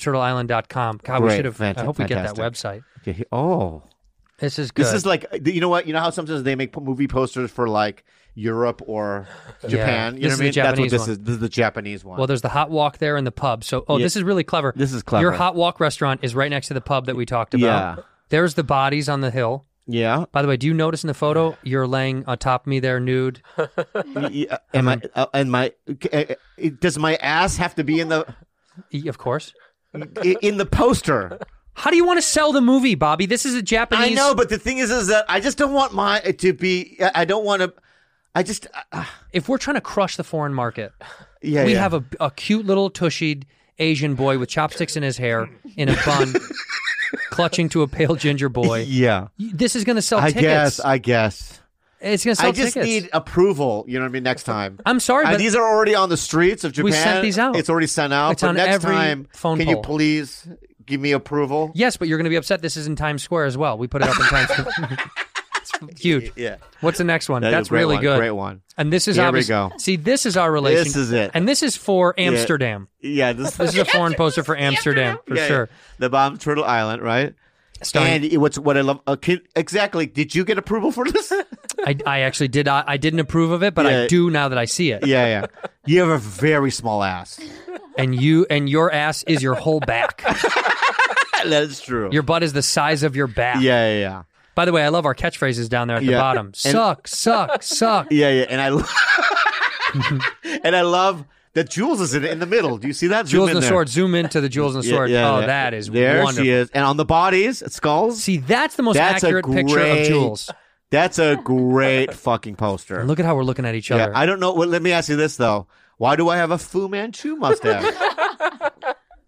[SPEAKER 5] BottomsTurtleIsland.com. God, we
[SPEAKER 4] Great.
[SPEAKER 5] should have.
[SPEAKER 4] Fant-
[SPEAKER 5] I hope we get that
[SPEAKER 4] fantastic.
[SPEAKER 5] website.
[SPEAKER 4] Okay, he- oh,
[SPEAKER 5] This is good.
[SPEAKER 4] this is like you know what you know how sometimes they make movie posters for like Europe or Japan. You
[SPEAKER 5] This
[SPEAKER 4] know
[SPEAKER 5] is
[SPEAKER 4] what I mean?
[SPEAKER 5] the
[SPEAKER 4] That's what
[SPEAKER 5] Japanese
[SPEAKER 4] this
[SPEAKER 5] one.
[SPEAKER 4] is. This is the Japanese one.
[SPEAKER 5] Well, there's the hot walk there and the pub. So, oh,
[SPEAKER 4] Yeah.
[SPEAKER 5] this is really clever.
[SPEAKER 4] This is clever.
[SPEAKER 5] Your hot walk restaurant is right next to the pub that we talked about.
[SPEAKER 4] Yeah.
[SPEAKER 5] There's the bodies on the hill.
[SPEAKER 4] yeah.
[SPEAKER 5] By the way, do you notice in the photo you're laying atop me there, nude?
[SPEAKER 4] Y- y- Am I? Uh, and my? uh, uh, Does my ass have to be in the?
[SPEAKER 5] Y- Of course.
[SPEAKER 4] i- In the poster.
[SPEAKER 5] How do you want to sell the movie, Bobby? This is a Japanese.
[SPEAKER 4] I know, but the thing is, is that I just don't want my it to be. uh, I- I don't want to. I just. Uh,
[SPEAKER 5] if we're trying to crush the foreign market,
[SPEAKER 4] Yeah,
[SPEAKER 5] we
[SPEAKER 4] yeah.
[SPEAKER 5] have a, a cute little tushied Asian boy with chopsticks in his hair in a bun, clutching to a pale ginger boy.
[SPEAKER 4] yeah.
[SPEAKER 5] This is going to sell
[SPEAKER 4] I
[SPEAKER 5] tickets.
[SPEAKER 4] guess. I guess.
[SPEAKER 5] it's going to sell
[SPEAKER 4] I just
[SPEAKER 5] tickets.
[SPEAKER 4] need approval. You know what I mean? Next time.
[SPEAKER 5] I'm sorry,
[SPEAKER 4] Uh,
[SPEAKER 5] but
[SPEAKER 4] these are already on the streets of Japan.
[SPEAKER 5] We sent these out.
[SPEAKER 4] It's already sent out.
[SPEAKER 5] It's
[SPEAKER 4] but
[SPEAKER 5] on
[SPEAKER 4] next
[SPEAKER 5] every
[SPEAKER 4] time,
[SPEAKER 5] phone
[SPEAKER 4] can you
[SPEAKER 5] poll.
[SPEAKER 4] please give me approval?
[SPEAKER 5] yes, but you're going to be upset. This is in Times Square as well. We put it up in Times Square. it's huge.
[SPEAKER 4] Yeah.
[SPEAKER 5] What's the next one?
[SPEAKER 4] That is a
[SPEAKER 5] That's
[SPEAKER 4] great
[SPEAKER 5] really
[SPEAKER 4] one,
[SPEAKER 5] good.
[SPEAKER 4] great one.
[SPEAKER 5] And this is
[SPEAKER 4] Here we
[SPEAKER 5] obvious-
[SPEAKER 4] go.
[SPEAKER 5] See, this is our relation.
[SPEAKER 4] This is it.
[SPEAKER 5] And this is for Amsterdam.
[SPEAKER 4] Yeah, this,
[SPEAKER 5] This is a foreign poster for Amsterdam for
[SPEAKER 4] Yeah, yeah.
[SPEAKER 5] sure.
[SPEAKER 4] The bomb turtle island, right?
[SPEAKER 5] Starring-
[SPEAKER 4] and it- what's what I love? Okay, exactly. Did you get approval for this?
[SPEAKER 5] I, I actually did. I, I didn't approve of it, but I
[SPEAKER 4] Yeah.
[SPEAKER 5] do now that I see it.
[SPEAKER 4] Yeah, yeah. You have a very small ass,
[SPEAKER 5] and you and your ass is your whole back.
[SPEAKER 4] that is true.
[SPEAKER 5] Your butt is the size of your back.
[SPEAKER 4] Yeah, yeah. yeah.
[SPEAKER 5] By the way, I love our catchphrases down there at the
[SPEAKER 4] Yeah.
[SPEAKER 5] bottom.
[SPEAKER 4] And-
[SPEAKER 5] Suck, suck, suck.
[SPEAKER 4] Yeah, yeah. And I lo- and I love that Jules is in, in the middle. Do you see that?
[SPEAKER 5] Jewels
[SPEAKER 4] Zoom in
[SPEAKER 5] and the
[SPEAKER 4] there.
[SPEAKER 5] sword. Zoom into the jewels and the
[SPEAKER 4] Yeah,
[SPEAKER 5] sword.
[SPEAKER 4] yeah,
[SPEAKER 5] oh,
[SPEAKER 4] yeah.
[SPEAKER 5] that is
[SPEAKER 4] there
[SPEAKER 5] wonderful.
[SPEAKER 4] she is, and on the bodies, skulls.
[SPEAKER 5] See, that's the most accurate picture of Jules.
[SPEAKER 4] That's a great fucking poster.
[SPEAKER 5] Look at how we're looking at each
[SPEAKER 4] Yeah,
[SPEAKER 5] other.
[SPEAKER 4] I don't know. Well, let me ask you this though: Why do I have a Fu Manchu mustache?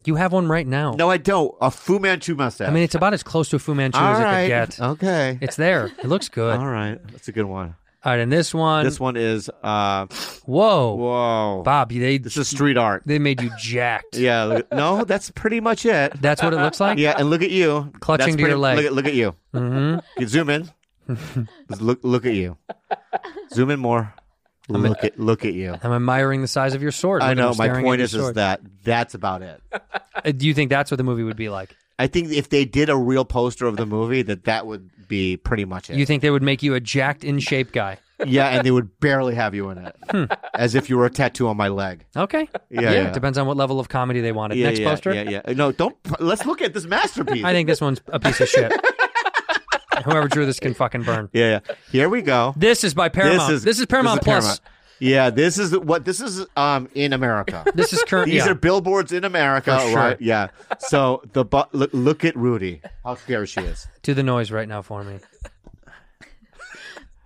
[SPEAKER 5] you have one right now.
[SPEAKER 4] no, I don't. A Fu Manchu mustache.
[SPEAKER 5] I mean, it's about as close to a Fu Manchu
[SPEAKER 4] All
[SPEAKER 5] as
[SPEAKER 4] right.
[SPEAKER 5] it could get.
[SPEAKER 4] Okay.
[SPEAKER 5] It's there. It looks good.
[SPEAKER 4] all right, that's a good one.
[SPEAKER 5] All right, and this one.
[SPEAKER 4] This one is uh,
[SPEAKER 5] Whoa,
[SPEAKER 4] whoa,
[SPEAKER 5] Bob, they
[SPEAKER 4] This is street art.
[SPEAKER 5] they made you jacked.
[SPEAKER 4] Yeah. Look, no, that's pretty much it.
[SPEAKER 5] That's what it looks like.
[SPEAKER 4] Yeah, and look at you
[SPEAKER 5] Clutching
[SPEAKER 4] That's
[SPEAKER 5] to your leg.
[SPEAKER 4] Look at, look at you.
[SPEAKER 5] Mm-hmm.
[SPEAKER 4] You zoom in. Just look look at you. Zoom in more.
[SPEAKER 5] I'm-
[SPEAKER 4] Look at look at you.
[SPEAKER 5] I'm admiring the size of your sword.
[SPEAKER 4] I
[SPEAKER 5] Look at
[SPEAKER 4] know.
[SPEAKER 5] him
[SPEAKER 4] My
[SPEAKER 5] staring at
[SPEAKER 4] point
[SPEAKER 5] your
[SPEAKER 4] is, is
[SPEAKER 5] sword.
[SPEAKER 4] that that's about it.
[SPEAKER 5] Uh, Do you think that's what the movie would be like?
[SPEAKER 4] I think if they did a real poster of the movie, that that would be pretty much it.
[SPEAKER 5] You think they would make you a jacked in shape guy?
[SPEAKER 4] yeah, and they would barely have you in it,
[SPEAKER 5] Hmm.
[SPEAKER 4] as if you were a tattoo on my leg.
[SPEAKER 5] Okay.
[SPEAKER 4] Yeah, yeah.
[SPEAKER 5] Depends on what level of comedy they wanted.
[SPEAKER 4] yeah,
[SPEAKER 5] Next
[SPEAKER 4] yeah,
[SPEAKER 5] poster.
[SPEAKER 4] Yeah, yeah. No, don't. Let's look at this masterpiece.
[SPEAKER 5] I think this one's a piece of shit. Whoever drew this can fucking burn.
[SPEAKER 4] Yeah, yeah. Here we go.
[SPEAKER 5] This is by Paramount. This is, Paramount Plus.
[SPEAKER 4] Paramount. Yeah, this is what this is um in America.
[SPEAKER 5] This is current.
[SPEAKER 4] These
[SPEAKER 5] yeah.
[SPEAKER 4] are billboards in America,
[SPEAKER 5] For sure.
[SPEAKER 4] right? Yeah. So the bu- look, look at Rudy. How scared she is.
[SPEAKER 5] Do the noise right now for me.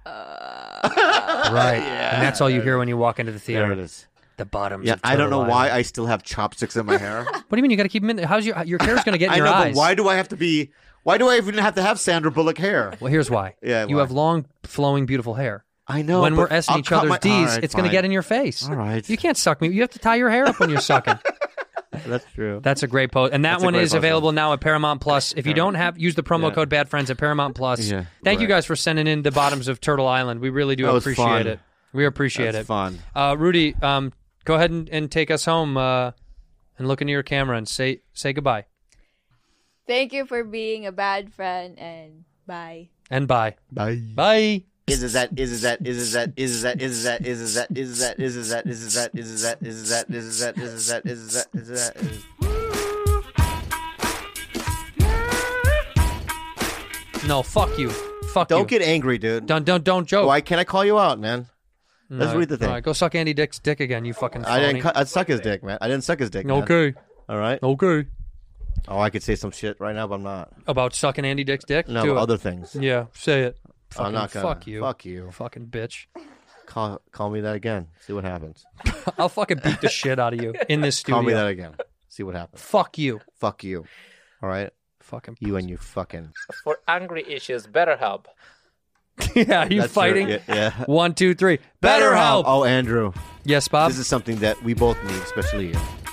[SPEAKER 4] Uh,
[SPEAKER 5] right. And that's all you hear when you walk into the theater.
[SPEAKER 4] There it is.
[SPEAKER 5] The bottom.
[SPEAKER 4] Yeah, I don't know why I still have chopsticks in my hair.
[SPEAKER 5] What do you mean you got to keep them in there? How's your your hair's going to get in
[SPEAKER 4] I
[SPEAKER 5] your
[SPEAKER 4] know,
[SPEAKER 5] eyes?
[SPEAKER 4] but why do I have to be? Why do I even have to have Sandra Bullock hair?
[SPEAKER 5] Well, here's why.
[SPEAKER 4] Yeah,
[SPEAKER 5] you
[SPEAKER 4] why?
[SPEAKER 5] have long, flowing, beautiful hair.
[SPEAKER 4] I know.
[SPEAKER 5] when we're
[SPEAKER 4] but
[SPEAKER 5] s-ing
[SPEAKER 4] I'll
[SPEAKER 5] each
[SPEAKER 4] cut
[SPEAKER 5] other's
[SPEAKER 4] my-
[SPEAKER 5] d's,
[SPEAKER 4] All right,
[SPEAKER 5] it's going to
[SPEAKER 4] fine.
[SPEAKER 5] get in your face.
[SPEAKER 4] All right.
[SPEAKER 5] You can't suck me. You have to tie your hair up when you're sucking.
[SPEAKER 4] That's true.
[SPEAKER 5] That's a great post, and that
[SPEAKER 4] That's a
[SPEAKER 5] one
[SPEAKER 4] great
[SPEAKER 5] is
[SPEAKER 4] post.
[SPEAKER 5] available now at Paramount Plus. If you don't have, use the promo
[SPEAKER 4] Yeah.
[SPEAKER 5] code Bad Friends at Paramount Plus.
[SPEAKER 4] Yeah,
[SPEAKER 5] Thank you
[SPEAKER 4] right.
[SPEAKER 5] guys for sending in the bottoms of Turtle Island. We really do
[SPEAKER 4] That was
[SPEAKER 5] appreciate
[SPEAKER 4] fun.
[SPEAKER 5] it. We appreciate
[SPEAKER 4] That's
[SPEAKER 5] it.
[SPEAKER 4] fun.
[SPEAKER 5] Uh, Rudy, um, go ahead and, and take us home uh, and look into your camera and say say goodbye
[SPEAKER 6] Thank you for being a bad friend and bye.
[SPEAKER 5] and bye
[SPEAKER 4] bye
[SPEAKER 5] bye.
[SPEAKER 17] Is it that? Is it that? Is it that? Is it that? Is it that? Is it that? Is it that? Is it that? Is it that? Is it that? Is it that? Is it that? Is it that? Is it that? Is it that? Is
[SPEAKER 5] No, fuck you, fuck
[SPEAKER 4] Don't
[SPEAKER 5] you.
[SPEAKER 4] get angry, dude.
[SPEAKER 5] don't don't don't joke.
[SPEAKER 4] Why can't I call you out, man? Let's
[SPEAKER 5] No,
[SPEAKER 4] read the thing.
[SPEAKER 5] alright, go suck Andy Dick's dick again. You fucking.
[SPEAKER 4] I didn't.
[SPEAKER 5] phony.
[SPEAKER 4] Cu- I suck his dick, man. I didn't suck his dick. man.
[SPEAKER 5] Okay.
[SPEAKER 4] All right.
[SPEAKER 5] Okay.
[SPEAKER 4] Oh, I could say some shit right now, but I'm not.
[SPEAKER 5] About sucking Andy Dick's dick.
[SPEAKER 4] No,
[SPEAKER 5] Do it.
[SPEAKER 4] other things.
[SPEAKER 5] Yeah, say it.
[SPEAKER 4] I'm not
[SPEAKER 5] Fucking
[SPEAKER 4] gonna.
[SPEAKER 5] Fuck you.
[SPEAKER 4] Fuck you.
[SPEAKER 5] Fucking bitch.
[SPEAKER 4] Call call me that again. See what happens.
[SPEAKER 5] I'll fucking beat the shit out of you in this studio.
[SPEAKER 4] Call me that again. See what happens.
[SPEAKER 5] Fuck you.
[SPEAKER 4] Fuck you. All right.
[SPEAKER 5] Fucking.
[SPEAKER 4] You and you fucking.
[SPEAKER 18] For angry issues, BetterHelp.
[SPEAKER 5] yeah, you
[SPEAKER 4] That's your-
[SPEAKER 5] fighting?
[SPEAKER 4] yeah, yeah.
[SPEAKER 5] One, two, three.
[SPEAKER 4] Better
[SPEAKER 5] BetterHelp.
[SPEAKER 4] Oh, Andrew.
[SPEAKER 5] Yes, Bob.
[SPEAKER 4] This is something that we both need, especially you.